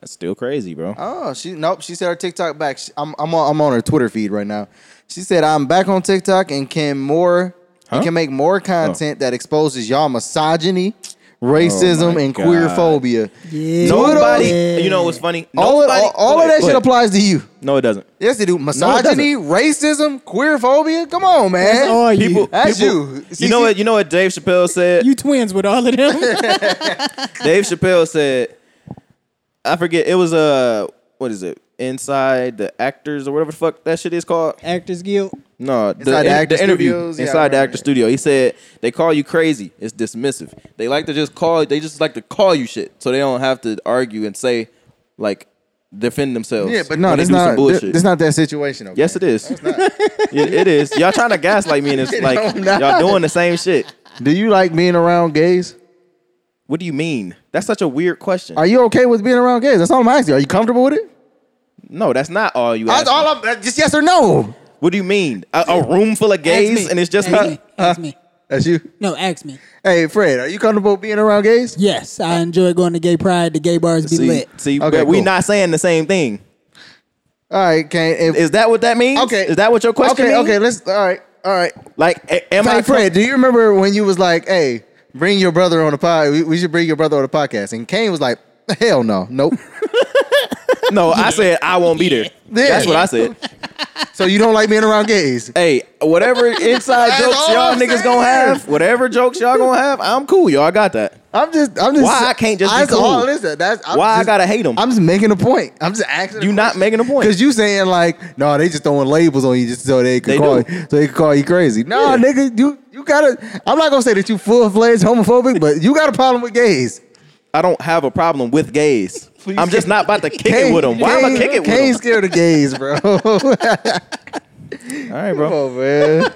Speaker 2: That's still crazy, bro.
Speaker 3: Oh, she nope. She said her TikTok back. She- I'm I'm on, I'm on her Twitter feed right now. She said I'm back on TikTok and can more and
Speaker 2: Huh?
Speaker 3: can make more content that exposes y'all misogyny, racism,
Speaker 2: Oh my
Speaker 3: and
Speaker 2: God.
Speaker 3: queer phobia.
Speaker 1: Yeah.
Speaker 2: Nobody,
Speaker 1: Yeah.
Speaker 2: you know what's funny?
Speaker 3: All of,
Speaker 2: Nobody-
Speaker 3: all, all
Speaker 2: go
Speaker 3: of that
Speaker 2: ahead, go
Speaker 3: shit
Speaker 2: ahead.
Speaker 3: applies to you.
Speaker 2: No, it doesn't.
Speaker 3: Yes, they do. Misogyny, racism, queer phobia. Come on,
Speaker 1: That's
Speaker 3: man.
Speaker 1: all you.
Speaker 2: People,
Speaker 3: That's
Speaker 2: people-
Speaker 3: you.
Speaker 2: You
Speaker 3: See,
Speaker 2: know
Speaker 3: see-
Speaker 2: what? You know what Dave Chappelle said.
Speaker 1: you twins with all of them.
Speaker 2: Dave Chappelle said, I forget. It was uh, what is it? Inside the actors or whatever the fuck that shit is called.
Speaker 1: Actors Guild.
Speaker 2: No, the,
Speaker 3: Inside the
Speaker 2: in-
Speaker 3: Actors
Speaker 2: the interview
Speaker 3: Studios? Yeah,
Speaker 2: inside
Speaker 3: I
Speaker 2: the
Speaker 3: remember
Speaker 2: actor
Speaker 3: it.
Speaker 2: studio. He said they call you crazy. It's dismissive. They like to just call. They just like to call you shit, so they don't have to argue and say like defend themselves.
Speaker 3: Yeah, but no,
Speaker 2: when they
Speaker 3: that's
Speaker 2: do
Speaker 3: not
Speaker 2: some bullshit.
Speaker 3: that's not that situation. Okay?
Speaker 2: yes, it is. It- it is. Y'all trying to gaslight me, and it's like
Speaker 3: I'm not.
Speaker 2: y'all doing the same shit.
Speaker 3: Do you like being around gays?
Speaker 2: What do you mean? That's such a weird question.
Speaker 3: Are you okay with being around gays? That's all I'm asking. Are you comfortable with it?
Speaker 2: no, that's not all you.
Speaker 3: That's
Speaker 2: asked me.
Speaker 3: all I'm. Just yes or no.
Speaker 2: What do you mean? A, a room full of gays
Speaker 1: Ask me.
Speaker 2: and it's just
Speaker 1: ask
Speaker 2: her?
Speaker 1: me. Ask me.
Speaker 3: That's you.
Speaker 1: No, ask me.
Speaker 3: Hey, Fred, are you comfortable being around gays?
Speaker 1: Yes, I enjoy going to gay pride. The gay bars be
Speaker 2: See,
Speaker 1: lit.
Speaker 2: see
Speaker 3: Okay,
Speaker 2: but we
Speaker 3: cool.
Speaker 2: not saying the same thing.
Speaker 3: All right, Kane. If,
Speaker 2: Is that what that means?
Speaker 3: okay,
Speaker 2: Is that what your question
Speaker 3: Okay,
Speaker 2: means?
Speaker 3: okay. Let's. All right, all right.
Speaker 2: Like, a- am
Speaker 3: Hey,
Speaker 2: I
Speaker 3: Fred, do you remember when you was like, "Hey, bring your brother on the pod. We, we should bring your brother on the podcast." And Kane was like, "Hell no, nope."
Speaker 2: No, I said I won't be there. That's what I said.
Speaker 3: so you don't like being around gays?
Speaker 2: Hey, whatever inside
Speaker 3: That's
Speaker 2: jokes
Speaker 3: all
Speaker 2: y'all
Speaker 3: I'm
Speaker 2: niggas
Speaker 3: saying.
Speaker 2: gonna have, whatever jokes y'all gonna have, I'm cool. Y'all got that.
Speaker 3: I'm just. I'm just.
Speaker 2: Why I can't just be
Speaker 3: That's
Speaker 2: cool?
Speaker 3: all. Listen, that's I'm
Speaker 2: Why
Speaker 3: just-
Speaker 2: I gotta hate them?
Speaker 3: I'm just making a point. I'm just asking.
Speaker 2: You not making a point.
Speaker 3: Because you saying like, no, they just throwing labels on you just so they could
Speaker 2: They
Speaker 3: call
Speaker 2: do.
Speaker 3: you, so they could call you crazy. No,
Speaker 2: Yeah.
Speaker 3: nigga, you you gotta. I'm not gonna say that you full fledged homophobic, but you got a problem with gays.
Speaker 2: I don't have a problem with gays.
Speaker 3: Please.
Speaker 2: I'm just not about to kick it with them. Why am I kicking with
Speaker 3: Kane
Speaker 2: them?
Speaker 3: scared of gays, bro. Come
Speaker 2: All right, bro.
Speaker 3: on, man.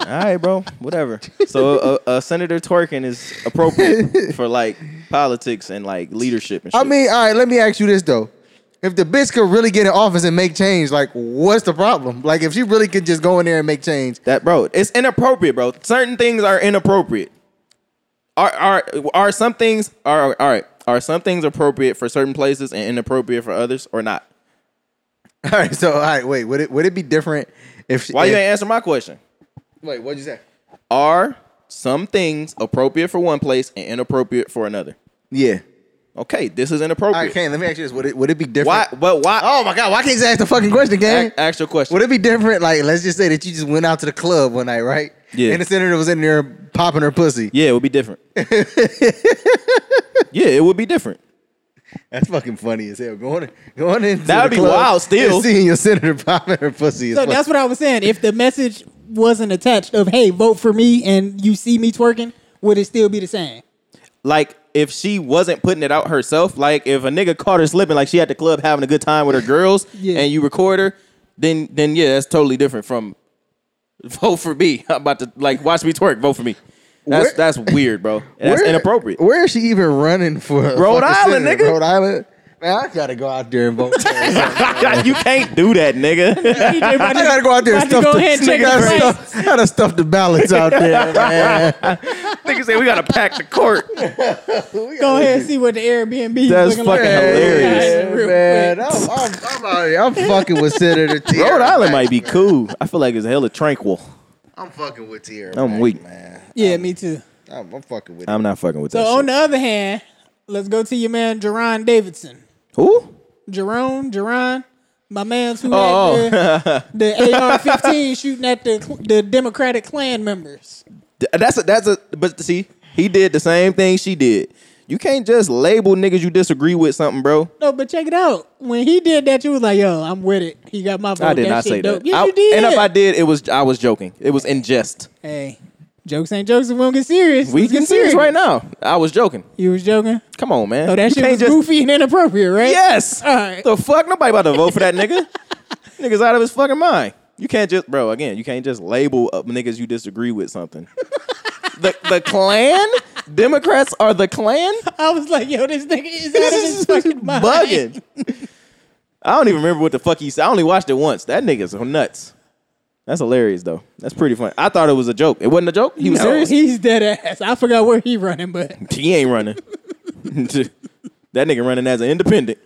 Speaker 2: All right, bro. Whatever. So a, a senator twerking is appropriate for like politics and like leadership and shit.
Speaker 3: I mean, all right. Let me ask you this though: If the bitch could really get in office and make change, like, what's the problem? Like, if she really could just go in there and make change,
Speaker 2: that bro, it's inappropriate, bro. Certain things are inappropriate. Are are are some things are all right? Are some things appropriate for certain places and inappropriate for others or not?
Speaker 3: all right. So, all right, wait. Would it would it be different if?
Speaker 2: Why
Speaker 3: if,
Speaker 2: you ain't answer my question?
Speaker 3: Wait, what'd you say?
Speaker 2: Are some things appropriate for one place and inappropriate for another?
Speaker 3: Yeah.
Speaker 2: Okay, this
Speaker 3: All
Speaker 2: is
Speaker 3: right,
Speaker 2: inappropriate.
Speaker 3: Kane. Let me ask you this: Would it would it be different?
Speaker 2: Why? But why?
Speaker 3: Oh my God! Why can't you just ask the fucking question, gang?
Speaker 2: a- ask your question.
Speaker 3: Would it be different? Like, let's just say that you just went out to the club one night, right?
Speaker 2: Yeah.
Speaker 3: And the senator was in there popping her pussy.
Speaker 2: yeah, it would be different. yeah, it would be different.
Speaker 3: That's fucking funny as hell. Going, going in.
Speaker 2: That'd be wild still.
Speaker 3: seeing your senator popping her pussy. Is
Speaker 1: So
Speaker 3: fuck-
Speaker 1: that's what I was saying. If the message wasn't attached of "Hey, vote for me," and you see me twerking, would it still be the same?
Speaker 2: like if she wasn't putting it out herself, like if a nigga caught her slipping, like she at the club having a good time with her girls,
Speaker 1: Yeah.
Speaker 2: and you record her, then then yeah, that's totally different from vote for me. I'm about to like watch me twerk. Vote for me. That's
Speaker 3: Where-
Speaker 2: that's weird, bro. That's
Speaker 3: Where-
Speaker 2: inappropriate.
Speaker 3: Where is she even running for? fucking
Speaker 2: Rhode Island,
Speaker 3: senator?
Speaker 2: nigga.
Speaker 3: Rhode Island. Man, I gotta go out there and vote. for her.
Speaker 2: you can't do that, nigga.
Speaker 4: DJ about
Speaker 3: I gotta
Speaker 4: to,
Speaker 3: go out there and
Speaker 4: About to
Speaker 3: stuff
Speaker 4: go
Speaker 3: the,
Speaker 4: ahead and
Speaker 3: nigga,
Speaker 4: check the
Speaker 3: gotta,
Speaker 4: price.
Speaker 3: stuff, gotta stuff the ballots out there, man.
Speaker 2: nigga say we gotta pack the court.
Speaker 1: Go ahead and see what the Airbnb is
Speaker 2: That's
Speaker 1: looking like.
Speaker 2: fucking hilarious.
Speaker 1: Real
Speaker 3: man.
Speaker 1: quick.
Speaker 3: I'm, I'm, I'm, out here. I'm fucking with Senator Tierra.
Speaker 2: Rhode Island might be cool. I feel like it's hella tranquil.
Speaker 3: I'm fucking with Tierra.
Speaker 2: I'm
Speaker 3: Mack,
Speaker 2: weak.
Speaker 3: man.
Speaker 1: Yeah, me too.
Speaker 3: I'm, I'm fucking with.
Speaker 2: I'm not fucking with
Speaker 1: So
Speaker 2: that.
Speaker 1: Oh, on
Speaker 2: shit.
Speaker 1: the other hand, let's go to your man Jerron Davidson.
Speaker 2: Who?
Speaker 1: Jerome, Jerron, my man's who
Speaker 2: Oh,
Speaker 1: had the, the AR-15 shooting at the the Democratic Klan members.
Speaker 2: Th- uh, That's a that's a but see, he did the same thing she did. You can't just label niggas you disagree with something, bro.
Speaker 1: No, but check it out. When he did that, you was like, "Yo, I'm with it." He got my vote.
Speaker 2: I did
Speaker 1: Oh, that
Speaker 2: not
Speaker 1: shit
Speaker 2: say
Speaker 1: dope.
Speaker 2: that.
Speaker 1: Yeah,
Speaker 2: I-
Speaker 1: you did.
Speaker 2: And if I did, it was I was joking. It was in jest.
Speaker 1: hey, jokes ain't jokes. If we don't get serious,
Speaker 2: We
Speaker 1: let's
Speaker 2: can serious right now. I was joking.
Speaker 1: You was joking.
Speaker 2: Come on, man.
Speaker 1: Oh,
Speaker 2: you
Speaker 1: that shit
Speaker 2: can't
Speaker 1: was
Speaker 2: just
Speaker 1: goofy and inappropriate, right?
Speaker 2: yes.
Speaker 1: All right.
Speaker 2: The fuck? Nobody about to vote for that nigga. niggas out of his fucking mind. You can't just, bro. Again, you can't just label up niggas you disagree with something. the the Klan Democrats are the Klan.
Speaker 1: I was like, "Yo, this nigga is out of
Speaker 2: This
Speaker 1: his
Speaker 2: is
Speaker 1: fucking mind."
Speaker 2: bugging. I don't even remember what the fuck he said. I only watched it once. That nigga's nuts. That's hilarious though. That's pretty funny. I thought it was a joke. It wasn't a joke. He was
Speaker 1: No,
Speaker 2: serious. He,
Speaker 1: He's dead ass. I forgot where he running, but
Speaker 2: ain't running. that nigga running as an independent.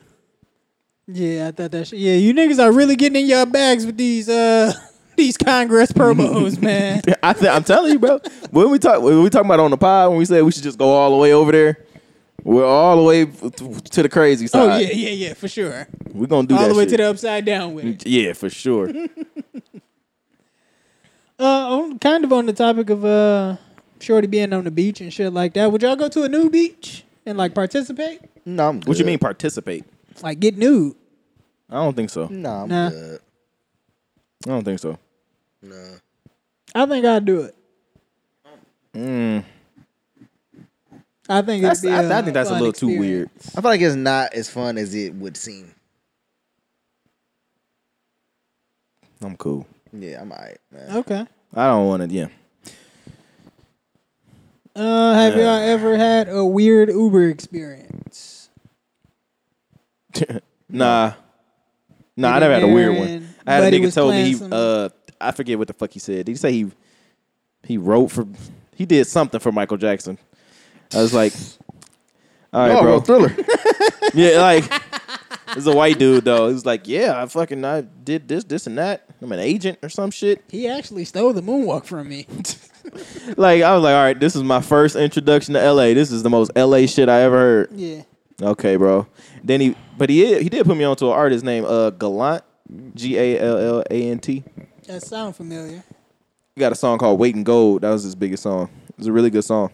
Speaker 1: yeah, I thought that. Shit. Yeah, you niggas are really getting in your bags with these uh these Congress promos, man.
Speaker 2: I th- I'm telling you, bro. When we talk, when we talking about on the pod, when we said we should just go all the way over there, we're all the way to the crazy
Speaker 1: Oh
Speaker 2: side.
Speaker 1: yeah, yeah, yeah, for sure.
Speaker 2: We're gonna do
Speaker 1: All
Speaker 2: that
Speaker 1: the way
Speaker 2: shit.
Speaker 1: to the upside down with it.
Speaker 2: yeah, for sure.
Speaker 1: Uh, on, kind of on the topic of uh Shorty being on the beach and shit like that. Would y'all go to a new beach and like participate,
Speaker 3: No, I'm good.
Speaker 2: what you mean participate?
Speaker 1: like get nude?
Speaker 2: I don't think so. I
Speaker 3: No, I'm
Speaker 1: Nah.
Speaker 3: good.
Speaker 2: don't think so.
Speaker 1: I think I'd do it. I think
Speaker 2: Mm. That's,
Speaker 1: it'd be
Speaker 2: I,
Speaker 1: a
Speaker 2: I think that's a
Speaker 1: fun
Speaker 2: little too
Speaker 1: experience.
Speaker 2: weird.
Speaker 3: I feel like it's not as fun as it would seem.
Speaker 2: I'm cool.
Speaker 3: Yeah, I'm alright, man.
Speaker 1: Okay.
Speaker 2: I don't want to. Yeah.
Speaker 1: Uh, have y'all ever had a weird Uber experience?
Speaker 2: Nah. Nah, I
Speaker 1: Nigga
Speaker 2: never had a weird
Speaker 1: Aaron,
Speaker 2: one. I had a
Speaker 1: buddy
Speaker 2: nigga
Speaker 1: was
Speaker 2: told me he,
Speaker 1: playing some-
Speaker 2: uh I forget what the fuck he said. Did he say he he wrote for he did something for Michael Jackson? I was like, all right,
Speaker 3: oh,
Speaker 2: bro.
Speaker 3: bro, thriller.
Speaker 2: Yeah, like it's a white dude though. He was like, yeah, I fucking I did this, this, and that. I'm an agent or some shit.
Speaker 1: He actually stole the moonwalk from me.
Speaker 2: Like I was like, all right, this is my first introduction to L.A. This is the most L.A. shit I ever heard.
Speaker 1: yeah.
Speaker 2: Okay, bro. Then he, but he he did put me onto an artist named uh Gallant, G A L L A N T.
Speaker 1: That sound familiar.
Speaker 2: He got a song called "Waiting Gold." That was his biggest song. It was a really good song.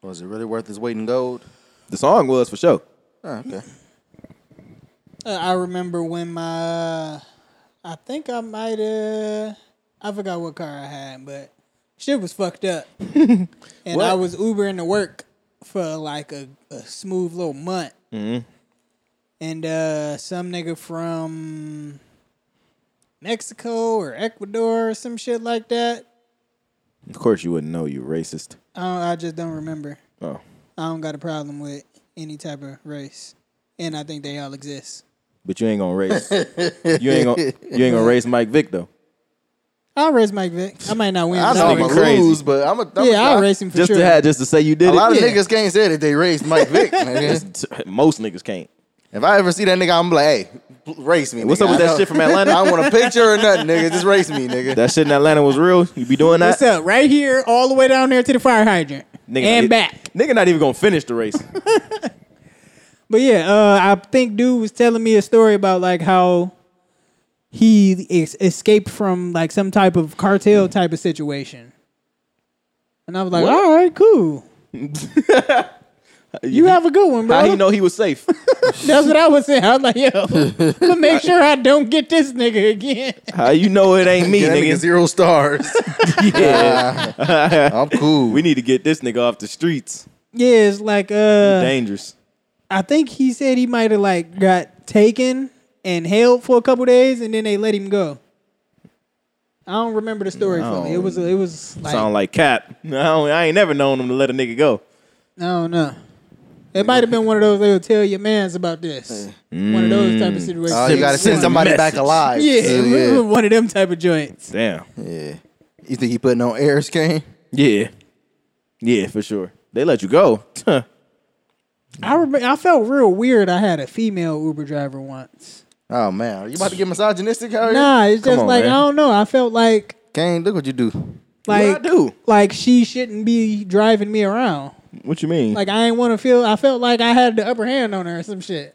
Speaker 3: Was it really worth its weight in gold?
Speaker 2: The song was for sure.
Speaker 3: Oh, okay.
Speaker 1: Uh, I remember when my, uh, I think I might have, I forgot what car I had, but shit was fucked up, and I
Speaker 2: What?
Speaker 1: was Ubering to work for like a, a smooth little month, Mm-hmm. and uh, some nigga from Mexico or Ecuador or some shit like that.
Speaker 2: Of course, you wouldn't know you racist.
Speaker 1: I, don't, I just don't remember.
Speaker 2: Oh,
Speaker 1: I don't got a problem with any type of race, and I think they all exist.
Speaker 2: but you ain't gonna race. you ain't gonna you ain't gonna race Mike Vick though.
Speaker 1: I'll race Mike Vick. I might not win.
Speaker 3: I
Speaker 1: but
Speaker 3: know
Speaker 1: I'll
Speaker 3: I'm
Speaker 2: nigga
Speaker 1: race
Speaker 3: gonna
Speaker 1: him.
Speaker 2: crazy.
Speaker 3: lose, but I'm a. I'm
Speaker 1: Yeah,
Speaker 3: a,
Speaker 1: I'll race him for
Speaker 2: just
Speaker 1: sure.
Speaker 2: to have just to say you did
Speaker 3: A
Speaker 2: it.
Speaker 3: lot of
Speaker 1: Yeah.
Speaker 3: niggas can't say that they raised Mike Vick. nigga.
Speaker 2: Most niggas can't.
Speaker 3: If I ever see that nigga, I'm like, hey, race me.
Speaker 2: What's
Speaker 3: nigga.
Speaker 2: up with
Speaker 3: I
Speaker 2: that
Speaker 3: don't-
Speaker 2: shit from Atlanta?
Speaker 3: I don't want a picture or nothing, nigga. Just race me, nigga.
Speaker 2: That shit in Atlanta was real. You be doing that,
Speaker 1: What's up? Right here, all the way down there to the fire hydrant. and
Speaker 2: it-
Speaker 1: back.
Speaker 2: Nigga, not even gonna finish the race.
Speaker 1: But yeah, uh, I think dude was telling me a story about like how he es- escaped from like some type of cartel type of situation. And I was like,
Speaker 2: What?
Speaker 1: all right, cool. You have a good one, bro.
Speaker 2: How he know he was safe?
Speaker 1: That's what I was saying. I was like, yo, I'm gonna make sure I don't get this nigga again.
Speaker 2: How you know it ain't me,
Speaker 3: Yeah, that nigga
Speaker 2: nigga?
Speaker 3: zero stars.
Speaker 2: Yeah.
Speaker 3: I'm cool.
Speaker 2: We need to get this nigga off the streets.
Speaker 1: Yeah, it's like uh,
Speaker 2: Dangerous.
Speaker 1: I think he said he might have like got taken and held for a couple days, and then they let him go. I don't remember the story fully. It was it was like
Speaker 2: Sound like cap. No, I ain't never known him to let a nigga go.
Speaker 1: I don't know. It might have been one of those they will tell your mans about this. One of those type of situations.
Speaker 2: Oh,
Speaker 3: Oh, you gotta send
Speaker 2: Send
Speaker 3: somebody
Speaker 2: message.
Speaker 3: back alive.
Speaker 1: Yeah,
Speaker 3: So,
Speaker 1: one of them type of joints.
Speaker 2: Damn.
Speaker 3: yeah. yeah. You think he putting on airs, Kane?
Speaker 2: Yeah. Yeah, for sure. They let you go. Huh.
Speaker 1: I remember, I felt real weird. I had a female Uber driver once.
Speaker 3: Oh man, are you about to get misogynistic out here?
Speaker 1: Nah, it's
Speaker 2: Come
Speaker 1: just
Speaker 2: on,
Speaker 1: like
Speaker 2: man.
Speaker 1: I don't know. I felt like
Speaker 3: Kane, look what you do.
Speaker 1: like
Speaker 2: I do?
Speaker 1: like she shouldn't be driving me around.
Speaker 2: What you mean?
Speaker 1: Like I ain't want to feel. I felt like I had the upper hand on her or some shit.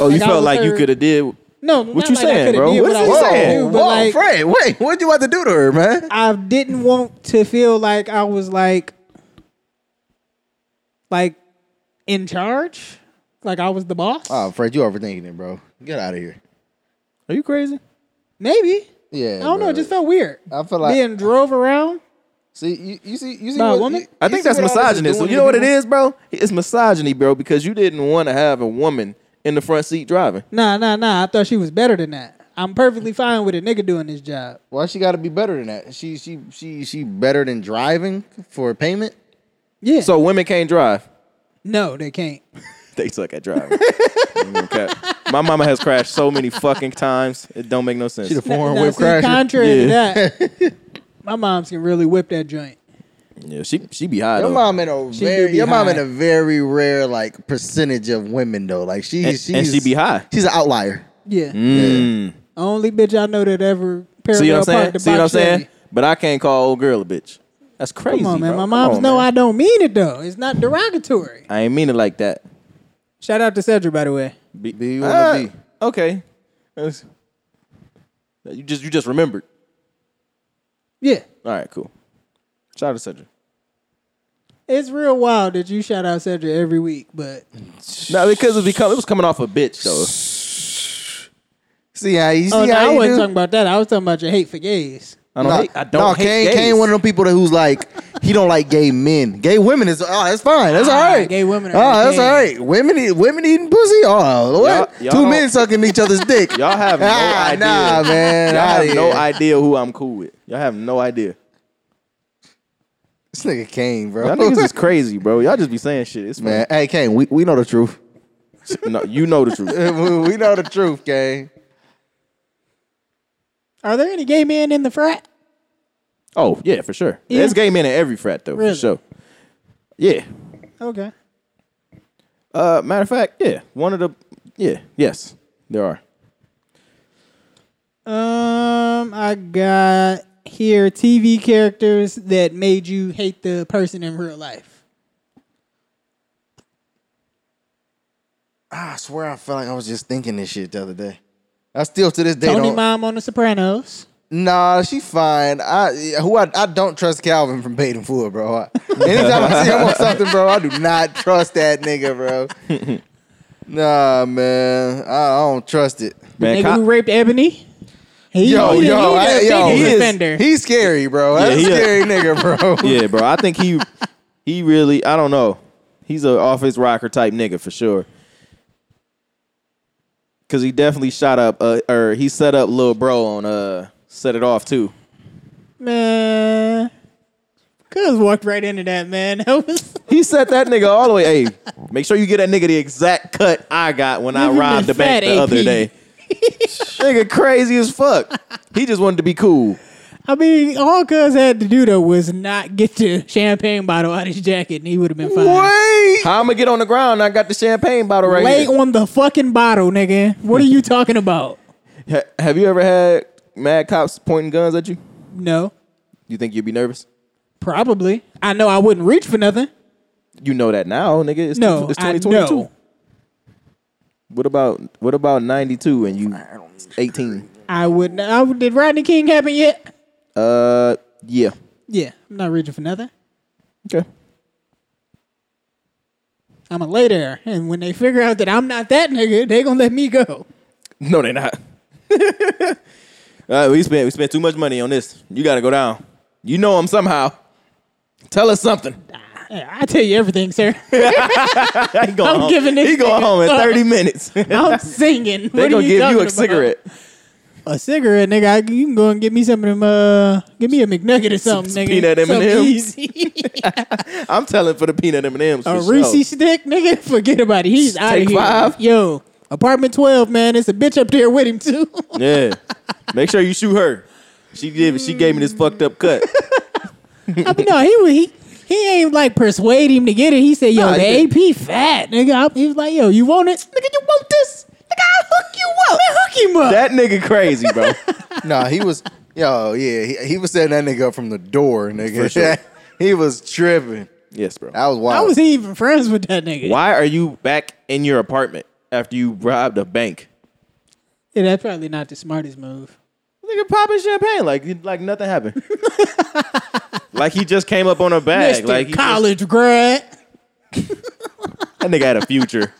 Speaker 2: oh, you
Speaker 1: like I
Speaker 2: felt
Speaker 1: was
Speaker 2: like you
Speaker 1: her-
Speaker 2: could have did.
Speaker 1: No, not
Speaker 2: What you
Speaker 1: like I
Speaker 2: saying,
Speaker 1: coulda
Speaker 2: bro?
Speaker 1: did
Speaker 2: What
Speaker 1: I
Speaker 2: is he
Speaker 1: was
Speaker 3: Whoa,
Speaker 1: gonna
Speaker 2: saying?
Speaker 1: do,
Speaker 3: whoa, Fred, wait, what you about to do to her, man?
Speaker 1: I didn't want to feel like I was like like in charge, like I was the boss.
Speaker 3: Oh, Fred, you overthinking it, bro. Get out of here.
Speaker 2: Are you crazy?
Speaker 1: Maybe
Speaker 3: Yeah,
Speaker 1: I don't know.
Speaker 3: bro.
Speaker 1: It just felt weird.
Speaker 3: I feel like-
Speaker 1: being drove around.
Speaker 3: See, you, you see, you see
Speaker 1: By a
Speaker 3: what
Speaker 1: woman?
Speaker 3: you-
Speaker 2: I
Speaker 3: you
Speaker 2: think
Speaker 3: see
Speaker 2: that's
Speaker 3: what all this is
Speaker 2: misogynist.
Speaker 3: doing
Speaker 2: You
Speaker 3: to
Speaker 2: know what it
Speaker 3: people?
Speaker 2: is, bro? It's misogyny, bro, because you didn't want to have a woman in the front seat driving.
Speaker 1: Nah, nah, nah. I thought she was better than that. I'm perfectly fine with a nigga doing this job.
Speaker 3: Why she got to be better than that? She, she, she, she better than driving for payment.
Speaker 1: Yeah.
Speaker 2: So women can't drive.
Speaker 1: no, they can't.
Speaker 2: They suck at driving. Okay. My mama has crashed so many fucking times. It don't make no sense.
Speaker 3: She the
Speaker 1: Now-
Speaker 3: foreign
Speaker 1: now,
Speaker 3: whip
Speaker 1: see,
Speaker 3: crasher.
Speaker 1: Contrary
Speaker 2: Yeah.
Speaker 1: to that, my moms can really whip that joint.
Speaker 2: yeah, she she be high
Speaker 3: your
Speaker 2: though.
Speaker 3: mom in a
Speaker 1: She do
Speaker 3: very,
Speaker 1: be
Speaker 3: your mom in
Speaker 1: high.
Speaker 3: a very rare like percentage of women though. Like she,
Speaker 2: And-
Speaker 3: she's,
Speaker 2: and she be high.
Speaker 3: She's an outlier.
Speaker 1: Yeah.
Speaker 2: Mm.
Speaker 1: Only bitch I know that ever
Speaker 2: See
Speaker 1: parallel
Speaker 2: what I'm
Speaker 1: parked
Speaker 2: saying?
Speaker 1: the
Speaker 2: See what I'm
Speaker 1: box Chevy.
Speaker 2: saying? But I can't call old girl a bitch. That's crazy.
Speaker 1: Come on, man.
Speaker 2: bro.
Speaker 1: My
Speaker 2: Come
Speaker 1: moms
Speaker 2: on,
Speaker 1: know I
Speaker 2: man.
Speaker 1: don't mean it though. It's not derogatory.
Speaker 2: I ain't mean it like that.
Speaker 1: Shout out to Cedric, by the way.
Speaker 2: Be,
Speaker 3: Be you wanna be.
Speaker 2: Okay. That's- you just you just remembered.
Speaker 1: Yeah,
Speaker 2: All right, cool. Shout out to Cedric.
Speaker 1: it's real wild that you shout out Cedric every week, but
Speaker 2: No, because it was become, it was coming off a bitch though.
Speaker 3: See how you see
Speaker 1: oh, no,
Speaker 3: how
Speaker 1: I
Speaker 3: you
Speaker 1: wasn't
Speaker 3: do.
Speaker 1: talking about that. I was talking about your hate for gays.
Speaker 2: I don't.
Speaker 3: Nah,
Speaker 2: hate, I don't.
Speaker 3: nah,
Speaker 2: hate
Speaker 3: Kane,
Speaker 2: gays.
Speaker 3: Kane, one of them people that who's like, he don't like gay men. Gay women is, oh, that's fine. That's
Speaker 1: Ah,
Speaker 3: all right.
Speaker 1: gay women are
Speaker 3: oh, that's
Speaker 1: gay.
Speaker 3: all right. Women, eat- women eating pussy. Oh, what?
Speaker 2: Y'all- y'all
Speaker 3: 2
Speaker 2: don't-
Speaker 3: men sucking each other's dick.
Speaker 2: Y'all have no
Speaker 3: ah,
Speaker 2: idea.
Speaker 3: nah, man. Ah,
Speaker 2: Y'all
Speaker 3: Outta
Speaker 2: have no
Speaker 3: here.
Speaker 2: idea who I'm cool with. Y'all have no idea.
Speaker 3: This nigga Kane, bro.
Speaker 2: Y'all niggas is crazy, bro. Y'all just be saying shit. It's
Speaker 3: man,
Speaker 2: man.
Speaker 3: hey Kane, we, we know the truth.
Speaker 2: No, you know the truth.
Speaker 3: we we know the truth, Kane.
Speaker 1: Are there any gay men in the frat?
Speaker 2: Oh yeah, for sure.
Speaker 1: Yeah.
Speaker 2: There's gay men in every frat though,
Speaker 1: Really?
Speaker 2: for sure. Yeah.
Speaker 1: Okay.
Speaker 2: Uh, matter of fact, yeah. One of the yeah, yes, there are.
Speaker 1: Um, I got here TV characters that made you hate the person in real life.
Speaker 3: Ah, I swear I felt like I was just thinking this shit the other day. I still to this day
Speaker 1: Tony
Speaker 3: don't.
Speaker 1: Mom on The Sopranos.
Speaker 3: Nah, she fine. I who I, I don't trust Calvin from Bait and Fool, bro. I- anytime I see him on something, bro, I do not trust that nigga, bro. Nah, man, I, I don't trust it.
Speaker 2: Man,
Speaker 1: Nigga
Speaker 2: Ka-
Speaker 1: who raped Ebony. He,
Speaker 3: Yo,
Speaker 1: he,
Speaker 3: yo,
Speaker 1: he,
Speaker 3: I,
Speaker 1: he,
Speaker 3: yo,
Speaker 1: he,
Speaker 3: he
Speaker 1: he
Speaker 3: is-
Speaker 1: defender.
Speaker 3: he's scary, bro. That's
Speaker 2: he
Speaker 3: a
Speaker 2: a-
Speaker 3: scary nigga, bro.
Speaker 2: yeah, bro. I think he he really I don't know. He's an office rocker type nigga for sure. Cause he definitely shot up uh, or he set up Lil Bro on uh set it off too.
Speaker 1: Man. Cuz walked right into that, man. That was
Speaker 2: He set that nigga all the way. Hey, make sure you get that nigga the exact cut I got when I
Speaker 1: Living
Speaker 2: robbed
Speaker 1: the
Speaker 2: the bank
Speaker 1: fat
Speaker 2: the other
Speaker 1: AP.
Speaker 2: day. nigga crazy as fuck. He just wanted to be cool.
Speaker 1: I mean, all Cuz had to do though was not get the champagne bottle out of his jacket and he would have been fine.
Speaker 3: Wait,
Speaker 2: How I'm gonna get on the ground? I got the champagne bottle right
Speaker 1: Lay
Speaker 2: here.
Speaker 1: on the fucking bottle, nigga. What are you talking about?
Speaker 2: Ha- have you ever had mad cops pointing guns at you?
Speaker 1: No.
Speaker 2: You think you'd be nervous?
Speaker 1: Probably. I know I wouldn't reach for nothing.
Speaker 2: You know that now, nigga. It's,
Speaker 1: No,
Speaker 2: tw- it's
Speaker 1: I
Speaker 2: 2022.
Speaker 1: know.
Speaker 2: What about what about 92 and you 18?
Speaker 1: I wouldn't. I would, did Rodney King happen yet?
Speaker 2: Uh, yeah.
Speaker 1: Yeah, I'm not reaching for nothing.
Speaker 2: Okay.
Speaker 1: I'm a lay there, and when they figure out that I'm not that nigga, they gonna let me go.
Speaker 2: No, they're not. All right, we spent we spent too much money on this. You got to go down. You know him somehow. Tell us something.
Speaker 4: Yeah, I tell you everything, sir.
Speaker 2: he go
Speaker 4: I'm
Speaker 2: home.
Speaker 4: giving this
Speaker 2: he go
Speaker 4: nigga
Speaker 2: home in
Speaker 4: up.
Speaker 2: 30 minutes. they
Speaker 4: I'm singing. What are
Speaker 2: going to give
Speaker 4: talking
Speaker 2: you a
Speaker 4: about?
Speaker 2: cigarette.
Speaker 1: A cigarette, nigga. I, you can go and get me some of them. Uh, give me a McNugget or something,
Speaker 2: some
Speaker 1: nigga.
Speaker 2: peanut
Speaker 1: Something
Speaker 2: M&Ms.
Speaker 1: easy.
Speaker 2: I'm telling for the peanut M&M's. For
Speaker 1: a
Speaker 2: sure.
Speaker 1: Reese stick, nigga. Forget about it. He's out
Speaker 2: Take
Speaker 1: of here.
Speaker 2: five.
Speaker 1: Yo, apartment twelve, man. It's a bitch up there with him too.
Speaker 2: Yeah. Make sure you shoot her. She gave she gave me this fucked up cut.
Speaker 4: I mean, no, he was he.
Speaker 1: he ain't like persuade him to get it. He said, "Yo,
Speaker 2: Nah,
Speaker 1: the
Speaker 2: he
Speaker 1: AP fat, nigga." I- he was like, "Yo, you want it, nigga? You want this, nigga? I'll hook you up. Man, hook him up."
Speaker 2: that nigga crazy, bro.
Speaker 3: No, he was yo, yeah, he, he was setting that nigga up from the door, nigga.
Speaker 2: For sure.
Speaker 3: he was tripping.
Speaker 2: yes, bro.
Speaker 3: That was wild.
Speaker 1: How was he even friends with that nigga?
Speaker 2: Why are you back in your apartment after you robbed a bank?
Speaker 1: Yeah, that's probably not the smartest move.
Speaker 2: Nigga popping champagne like like nothing happened. like he just came up on a bag.
Speaker 1: Mr.
Speaker 2: Like he just-
Speaker 1: college grad.
Speaker 2: that nigga had a future.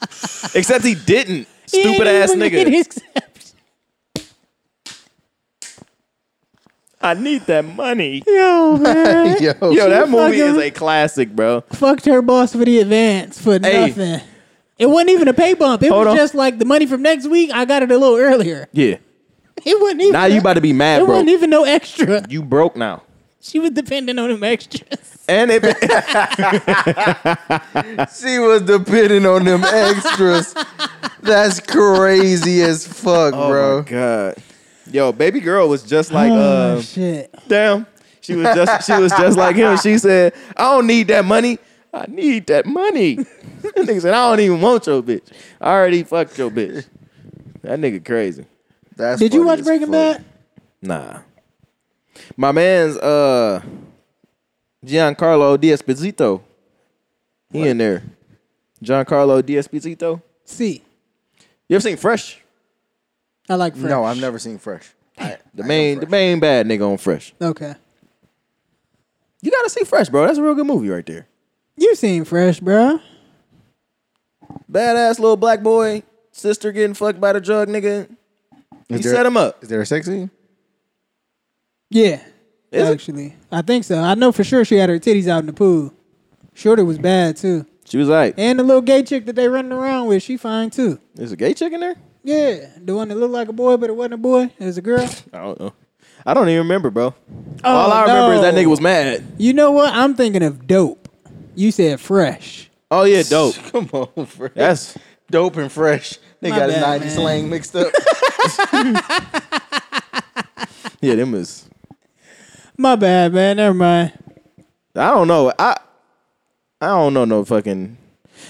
Speaker 2: Except he didn't.
Speaker 1: He ain't
Speaker 2: Stupid ass
Speaker 1: even get
Speaker 2: nigga.
Speaker 1: his-
Speaker 2: I need that money.
Speaker 1: Yo, man.
Speaker 3: yo,
Speaker 2: Yo, that movie
Speaker 1: fucking-
Speaker 2: is a classic, bro.
Speaker 1: fucked her boss for the advance for
Speaker 2: Hey.
Speaker 1: nothing. It wasn't even a pay bump. It
Speaker 2: Hold
Speaker 1: was
Speaker 2: on.
Speaker 1: just like the money from next week. I got it a little earlier.
Speaker 2: Yeah.
Speaker 1: It wasn't even.
Speaker 2: Now you about to be
Speaker 1: It
Speaker 2: mad, bro.
Speaker 1: wasn't even no extra.
Speaker 2: You broke now.
Speaker 1: She was depending on them extras.
Speaker 2: And it
Speaker 3: she was depending on them extras. That's crazy as fuck,
Speaker 2: Oh
Speaker 3: bro.
Speaker 2: my god. Yo, baby girl was just like uh
Speaker 1: Oh, shit.
Speaker 2: damn. She was just she was just like him. She said, I don't need that money. I need that money. that nigga said, I don't even want your bitch. I already fucked your bitch. That nigga crazy.
Speaker 3: That's
Speaker 1: Did you
Speaker 3: funny
Speaker 1: watch
Speaker 3: as
Speaker 1: Breaking
Speaker 3: fuck.
Speaker 1: Bad?
Speaker 2: Nah. My man's uh Giancarlo D'Esposito. He in there. Giancarlo D'Esposito.
Speaker 1: See,
Speaker 2: You ever seen Fresh?
Speaker 1: I like Fresh.
Speaker 3: No, Oh, I've never seen Fresh.
Speaker 2: The main the main bad nigga on Fresh.
Speaker 1: Okay,
Speaker 2: You gotta see Fresh, bro. That's a real good movie right there.
Speaker 1: you seen Fresh, bro?
Speaker 2: badass little black boy, sister getting fucked by the drug nigga. He
Speaker 3: Is there-
Speaker 2: set him up.
Speaker 3: Is there a sex scene?
Speaker 1: Yeah,
Speaker 2: Is it?
Speaker 1: actually, I think so. I know for sure she had her titties out in the pool. Shorty was bad too,
Speaker 2: She was like,
Speaker 1: and the little gay chick that they running around with, she fine too.
Speaker 2: "There's a gay chick in there."
Speaker 1: Yeah, the one that looked like a boy but it wasn't a boy, it was a girl. Oh,
Speaker 2: I don't know. I don't even remember, bro. Oh, All I remember is that
Speaker 1: no.
Speaker 2: nigga was mad.
Speaker 1: You know what? I'm thinking of dope. You said fresh.
Speaker 2: Oh yeah, dope.
Speaker 3: Come on, Fresh.
Speaker 2: That's
Speaker 3: dope and fresh. They
Speaker 1: My
Speaker 3: got his
Speaker 1: bad,
Speaker 3: 90s
Speaker 1: man.
Speaker 3: slang mixed up.
Speaker 2: yeah, them is.
Speaker 1: My bad, man. Never mind.
Speaker 2: I don't know. I I don't know no fucking.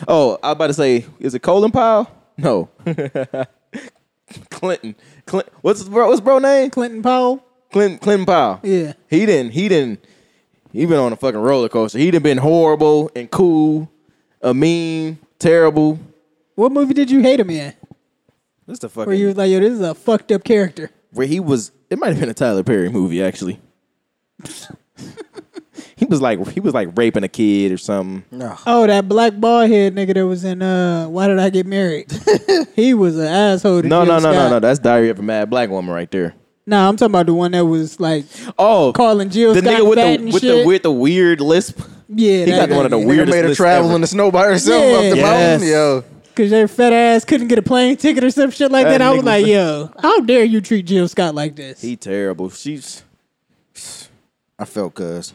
Speaker 2: Oh, I was about to say, is it Colin Powell? No, Clinton. Clint. What's his bro? What's bro name?
Speaker 1: Clinton Powell.
Speaker 2: Clinton. Clinton Powell.
Speaker 1: Yeah.
Speaker 2: He didn't. He didn't. He been on a fucking roller coaster. He done been horrible and cool, a mean, terrible.
Speaker 1: What movie did you hate him in?
Speaker 2: That's the
Speaker 1: Where
Speaker 2: fucking
Speaker 1: you was like, yo, this is a fucked up character.
Speaker 2: where he was. It might have been a Tyler Perry movie actually. he was like he was like raping a kid or something.
Speaker 3: no.
Speaker 1: Oh, that black bald head nigga that was in uh Why Did I Get Married? he was an asshole. To
Speaker 2: No,
Speaker 1: Jill
Speaker 2: no, no, no,
Speaker 1: Scott.
Speaker 2: no. That's Diary of a Mad Black Woman right there.
Speaker 1: Nah, I'm talking about the one that was like
Speaker 2: Oh,
Speaker 1: calling Jill
Speaker 2: the
Speaker 1: Scott
Speaker 2: nigga with
Speaker 1: fat
Speaker 2: the
Speaker 1: and
Speaker 2: with
Speaker 1: shit.
Speaker 2: the with the weird lisp.
Speaker 1: yeah,
Speaker 2: He
Speaker 1: that
Speaker 2: got one of the
Speaker 3: Nigga
Speaker 2: weirdest
Speaker 3: made her
Speaker 2: lists
Speaker 3: travel
Speaker 2: ever.
Speaker 3: in the snow by herself up the
Speaker 2: Yes.
Speaker 3: mountain. Yo,
Speaker 1: because their fat ass couldn't get a plane ticket or some shit like
Speaker 2: That
Speaker 1: that. I
Speaker 2: nigga
Speaker 1: was like,
Speaker 2: was-
Speaker 1: yo, how dare you treat Jill Scott like this?
Speaker 2: He terrible. She's
Speaker 3: I felt cuz.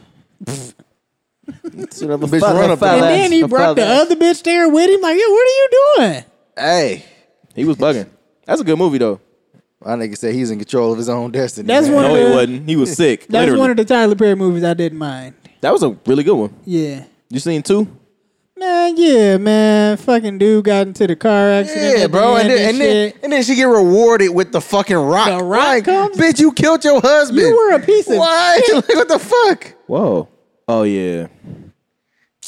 Speaker 2: bitch run
Speaker 3: run up
Speaker 1: and
Speaker 3: there.
Speaker 1: then he brought the other bitch there with him. Like, yo, what are you doing?
Speaker 3: Hey,
Speaker 2: He was bugging. That's a good movie though.
Speaker 3: my nigga said he's in control of his own destiny.
Speaker 1: That's
Speaker 3: man.
Speaker 1: one-
Speaker 2: No,
Speaker 1: of
Speaker 2: he
Speaker 1: the-
Speaker 2: wasn't. He was sick.
Speaker 1: That's
Speaker 2: literally.
Speaker 1: one of the Tyler Perry movies I didn't mind.
Speaker 2: That was a really good one.
Speaker 1: Yeah.
Speaker 2: You seen two?
Speaker 1: Man, yeah, man. Fucking dude got into the car accident.
Speaker 3: Yeah,
Speaker 1: at
Speaker 3: bro,
Speaker 1: the
Speaker 3: and
Speaker 1: end
Speaker 3: then, and then and then she get rewarded with the fucking rock.
Speaker 1: The rock
Speaker 3: Like,
Speaker 1: comes?
Speaker 3: bitch, you killed your husband.
Speaker 1: You were a piece of
Speaker 3: Why? Like, what the fuck?
Speaker 2: Whoa. Oh yeah.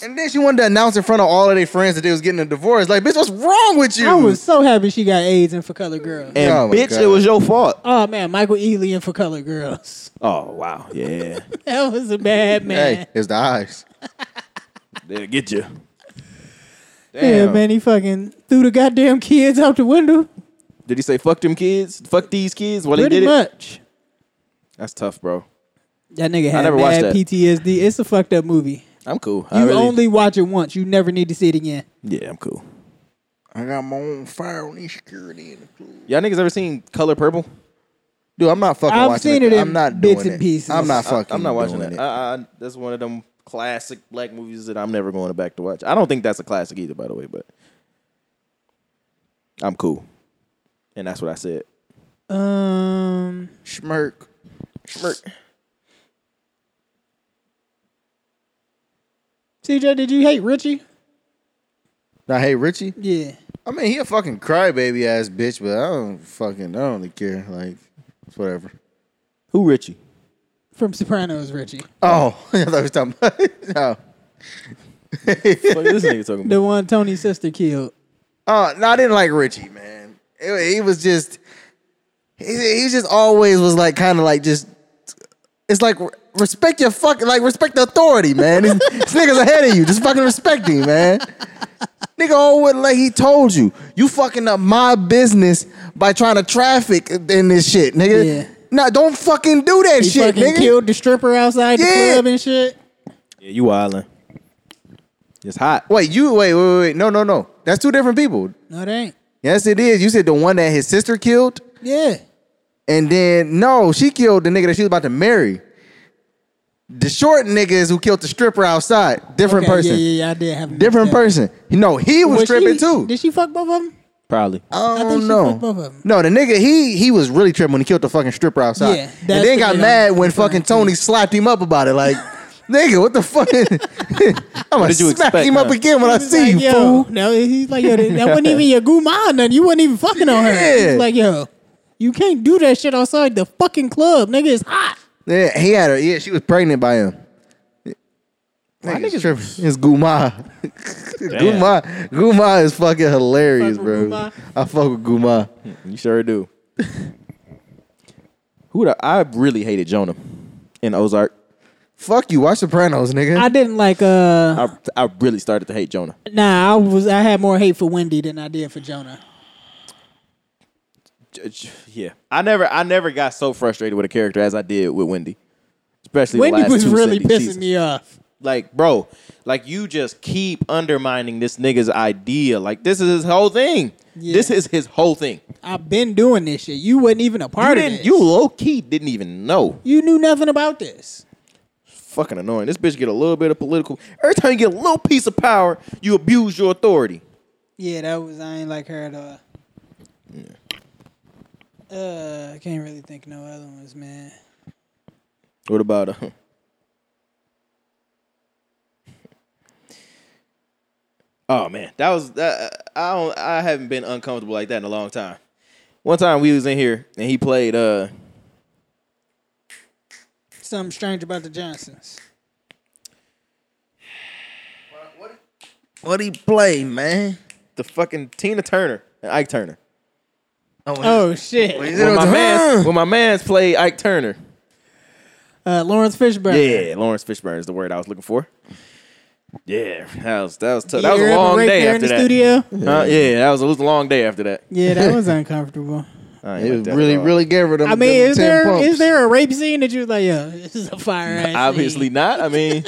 Speaker 3: And then she wanted to announce in front of all of their friends that they was getting a divorce. Like, bitch, what's wrong with you?
Speaker 1: I was so happy she got AIDS in For Color Girls.
Speaker 2: And
Speaker 3: Oh, my
Speaker 2: bitch,
Speaker 3: God.
Speaker 2: it was your fault.
Speaker 1: oh man, Michael Ealy in For Color Girls.
Speaker 2: Oh wow. Yeah.
Speaker 1: That was a bad man.
Speaker 3: hey, it's the eyes.
Speaker 2: They'll get you.
Speaker 1: yeah,
Speaker 2: Damn.
Speaker 1: man, he fucking threw the goddamn kids out the window.
Speaker 2: Did he say fuck them kids? Fuck these kids while
Speaker 1: Pretty
Speaker 2: he did it?
Speaker 1: much.
Speaker 2: That's tough, bro.
Speaker 1: That nigga had
Speaker 2: never watched
Speaker 1: mad
Speaker 2: that.
Speaker 1: PTSD. It's a fucked up movie.
Speaker 2: I'm cool. I
Speaker 1: You
Speaker 2: really-
Speaker 1: only watch it once. You never need to see it again.
Speaker 2: yeah, I'm cool.
Speaker 3: I got my own fire on security in the club.
Speaker 2: Y'all niggas ever seen Color Purple?
Speaker 3: Dude, I'm not fucking
Speaker 1: I've
Speaker 3: watching
Speaker 1: seen it
Speaker 3: it.
Speaker 1: in
Speaker 3: I'm not
Speaker 1: bits
Speaker 3: doing
Speaker 1: and
Speaker 3: it.
Speaker 1: pieces.
Speaker 3: I'm not
Speaker 1: I-
Speaker 3: fucking.
Speaker 2: I'm not watching
Speaker 3: doing
Speaker 2: that. I, I, that's one of them classic black movies that I'm never going back to watch. I don't think that's a classic either, by the way, but I'm cool. And that's what I said.
Speaker 1: Um,
Speaker 3: Schmirk.
Speaker 2: Schmirk.
Speaker 1: CJ, did you hate Richie?
Speaker 3: Now, hey Richie.
Speaker 1: Yeah.
Speaker 3: I mean, he a fucking crybaby ass bitch, but I don't fucking. I don't really care. Like, it's whatever.
Speaker 2: Who Richie?
Speaker 1: From Sopranos, Richie.
Speaker 3: Oh, I thought we was talking about. no.
Speaker 2: What is this nigga talking
Speaker 1: The
Speaker 2: about?
Speaker 1: one Tony's sister killed.
Speaker 3: Oh, no, I didn't like Richie, man. It- he was just, he, he just always was like, kind of like just, it's like, re- respect your fucking, like, respect the authority, man. this, this nigga's ahead of you. Just fucking respect him, man. Nigga always like he told you, you fucking up my business by trying to traffic in this shit, nigga.
Speaker 1: Yeah.
Speaker 3: Nah, don't fucking do that
Speaker 1: He
Speaker 3: shit,
Speaker 1: fucking
Speaker 3: nigga.
Speaker 1: killed the stripper outside
Speaker 3: Yeah.
Speaker 1: the club and shit.
Speaker 2: Yeah, you wildin'. It's hot.
Speaker 3: Wait, you wait, wait, wait, wait. No, no, no. That's two different people.
Speaker 1: No, it ain't.
Speaker 3: Yes, it is. You said the one that his sister killed.
Speaker 1: Yeah.
Speaker 3: And then no, she killed the nigga that she was about to marry. The short nigga is who killed the stripper outside. Different
Speaker 1: Okay,
Speaker 3: person.
Speaker 1: Yeah, yeah, yeah. I did have
Speaker 3: Different
Speaker 1: that.
Speaker 3: person. No, he was,
Speaker 1: Was
Speaker 3: stripping
Speaker 1: she-
Speaker 3: too.
Speaker 1: Did she fuck both of them?
Speaker 2: Probably.
Speaker 3: I
Speaker 1: think
Speaker 3: don't
Speaker 1: she
Speaker 3: know.
Speaker 1: fucked both of 'em.
Speaker 3: No, the nigga he he was really tripping when he killed the fucking stripper outside.
Speaker 1: Yeah,
Speaker 3: and
Speaker 1: that's
Speaker 3: then
Speaker 1: the
Speaker 3: got
Speaker 1: nigga
Speaker 3: mad
Speaker 1: I'm
Speaker 3: when
Speaker 1: referring
Speaker 3: fucking
Speaker 1: to.
Speaker 3: Tony slapped him up about it. Like, nigga, what the fuck? I'm gonna
Speaker 2: did you
Speaker 3: smack
Speaker 2: expect,
Speaker 3: him up
Speaker 2: huh?
Speaker 3: again when I
Speaker 1: He's
Speaker 3: see
Speaker 1: like,
Speaker 3: you,
Speaker 1: yo,
Speaker 3: fool.
Speaker 1: No, he's like, yo, that wasn't even your guma or nothing. You wasn't even fucking on her.
Speaker 3: Yeah.
Speaker 1: He's like, yo, you can't do that shit outside the fucking club, nigga. It's hot.
Speaker 3: Yeah, he had her. Yeah, she was pregnant by him. Nigga's tripping. It's Guma. Guma. Guma is fucking hilarious,
Speaker 1: Fuck
Speaker 3: bro.
Speaker 1: with Guma.
Speaker 3: I fuck with Guma.
Speaker 2: You sure do. Who the, I really hated Jonah in Ozark.
Speaker 3: Fuck you. Watch Sopranos, nigga.
Speaker 1: I didn't like, uh,
Speaker 2: I I really started to hate Jonah.
Speaker 1: nah, I was, I had more hate for Wendy than I did for Jonah.
Speaker 2: J- j- Yeah, I never I never got so frustrated with a character as I did with Wendy, especially the
Speaker 1: Wendy
Speaker 2: last
Speaker 1: was
Speaker 2: two
Speaker 1: really
Speaker 2: Cindy
Speaker 1: pissing
Speaker 2: seasons.
Speaker 1: me off.
Speaker 2: Like, bro, like you just keep undermining this nigga's idea. Like, this is his whole thing.
Speaker 1: Yeah.
Speaker 2: This is his whole thing.
Speaker 1: I've been doing this shit. You wasn't even a
Speaker 2: You
Speaker 1: part of
Speaker 2: didn't.
Speaker 1: this.
Speaker 2: You low key didn't even know.
Speaker 1: you knew nothing about this.
Speaker 2: Fucking annoying. This bitch get a little bit of political. Every time you get a little piece of power, you abuse your authority.
Speaker 1: Yeah, that was I ain't like her at all. Uh, I can't really think of no other ones, man.
Speaker 2: What about uh? Oh man, that was that. I don't. I haven't been uncomfortable like that in a long time. One time we was in here and he played uh
Speaker 1: Something strange about the Johnsons.
Speaker 3: what he play, man?
Speaker 2: the fucking Tina Turner and Ike Turner.
Speaker 3: Oh,
Speaker 1: Oh shit!
Speaker 2: When my man's
Speaker 3: man.
Speaker 2: when my man's played Ike Turner.
Speaker 1: Uh, Lawrence Fishburne.
Speaker 2: Yeah, Lawrence Fishburne is the word I was looking for. Yeah, that was that was tough.
Speaker 1: You
Speaker 2: That was
Speaker 1: ever
Speaker 2: a long
Speaker 1: right
Speaker 2: day
Speaker 1: there in
Speaker 2: after
Speaker 1: the
Speaker 2: that.
Speaker 1: studio.
Speaker 2: Huh? Uh, yeah, that was a, it was a long day after that. Uh,
Speaker 1: Yeah, that was uncomfortable.
Speaker 2: I ain't
Speaker 3: It
Speaker 2: like
Speaker 3: was
Speaker 2: that at
Speaker 3: really,
Speaker 2: all.
Speaker 3: really gave her them.
Speaker 1: I mean,
Speaker 3: them
Speaker 1: is
Speaker 3: 10
Speaker 1: there
Speaker 3: pumps.
Speaker 1: is there a rape scene that you're like, yo, this is a fire ass?
Speaker 2: Obviously
Speaker 1: scene?
Speaker 2: not. I mean,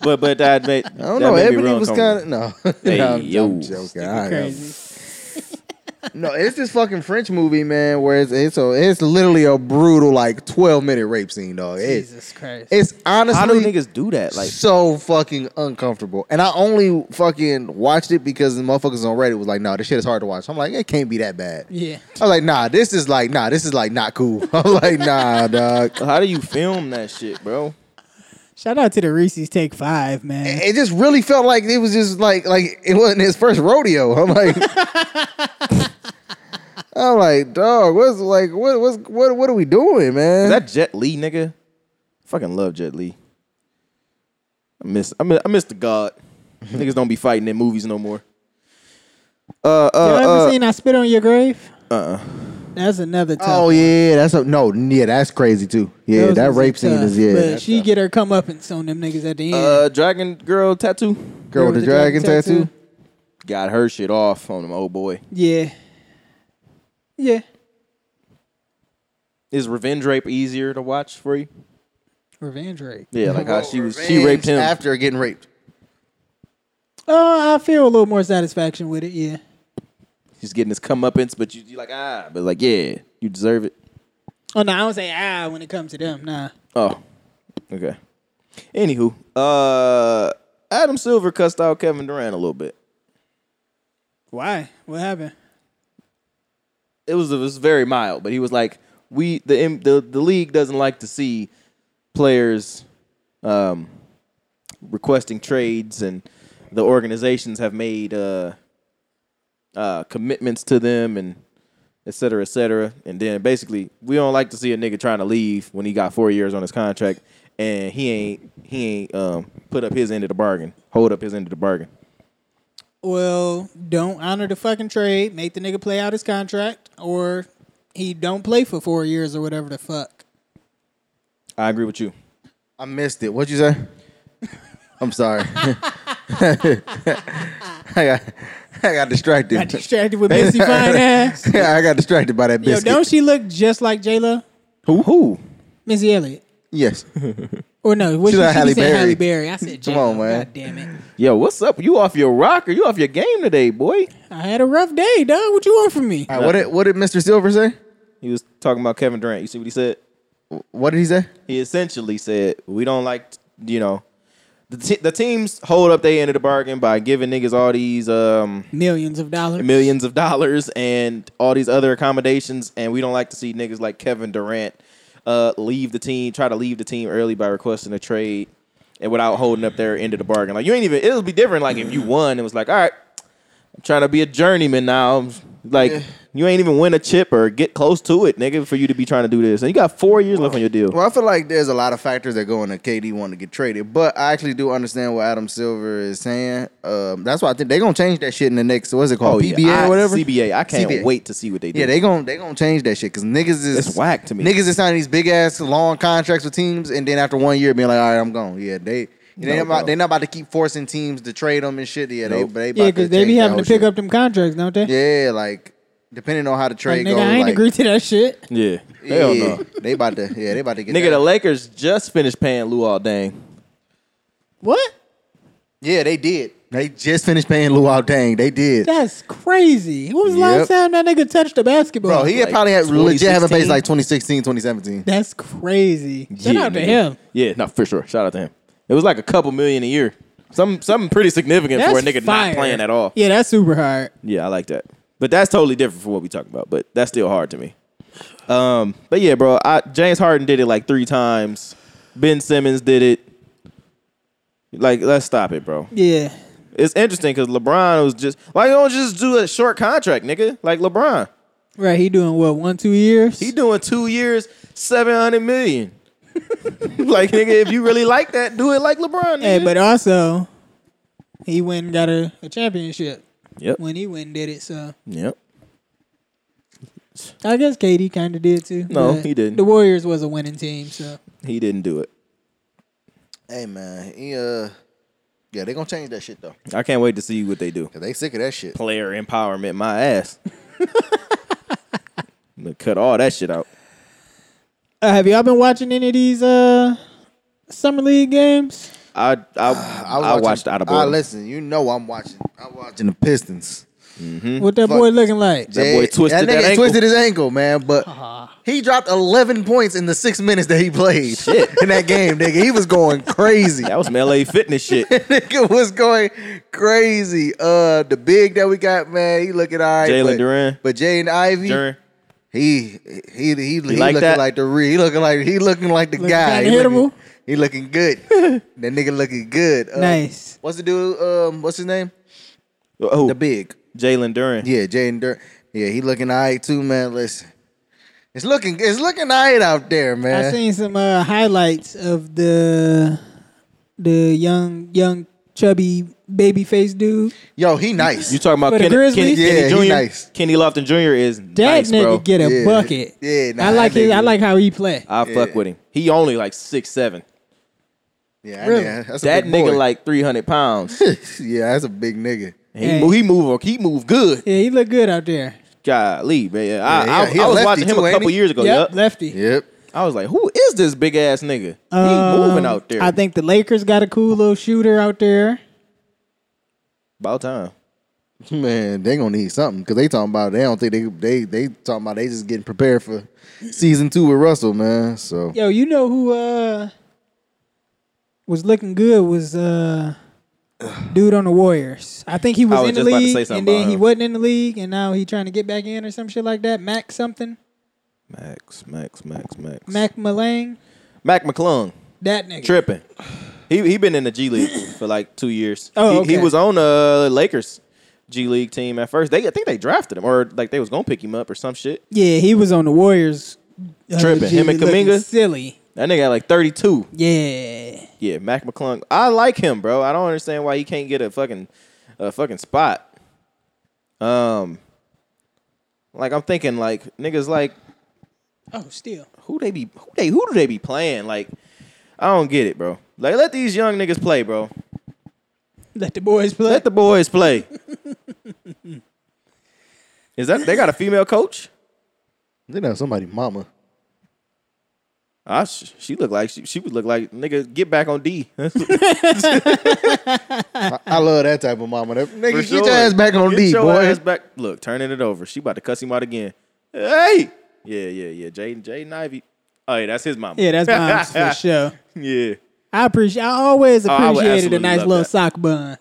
Speaker 2: but but that made
Speaker 3: I don't know. Ebony was kind of no.
Speaker 2: Hey,
Speaker 3: no, I'm- I'm
Speaker 2: yo.
Speaker 3: joking. I am.
Speaker 1: crazy.
Speaker 3: No, it's this fucking French movie, man. Where it's it's, a, it's literally a brutal like twelve minute rape scene, dog. It's
Speaker 1: Jesus Christ!
Speaker 3: it's
Speaker 2: How do
Speaker 3: honestly
Speaker 2: niggas do that? Like,
Speaker 3: so fucking uncomfortable. And I only fucking watched it because the motherfuckers on Reddit was like, nah, this shit is hard to watch. I'm like, it can't be that bad.
Speaker 1: yeah,
Speaker 3: I was like, nah, this is like, nah, this is like not cool. I was like, nah, dog.
Speaker 2: how do you film that shit, bro?
Speaker 1: shout out to the Reese's Take Five, man.
Speaker 3: It just really felt like it was just like like it wasn't his first rodeo. I'm like I'm like, dog, what's like what what's what what are we doing, man?
Speaker 2: Is that Jet Lee, nigga? Fucking love Jet Lee. I miss, I miss, I miss the God. niggas don't be fighting in movies no more. Uh,
Speaker 1: Y'all ever
Speaker 2: uh, uh-uh. uh,
Speaker 1: seen I Spit on Your Grave? Uh. uh That's another. Tough
Speaker 3: Oh yeah, that's a no. Yeah, that's crazy too. Yeah,
Speaker 1: Those
Speaker 3: that
Speaker 1: was
Speaker 3: rape
Speaker 1: tough,
Speaker 3: scene is yeah.
Speaker 1: But
Speaker 3: that's
Speaker 1: she
Speaker 3: tough.
Speaker 1: get her come up and on them niggas at the end.
Speaker 2: uh, Dragon Girl tattoo.
Speaker 3: girl with the dragon tattoo.
Speaker 2: Got her shit off on him, old boy.
Speaker 1: Yeah. Yeah.
Speaker 2: Is Revenge Rape easier to watch for you?
Speaker 1: Revenge rape.
Speaker 2: Yeah, like how she was, she raped him.
Speaker 3: after getting raped.
Speaker 1: Uh, I feel a little more satisfaction with it. Yeah.
Speaker 2: He's getting his comeuppance, but you, you like ah, but like yeah, you deserve it.
Speaker 1: Oh no, I don't say ah when it comes to them. Nah.
Speaker 2: Oh, okay. Anywho, uh, Adam Silver cussed out Kevin Durant a little bit.
Speaker 1: Why? What happened?
Speaker 2: It was it was very mild, but he was like, "We the M- the the league doesn't like to see players um, requesting trades, and the organizations have made uh, uh, commitments to them, and et cetera, et cetera." And then basically, we don't like to see a nigga trying to leave when he got four years on his contract, and he ain't he ain't um, put up his end of the bargain, hold up his end of the bargain.
Speaker 1: Well, don't honor the fucking trade. Make the nigga play out his contract, or he don't play for four years or whatever the fuck.
Speaker 2: I agree with you.
Speaker 3: I missed it. What'd you say? I'm sorry. I got I got distracted.
Speaker 1: Got distracted with Missy Fine ass.
Speaker 3: I got distracted by that
Speaker 1: Yo,
Speaker 3: biscuit.
Speaker 1: don't she look just like Jayla?
Speaker 2: Who who?
Speaker 1: Missy Elliott.
Speaker 3: yes.
Speaker 1: Or no, what
Speaker 3: She's
Speaker 1: she,
Speaker 3: like
Speaker 1: she
Speaker 3: Halle
Speaker 1: said
Speaker 3: Berry.
Speaker 1: Halle Berry. I said
Speaker 3: Come
Speaker 1: J-Lo.
Speaker 3: on, man.
Speaker 1: God damn it.
Speaker 2: Yo, what's up? You off your rocker? You off your game today, boy?
Speaker 1: I had a rough day, dog. What you want from me?
Speaker 2: Uh,
Speaker 3: All right, what did what did Mr. Silver say?
Speaker 2: He was talking about Kevin Durant. You see what he said?
Speaker 3: What did he say?
Speaker 2: He essentially said, "We don't like, you know, the t- the teams hold up their end of the bargain by giving niggas all these um
Speaker 1: Millions of dollars.
Speaker 2: millions of dollars and all these other accommodations, and we don't like to see niggas like Kevin Durant uh leave the team, try to leave the team early by requesting a trade and without holding up their end of the bargain. Like you ain't even. It'll be different. Like if you won, it was like, all right, I'm trying to be a journeyman now. Like you ain't even win a chip or get close to it, nigga, for you to be trying to do this. And you got four years left on your deal.
Speaker 3: Well, I feel like there's a lot of factors that go into KD wanting to get traded, but I actually do understand what Adam Silver is saying. Um, that's why I think they're gonna change that shit in the next. What's it called? PBA
Speaker 2: I-
Speaker 3: or whatever.
Speaker 2: CBA. I can't
Speaker 3: CBA.
Speaker 2: wait to see what they do.
Speaker 3: Yeah, they gon' they gonna change that shit because niggas is
Speaker 2: It's whack to me.
Speaker 3: Niggas is signing these big ass long contracts with teams, and then after one year being like, all right, I'm gone. Yeah, they they
Speaker 2: No,
Speaker 3: not about,
Speaker 2: bro.
Speaker 3: they not about to keep forcing teams to trade them and shit. Yeah, they
Speaker 2: Nope.
Speaker 3: they
Speaker 1: Yeah,
Speaker 3: about
Speaker 1: because
Speaker 3: to
Speaker 1: they be
Speaker 3: change that
Speaker 1: having to
Speaker 3: whole
Speaker 1: pick
Speaker 3: shit.
Speaker 1: up them contracts, don't they?
Speaker 3: Yeah, like depending on how the
Speaker 1: Like,
Speaker 3: trade
Speaker 1: nigga,
Speaker 3: goes.
Speaker 1: I ain't
Speaker 3: like,
Speaker 1: agree to that shit.
Speaker 2: yeah.
Speaker 3: yeah,
Speaker 2: Hell no.
Speaker 3: they about to yeah they about to get
Speaker 2: Nigga,
Speaker 3: that.
Speaker 2: the Lakers just finished paying Luol Dang.
Speaker 1: What?
Speaker 3: yeah they did they just finished paying Luau Dang they did.
Speaker 1: That's crazy. When was the
Speaker 3: Yep.
Speaker 1: last time that nigga touched a basketball?
Speaker 3: Bro, he
Speaker 2: Like
Speaker 3: probably had legit haven't paid
Speaker 2: 2016?
Speaker 3: like 2016, 2017.
Speaker 1: That's crazy. Shout out to
Speaker 2: nigga.
Speaker 1: him.
Speaker 2: Yeah, no, for sure. Shout out to him. It was like a couple million a year. Some something pretty significant
Speaker 1: That's
Speaker 2: for a nigga
Speaker 1: fire.
Speaker 2: not playing at all.
Speaker 1: Yeah, that's super hard.
Speaker 2: Yeah, I like that. But that's totally different from what we talking about. But that's still hard to me. Um, but yeah, bro, I, James Harden did it like three times. Ben Simmons did it. Like, let's stop it, bro.
Speaker 1: Yeah.
Speaker 2: It's interesting because LeBron was just like, don't just do a short contract, nigga. Like LeBron,
Speaker 1: Right, he doing what, one, two years?
Speaker 2: he doing two years, seven hundred million. like, nigga, if you really like that, do it like LeBron. Nigga.
Speaker 1: hey, but also he went and got a, a championship
Speaker 2: yep,
Speaker 1: when he went and did it, so
Speaker 2: yep.
Speaker 1: I guess KD kinda did too.
Speaker 2: No,
Speaker 1: but
Speaker 2: he didn't.
Speaker 1: The Warriors was a winning team, so
Speaker 2: He didn't do it.
Speaker 3: Hey man, he, uh, yeah, they gonna change that shit though.
Speaker 2: I can't wait to see what they do.
Speaker 3: Cause they sick of that shit.
Speaker 2: Player empowerment, my ass. I'm gonna cut all that shit out.
Speaker 1: uh, have y'all been watching any of these uh summer league games?
Speaker 2: I I, I, watched out of
Speaker 3: I
Speaker 2: boredom.
Speaker 3: listen, you know I'm watching. I'm watching the Pistons.
Speaker 1: What that
Speaker 3: Hmm? Fuck.
Speaker 1: boy looking like?
Speaker 2: That boy twisted
Speaker 3: nigga
Speaker 2: that ankle.
Speaker 3: twisted his ankle, man. But he dropped 11 points in the six minutes that he played in that game, nigga. He was going crazy.
Speaker 2: that was some LA fitness shit.
Speaker 3: nigga was going crazy. Uh, the big that we got, man, he looking all right.
Speaker 2: Jalen
Speaker 3: but-
Speaker 2: Duran.
Speaker 3: but Jalen Ivy,
Speaker 2: During,
Speaker 3: he he he, he,
Speaker 2: like
Speaker 3: looking
Speaker 2: that?
Speaker 3: like the real. He looking like he looking like the
Speaker 1: Looking
Speaker 3: guy.
Speaker 1: kinda
Speaker 3: He looking,
Speaker 1: hittable.
Speaker 3: he looking good. that nigga looking good. Uh,
Speaker 1: Nice.
Speaker 3: What's the dude? Um, what's his name?
Speaker 2: oh,
Speaker 3: The big.
Speaker 2: Jalen Duran.
Speaker 3: Yeah, Jaden Dur. Yeah, he looking all right too, man. Listen, it's looking it's looking all right out there,
Speaker 1: I
Speaker 3: man.
Speaker 1: seen some uh, highlights of the the young young chubby baby faced dude.
Speaker 3: Yo, he nice.
Speaker 2: You talking
Speaker 1: For
Speaker 2: about
Speaker 1: the
Speaker 2: Kenny, Kenny,
Speaker 1: Grizzlies?
Speaker 2: Kenny
Speaker 3: Yeah, he
Speaker 2: Jr.
Speaker 3: nice.
Speaker 2: Kenny Lofton Jr. is
Speaker 1: That
Speaker 2: nice,
Speaker 1: nigga
Speaker 2: bro.
Speaker 1: get a
Speaker 3: Yeah.
Speaker 1: bucket.
Speaker 3: Yeah, nah,
Speaker 1: I like
Speaker 3: that
Speaker 1: his, I
Speaker 3: nigga-
Speaker 1: like how he play.
Speaker 2: I fuck with him. He only like six seven.
Speaker 3: yeah,
Speaker 1: Really?
Speaker 3: yeah, that's a
Speaker 2: That
Speaker 3: big
Speaker 2: nigga
Speaker 3: boy.
Speaker 2: like three hundred pounds.
Speaker 3: yeah, that's a big nigga.
Speaker 2: he,
Speaker 1: Hey.
Speaker 2: move, he move. He move good.
Speaker 1: yeah, he look good out there.
Speaker 2: Golly, man. I,
Speaker 3: Yeah,
Speaker 2: I,
Speaker 3: he a- he a
Speaker 2: I was
Speaker 3: lefty
Speaker 2: watching him
Speaker 3: too,
Speaker 2: a
Speaker 3: ain't
Speaker 2: couple
Speaker 3: he?
Speaker 2: years ago.
Speaker 1: yep,
Speaker 2: yup.
Speaker 1: lefty.
Speaker 3: Yep.
Speaker 2: I was like, who is this big ass nigga? he
Speaker 1: Um,
Speaker 2: moving out there.
Speaker 1: I think the Lakers got a cool little shooter out there.
Speaker 2: About time.
Speaker 3: Man, they gonna need something because they talking about they don't think they they they talking about they just getting prepared for season two with Russell, man. So
Speaker 1: Yo, you know who uh was looking good was uh dude on the Warriors. I think he was,
Speaker 2: I was
Speaker 1: in the
Speaker 2: just about to
Speaker 1: league
Speaker 2: say something
Speaker 1: and then
Speaker 2: about
Speaker 1: he
Speaker 2: him.
Speaker 1: wasn't in the league and now he trying to get back in or some shit like that. Mac something.
Speaker 2: Max, Max, Max, Max.
Speaker 1: Mac Malang.
Speaker 2: Mac McClung.
Speaker 1: That nigga.
Speaker 2: Tripping. He he been in the G League for like two years.
Speaker 1: Oh,
Speaker 2: he, he
Speaker 1: okay.
Speaker 2: was on the Lakers G League team at first. They I think they drafted him or like they was gonna pick him up or some shit.
Speaker 1: Yeah, he was on the Warriors. uh,
Speaker 2: Tripping. Him and
Speaker 1: G- looking
Speaker 2: Kuminga?
Speaker 1: Silly.
Speaker 2: That nigga had like 32.
Speaker 1: Yeah.
Speaker 2: Yeah, Mac McClung. I like him, bro. I don't understand why he can't get a fucking a fucking spot. Um like I'm thinking like niggas like
Speaker 1: Oh, still.
Speaker 2: who they be who they who do they be playing? Like I don't get it, bro. Like let these young niggas play, bro.
Speaker 1: Let the boys play.
Speaker 2: Let the boys play. Is that they got a female coach?
Speaker 3: they know somebody mama.
Speaker 2: Ah, sh- she look like she, she would look like nigga. Get back on D.
Speaker 3: I, I love that type of mama. That, nigga,
Speaker 2: For
Speaker 3: get your
Speaker 2: sure.
Speaker 3: ass back on
Speaker 2: Get
Speaker 3: D,
Speaker 2: your
Speaker 3: boy.
Speaker 2: ass back. Look, turning it over. She about to cuss him out again. Hey. Yeah, yeah, yeah. Jaden, Jaden Ivy. Oh yeah, that's his mama.
Speaker 1: yeah, that's Bombs for sure.
Speaker 2: yeah,
Speaker 1: I appreciate. I always
Speaker 2: Oh, I would
Speaker 1: appreciated a
Speaker 2: absolutely
Speaker 1: nice
Speaker 2: love
Speaker 1: little
Speaker 2: that.
Speaker 1: sock bun.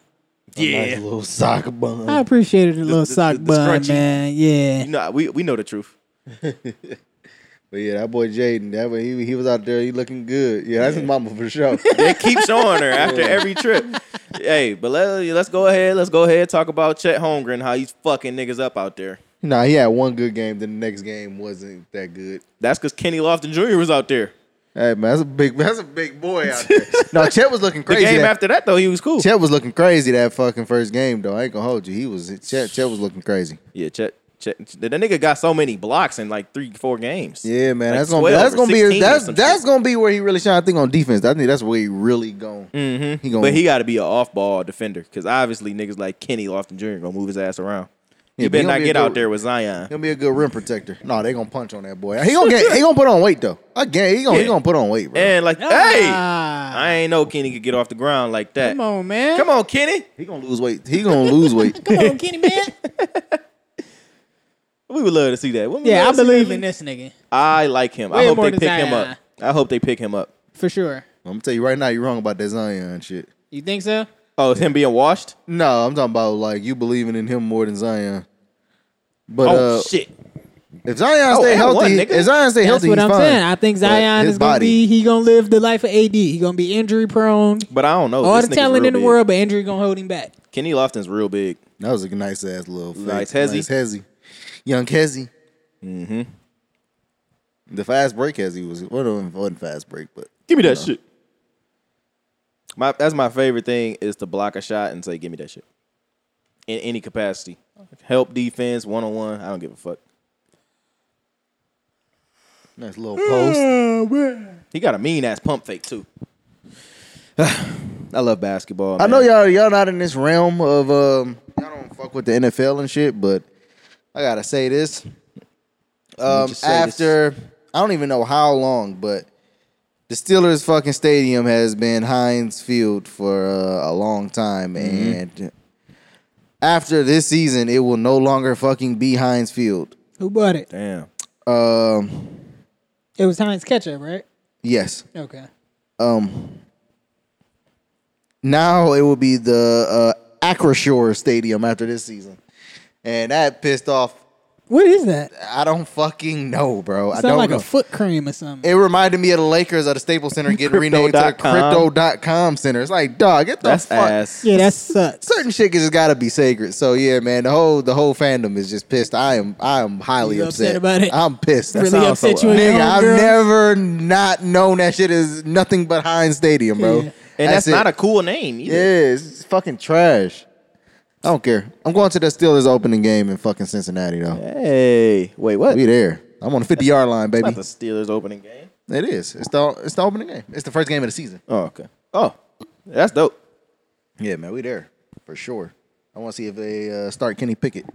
Speaker 2: yeah.
Speaker 3: Nice little soccer bun.
Speaker 1: I appreciated a little
Speaker 2: the-
Speaker 1: sock
Speaker 2: the
Speaker 1: bun,
Speaker 2: scrunchie.
Speaker 1: man. Yeah.
Speaker 2: You know, we we know the truth.
Speaker 3: But yeah, that boy Jaden, that boy, he, he was out there, he looking good. Yeah, that's his mama for sure.
Speaker 2: They keep showing her after every trip. Hey, but let, let's go ahead. Let's go ahead and talk about Chet Holmgren, how he's fucking niggas up out there.
Speaker 3: nah, he had one good game, then the next game wasn't that good.
Speaker 2: That's because Kenny Lofton Jr. was out there.
Speaker 3: Hey man, that's a big that's a big boy out there. no, Chet was looking
Speaker 2: The
Speaker 3: crazy.
Speaker 2: game
Speaker 3: that,
Speaker 2: after that though, he was cool.
Speaker 3: Chet was looking crazy that fucking first game though. I ain't gonna hold you. He was Chet Chet was looking crazy.
Speaker 2: Yeah, Chet, Chet. That nigga got so many blocks in like three, four games.
Speaker 3: Yeah, man,
Speaker 2: Like
Speaker 3: that's gonna be,
Speaker 2: 12
Speaker 3: that's
Speaker 2: or
Speaker 3: gonna be
Speaker 2: 16 or
Speaker 3: that's
Speaker 2: some
Speaker 3: that's
Speaker 2: shit.
Speaker 3: gonna be where he really shine. I think on defense. I think that's where he really going. He gonna,
Speaker 2: Mm-hmm. But he got to be an off-ball defender because obviously niggas like Kenny Lofton Jr. gonna move his ass around.
Speaker 3: Yeah,
Speaker 2: he
Speaker 3: but
Speaker 2: better
Speaker 3: he
Speaker 2: not
Speaker 3: gonna be a
Speaker 2: get out
Speaker 3: good-
Speaker 2: there with Zion.
Speaker 3: gonna be a good rim protector. No, they gonna punch on that boy. He gonna get he gonna put on weight though. Again, he gonna he
Speaker 2: Yeah.
Speaker 3: gonna put on weight, bro.
Speaker 2: And like, hey,
Speaker 1: Ah.
Speaker 2: I ain't know Kenny could get off the ground like that.
Speaker 1: Come on, man.
Speaker 2: come on, Kenny.
Speaker 3: he gonna lose weight. He gonna lose weight.
Speaker 1: Come on, Kenny, man.
Speaker 2: We would love to see that. Wouldn't we
Speaker 1: yeah, I
Speaker 2: love to see
Speaker 1: believe
Speaker 2: that?
Speaker 1: in this nigga
Speaker 2: I like him.
Speaker 1: Way
Speaker 2: I hope
Speaker 1: more
Speaker 2: they
Speaker 1: than
Speaker 2: pick him
Speaker 1: Zion.
Speaker 2: up. I hope they pick him up.
Speaker 1: for sure.
Speaker 3: I'm gonna tell you right now, you're wrong about that Zion shit.
Speaker 1: You think so?
Speaker 2: Oh, it's him being washed.
Speaker 3: No, I'm talking about like you believing in him more than Zion. But
Speaker 2: oh
Speaker 3: uh,
Speaker 2: shit!
Speaker 3: if Zion
Speaker 2: Oh,
Speaker 3: stay
Speaker 2: and
Speaker 3: healthy,
Speaker 2: one, nigga.
Speaker 3: if Zion stay
Speaker 1: That's
Speaker 3: healthy,
Speaker 1: what
Speaker 3: he's
Speaker 1: I'm
Speaker 3: fine.
Speaker 1: saying. I think
Speaker 3: But
Speaker 1: Zion
Speaker 3: his
Speaker 1: is gonna
Speaker 3: body-
Speaker 1: be. He gonna live the life of AD. He gonna be injury prone.
Speaker 2: But I don't know.
Speaker 1: All
Speaker 2: This
Speaker 1: the
Speaker 2: nigga's
Speaker 1: talent
Speaker 2: real
Speaker 1: in the
Speaker 2: big.
Speaker 1: world, but injury gonna hold him back.
Speaker 2: Kenny Lofton's real big.
Speaker 3: That was a nice ass little fake.
Speaker 2: Nice hezzy.
Speaker 3: Nice hezzy. Young hezzy. Mm-hmm. The fast break hezzy was well, it wasn't fast break, but
Speaker 2: Give me that
Speaker 1: Uh-huh.
Speaker 2: shit. My that's my favorite thing is to block a shot and say, "Give me that shit." In any capacity, help defense, one on one. I don't give a fuck.
Speaker 3: nice little
Speaker 2: Mm.
Speaker 3: post.
Speaker 2: He got a mean ass pump fake too. I love basketball.
Speaker 3: I
Speaker 2: man.
Speaker 3: know y'all y'all not in this realm of um y'all don't fuck with the NFL and shit, but I gotta say this. Um
Speaker 2: just say this.
Speaker 3: after I don't even know how long, but the Steelers fucking stadium has been Heinz Field for uh, a long time
Speaker 2: Mm-hmm.
Speaker 3: and after this season it will no longer fucking be Heinz Field.
Speaker 1: Who bought it?
Speaker 2: Damn.
Speaker 3: Um,
Speaker 1: It was Heinz Ketchup, right?
Speaker 3: yes.
Speaker 1: Okay.
Speaker 3: Um, now it will be the uh, Acroshore Stadium after this season, and that pissed off.
Speaker 1: What is that?
Speaker 3: I don't fucking know, bro. I
Speaker 1: Sound
Speaker 3: don't
Speaker 1: like
Speaker 3: know.
Speaker 1: a foot cream or something.
Speaker 3: it reminded me of the Lakers of the Staples Center getting renamed to the
Speaker 2: Crypto.com.
Speaker 3: Crypto.com Center. It's like, dog, get the
Speaker 2: That's
Speaker 3: fuck.
Speaker 2: ass.
Speaker 1: yeah, that sucks.
Speaker 3: Certain shit just gotta be sacred. So yeah, man, the whole the whole fandom is just pissed. I am I am highly
Speaker 1: You upset
Speaker 3: upset.
Speaker 1: about it?
Speaker 3: I'm pissed.
Speaker 1: Really
Speaker 2: sounds so
Speaker 1: upset you, and your
Speaker 3: Nigga, I've
Speaker 1: homegirl?
Speaker 3: never not known that shit is nothing but Heinz Stadium, bro.
Speaker 1: Yeah.
Speaker 2: And that's,
Speaker 3: it.
Speaker 2: not a cool name. Either.
Speaker 3: Yeah, it's it's fucking trash. I don't care. I'm going to the Steelers opening game in fucking Cincinnati though.
Speaker 2: Hey, wait, what?
Speaker 3: We there. I'm on the 50 yard line, baby.
Speaker 2: Not the Steelers opening game.
Speaker 3: It is. It's the it's the opening game. It's the first game of the season.
Speaker 2: Oh, okay. Oh, that's dope.
Speaker 3: Yeah, man, we there for sure. I want to see if they uh, start Kenny Pickett.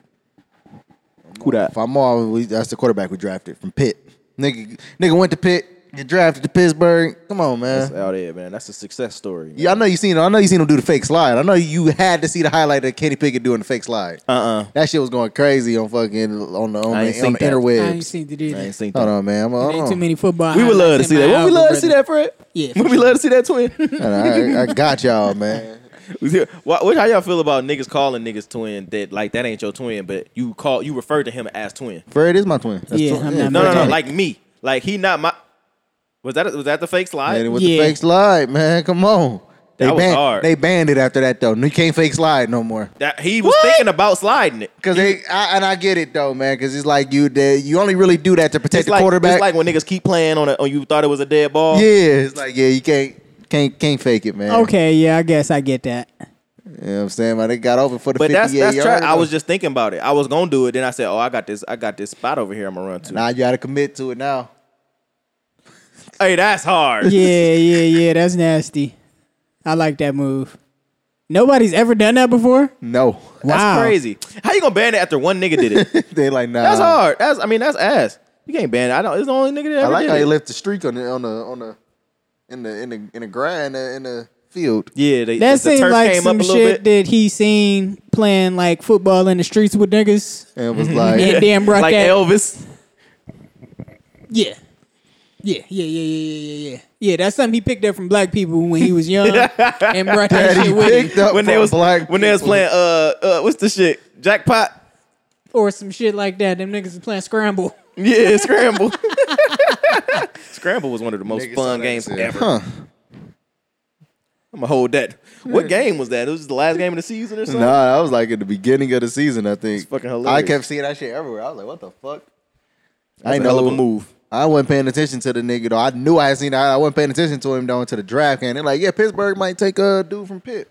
Speaker 2: Who that?
Speaker 3: If I'm all, we, that's the quarterback we drafted from Pitt. Nigga, nigga went to Pitt, You drafted to Pittsburgh. Come on,
Speaker 2: That's
Speaker 3: man.
Speaker 2: out there, man. That's a success story.
Speaker 3: Yeah, I know you seen. I know you seen him do the fake slide. I know you had to see the highlight of Kenny Pickett doing the fake slide.
Speaker 2: Uh uh
Speaker 3: That shit was going crazy on fucking on the on,
Speaker 2: I ain't
Speaker 3: the, on
Speaker 2: seen
Speaker 3: the
Speaker 2: that.
Speaker 5: I ain't
Speaker 3: interwebs.
Speaker 5: seen it
Speaker 2: I
Speaker 5: either.
Speaker 2: ain't seen
Speaker 3: Hold
Speaker 2: that.
Speaker 3: on, man. I'm,
Speaker 5: It
Speaker 3: hold
Speaker 5: ain't too
Speaker 3: on.
Speaker 5: many football.
Speaker 2: We would
Speaker 5: highlights
Speaker 2: love to
Speaker 5: in
Speaker 2: see
Speaker 5: my
Speaker 2: that. Would we
Speaker 5: album,
Speaker 2: love to see
Speaker 5: brother.
Speaker 2: that, Fred?
Speaker 5: Yeah, for
Speaker 2: Would we love to see that twin?
Speaker 3: I, I got y'all, man.
Speaker 2: Wha- what- how y'all feel about niggas calling niggas twin that like that ain't your twin, but you call you refer to him as twin?
Speaker 3: Fred is my twin. That's
Speaker 5: Yeah,
Speaker 3: twin.
Speaker 5: I'm not
Speaker 2: No,
Speaker 5: Fred
Speaker 2: no, no.
Speaker 5: Tank.
Speaker 2: Like me. Like he not my. Was that was that the fake slide?
Speaker 3: Hit it with
Speaker 5: Yeah.
Speaker 3: the fake slide, man. Come on. They
Speaker 2: That was
Speaker 3: banned,
Speaker 2: hard.
Speaker 3: They banned it after that though. You can't fake slide no more.
Speaker 2: That he was thinking about sliding it.
Speaker 3: Cause they I, and I get it though, man. Cause it's like you did. You only really do that to protect
Speaker 2: It's
Speaker 3: the
Speaker 2: like
Speaker 3: quarterback.
Speaker 2: it's like when niggas keep playing on a on you thought it was a dead ball.
Speaker 3: yeah, it's like yeah, you can't can't can't fake it, man.
Speaker 1: Okay, yeah, I guess I get that.
Speaker 3: you know what I'm saying, man. They got over for the
Speaker 2: But that's
Speaker 3: 58
Speaker 2: that's
Speaker 3: yard.
Speaker 2: true. I was just thinking about it. I was gonna do it, then I said, "Oh, I got this. I got this spot over here. I'm gonna run to."
Speaker 3: now you got to commit to it now.
Speaker 2: Hey, that's hard.
Speaker 1: Yeah, yeah, yeah. That's nasty. I like that move. Nobody's ever done that before.
Speaker 3: No,
Speaker 2: That's
Speaker 1: wow.
Speaker 2: crazy. How you gonna ban it after one nigga did it?
Speaker 3: they like nah.
Speaker 2: That's hard. That's I mean that's ass. You can't ban it. I don't. It's the only nigga that ever
Speaker 3: I like
Speaker 2: did
Speaker 3: how
Speaker 2: it.
Speaker 3: he left the streak on the on the on the in the in the in the grind uh, in the, in the field.
Speaker 2: Yeah, they,
Speaker 1: That
Speaker 2: the
Speaker 1: seems
Speaker 2: turf
Speaker 1: like
Speaker 2: came up
Speaker 1: some
Speaker 2: a little
Speaker 1: shit
Speaker 2: bit.
Speaker 1: that he seen playing like football in the streets with niggas.
Speaker 3: And was like,
Speaker 1: And then brought
Speaker 2: like
Speaker 1: that.
Speaker 2: Elvis.
Speaker 1: yeah. Yeah, yeah, yeah, yeah, yeah, yeah, yeah. Yeah, that's something he picked up from black people when he was young and brought that
Speaker 3: that he
Speaker 1: shit with him.
Speaker 3: picked up
Speaker 2: when they
Speaker 3: from
Speaker 2: was
Speaker 3: black
Speaker 2: when they was
Speaker 3: people.
Speaker 2: playing uh uh what's the shit jackpot
Speaker 1: Or some shit like that. Them niggas is playing scramble.
Speaker 2: yeah scramble scramble was one of the most
Speaker 3: Niggas saw
Speaker 2: fun
Speaker 3: that
Speaker 2: games
Speaker 3: shit.
Speaker 2: ever
Speaker 3: Huh.
Speaker 2: I'm gonna hold that what game was that it was the last game of the season or something
Speaker 3: Nah, that was like at the beginning of the season, I think.
Speaker 2: It's fucking
Speaker 3: I
Speaker 2: hilarious.
Speaker 3: kept seeing that shit everywhere. I was like, what the fuck?
Speaker 2: That's
Speaker 3: I
Speaker 2: a hell of a
Speaker 3: know.
Speaker 2: move
Speaker 3: I wasn't paying attention to the nigga though. I knew I had seen. I, I wasn't paying attention to him though until the draft came. They're like, yeah, Pittsburgh might take a dude from Pitt.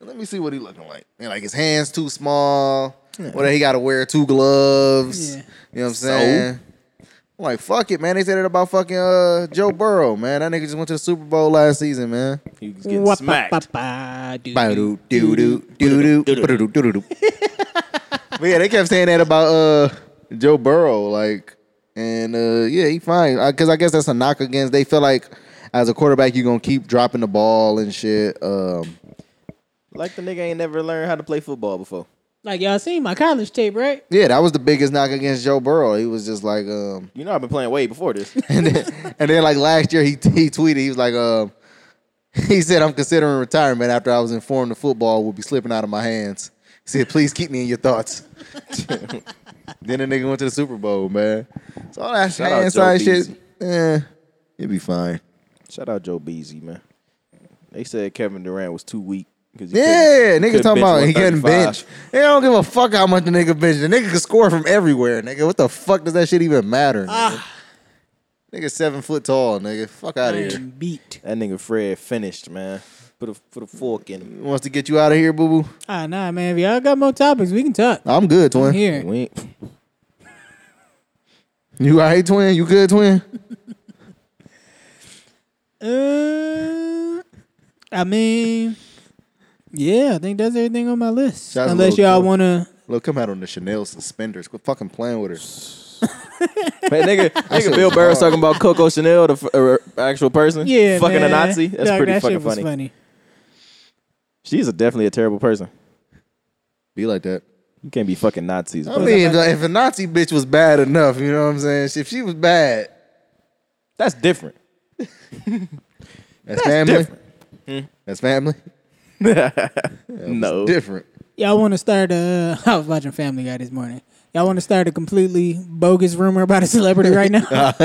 Speaker 3: Let me see what he looking like. And like his hands too small. Whether he got to wear two gloves.
Speaker 1: Yeah.
Speaker 3: You know what I'm saying? I'm like, fuck it, man. They said it about fucking uh, Joe Burrow, man. That nigga just went to the Super Bowl last season, man.
Speaker 2: he was getting smacked
Speaker 3: Ba-do, doo-doo, doo-doo, ba-do-doo, doo-doo. But yeah, they kept saying that about uh Joe Burrow, like, and uh yeah, he fine because I guess that's a knock against. They feel like as a quarterback, you're gonna keep dropping the ball and shit. Um,
Speaker 2: like the nigga ain't never learned how to play football before
Speaker 1: Like y'all seen my college tape, right?
Speaker 3: yeah, that was the biggest knock against Joe Burrow. He was just like, um,
Speaker 2: you know I've been playing way before this
Speaker 3: and then, and then like last year, he he tweeted, he was like, um, he said, I'm considering retirement after I was informed the football would be slipping out of my hands. He said, please keep me in your thoughts. then the nigga went to the Super Bowl, man. So all that
Speaker 2: Shout out
Speaker 3: hand
Speaker 2: Joe
Speaker 3: side shit,
Speaker 2: Beasy.
Speaker 3: eh, it'd be fine.
Speaker 2: shout out Joe Beasy man they said Kevin Durant was too weak because
Speaker 3: Yeah, nigga talking about he getting
Speaker 2: bench.
Speaker 3: benched. They don't give a fuck how much the nigga bench. The nigga can score from everywhere, nigga. What the fuck does that shit even matter? Nigga,
Speaker 2: Ah.
Speaker 3: nigga seven foot tall, nigga. Fuck out of here.
Speaker 1: Beat.
Speaker 2: That nigga Fred finished, man. Put a put a fork in him.
Speaker 3: Wants to get you out of here, boo boo.
Speaker 1: Ah, nah, man. If y'all got more topics, we can talk.
Speaker 3: I'm good, twin.
Speaker 1: Here.
Speaker 2: We ain't-
Speaker 3: You all right, twin? You good, twin?
Speaker 1: Uh, I mean, yeah, I think that's everything on my list.
Speaker 3: Shout out to
Speaker 1: Unless
Speaker 3: Lil
Speaker 1: y'all
Speaker 3: Kim.
Speaker 1: want to.
Speaker 3: Look, come out on the Chanel suspenders. Quit fucking playing with her.
Speaker 2: Man, nigga,
Speaker 3: shit
Speaker 2: nigga Bill
Speaker 3: was
Speaker 2: Burr's
Speaker 3: hard.
Speaker 2: talking about Coco Chanel, the f- er, actual person,
Speaker 1: Yeah,
Speaker 2: fucking
Speaker 1: man.
Speaker 2: a Nazi. That's
Speaker 1: Dog,
Speaker 2: pretty
Speaker 1: that
Speaker 2: fucking
Speaker 1: shit was
Speaker 2: funny. She's a, definitely a terrible person.
Speaker 3: Be like that.
Speaker 2: You can't be fucking Nazis.
Speaker 3: I
Speaker 2: bro.
Speaker 3: mean, if, if a Nazi bitch was bad enough, you know what I'm saying? If she was bad,
Speaker 2: That's different.
Speaker 3: that's, family.
Speaker 2: different.
Speaker 3: That's family.
Speaker 2: no,
Speaker 3: Different.
Speaker 1: Y'all want to start a. I was watching Family Guy this morning. Y'all want to start a completely bogus rumor about a celebrity right now?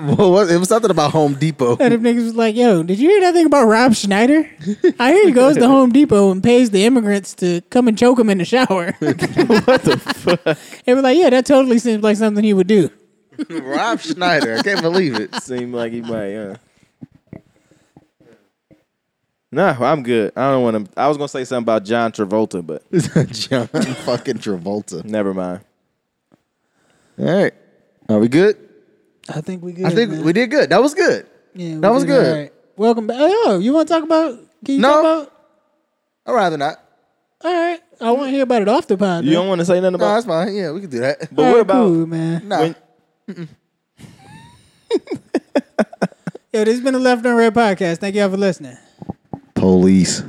Speaker 3: Well, what, it was something about Home Depot.
Speaker 1: and if niggas was like, yo, did you hear that thing about Rob Schneider? I hear he goes to Home Depot and pays the immigrants to come and choke him in the shower. what the fuck? They were like, yeah, that totally seems like something he would do.
Speaker 3: Rob Schneider. I can't believe it.
Speaker 2: seemed like he might. Yeah. Nah, I'm good. I don't want to. I was gonna say something about John Travolta, but
Speaker 3: John fucking Travolta.
Speaker 2: never mind.
Speaker 3: All right. Are we good?
Speaker 1: I think we good.
Speaker 3: I think
Speaker 1: man.
Speaker 3: we did good. That was good.
Speaker 1: Yeah, we
Speaker 3: That was
Speaker 1: did
Speaker 3: good.
Speaker 1: alright. Welcome back. Oh, you want to talk about? Can you
Speaker 3: No.
Speaker 1: talk about?
Speaker 3: I'd rather not.
Speaker 1: All right, I want to hear about it off the pod.
Speaker 2: You
Speaker 1: man.
Speaker 2: don't want to say nothing
Speaker 3: No,
Speaker 2: about.
Speaker 3: that's fine. Yeah, we can do that.
Speaker 2: but
Speaker 1: All
Speaker 2: what
Speaker 1: right,
Speaker 2: about
Speaker 1: cool, man?
Speaker 3: Nah.
Speaker 2: When-
Speaker 4: Yo,
Speaker 1: Yo, this has been a Left on Red podcast. Thank y'all for listening.
Speaker 3: Police.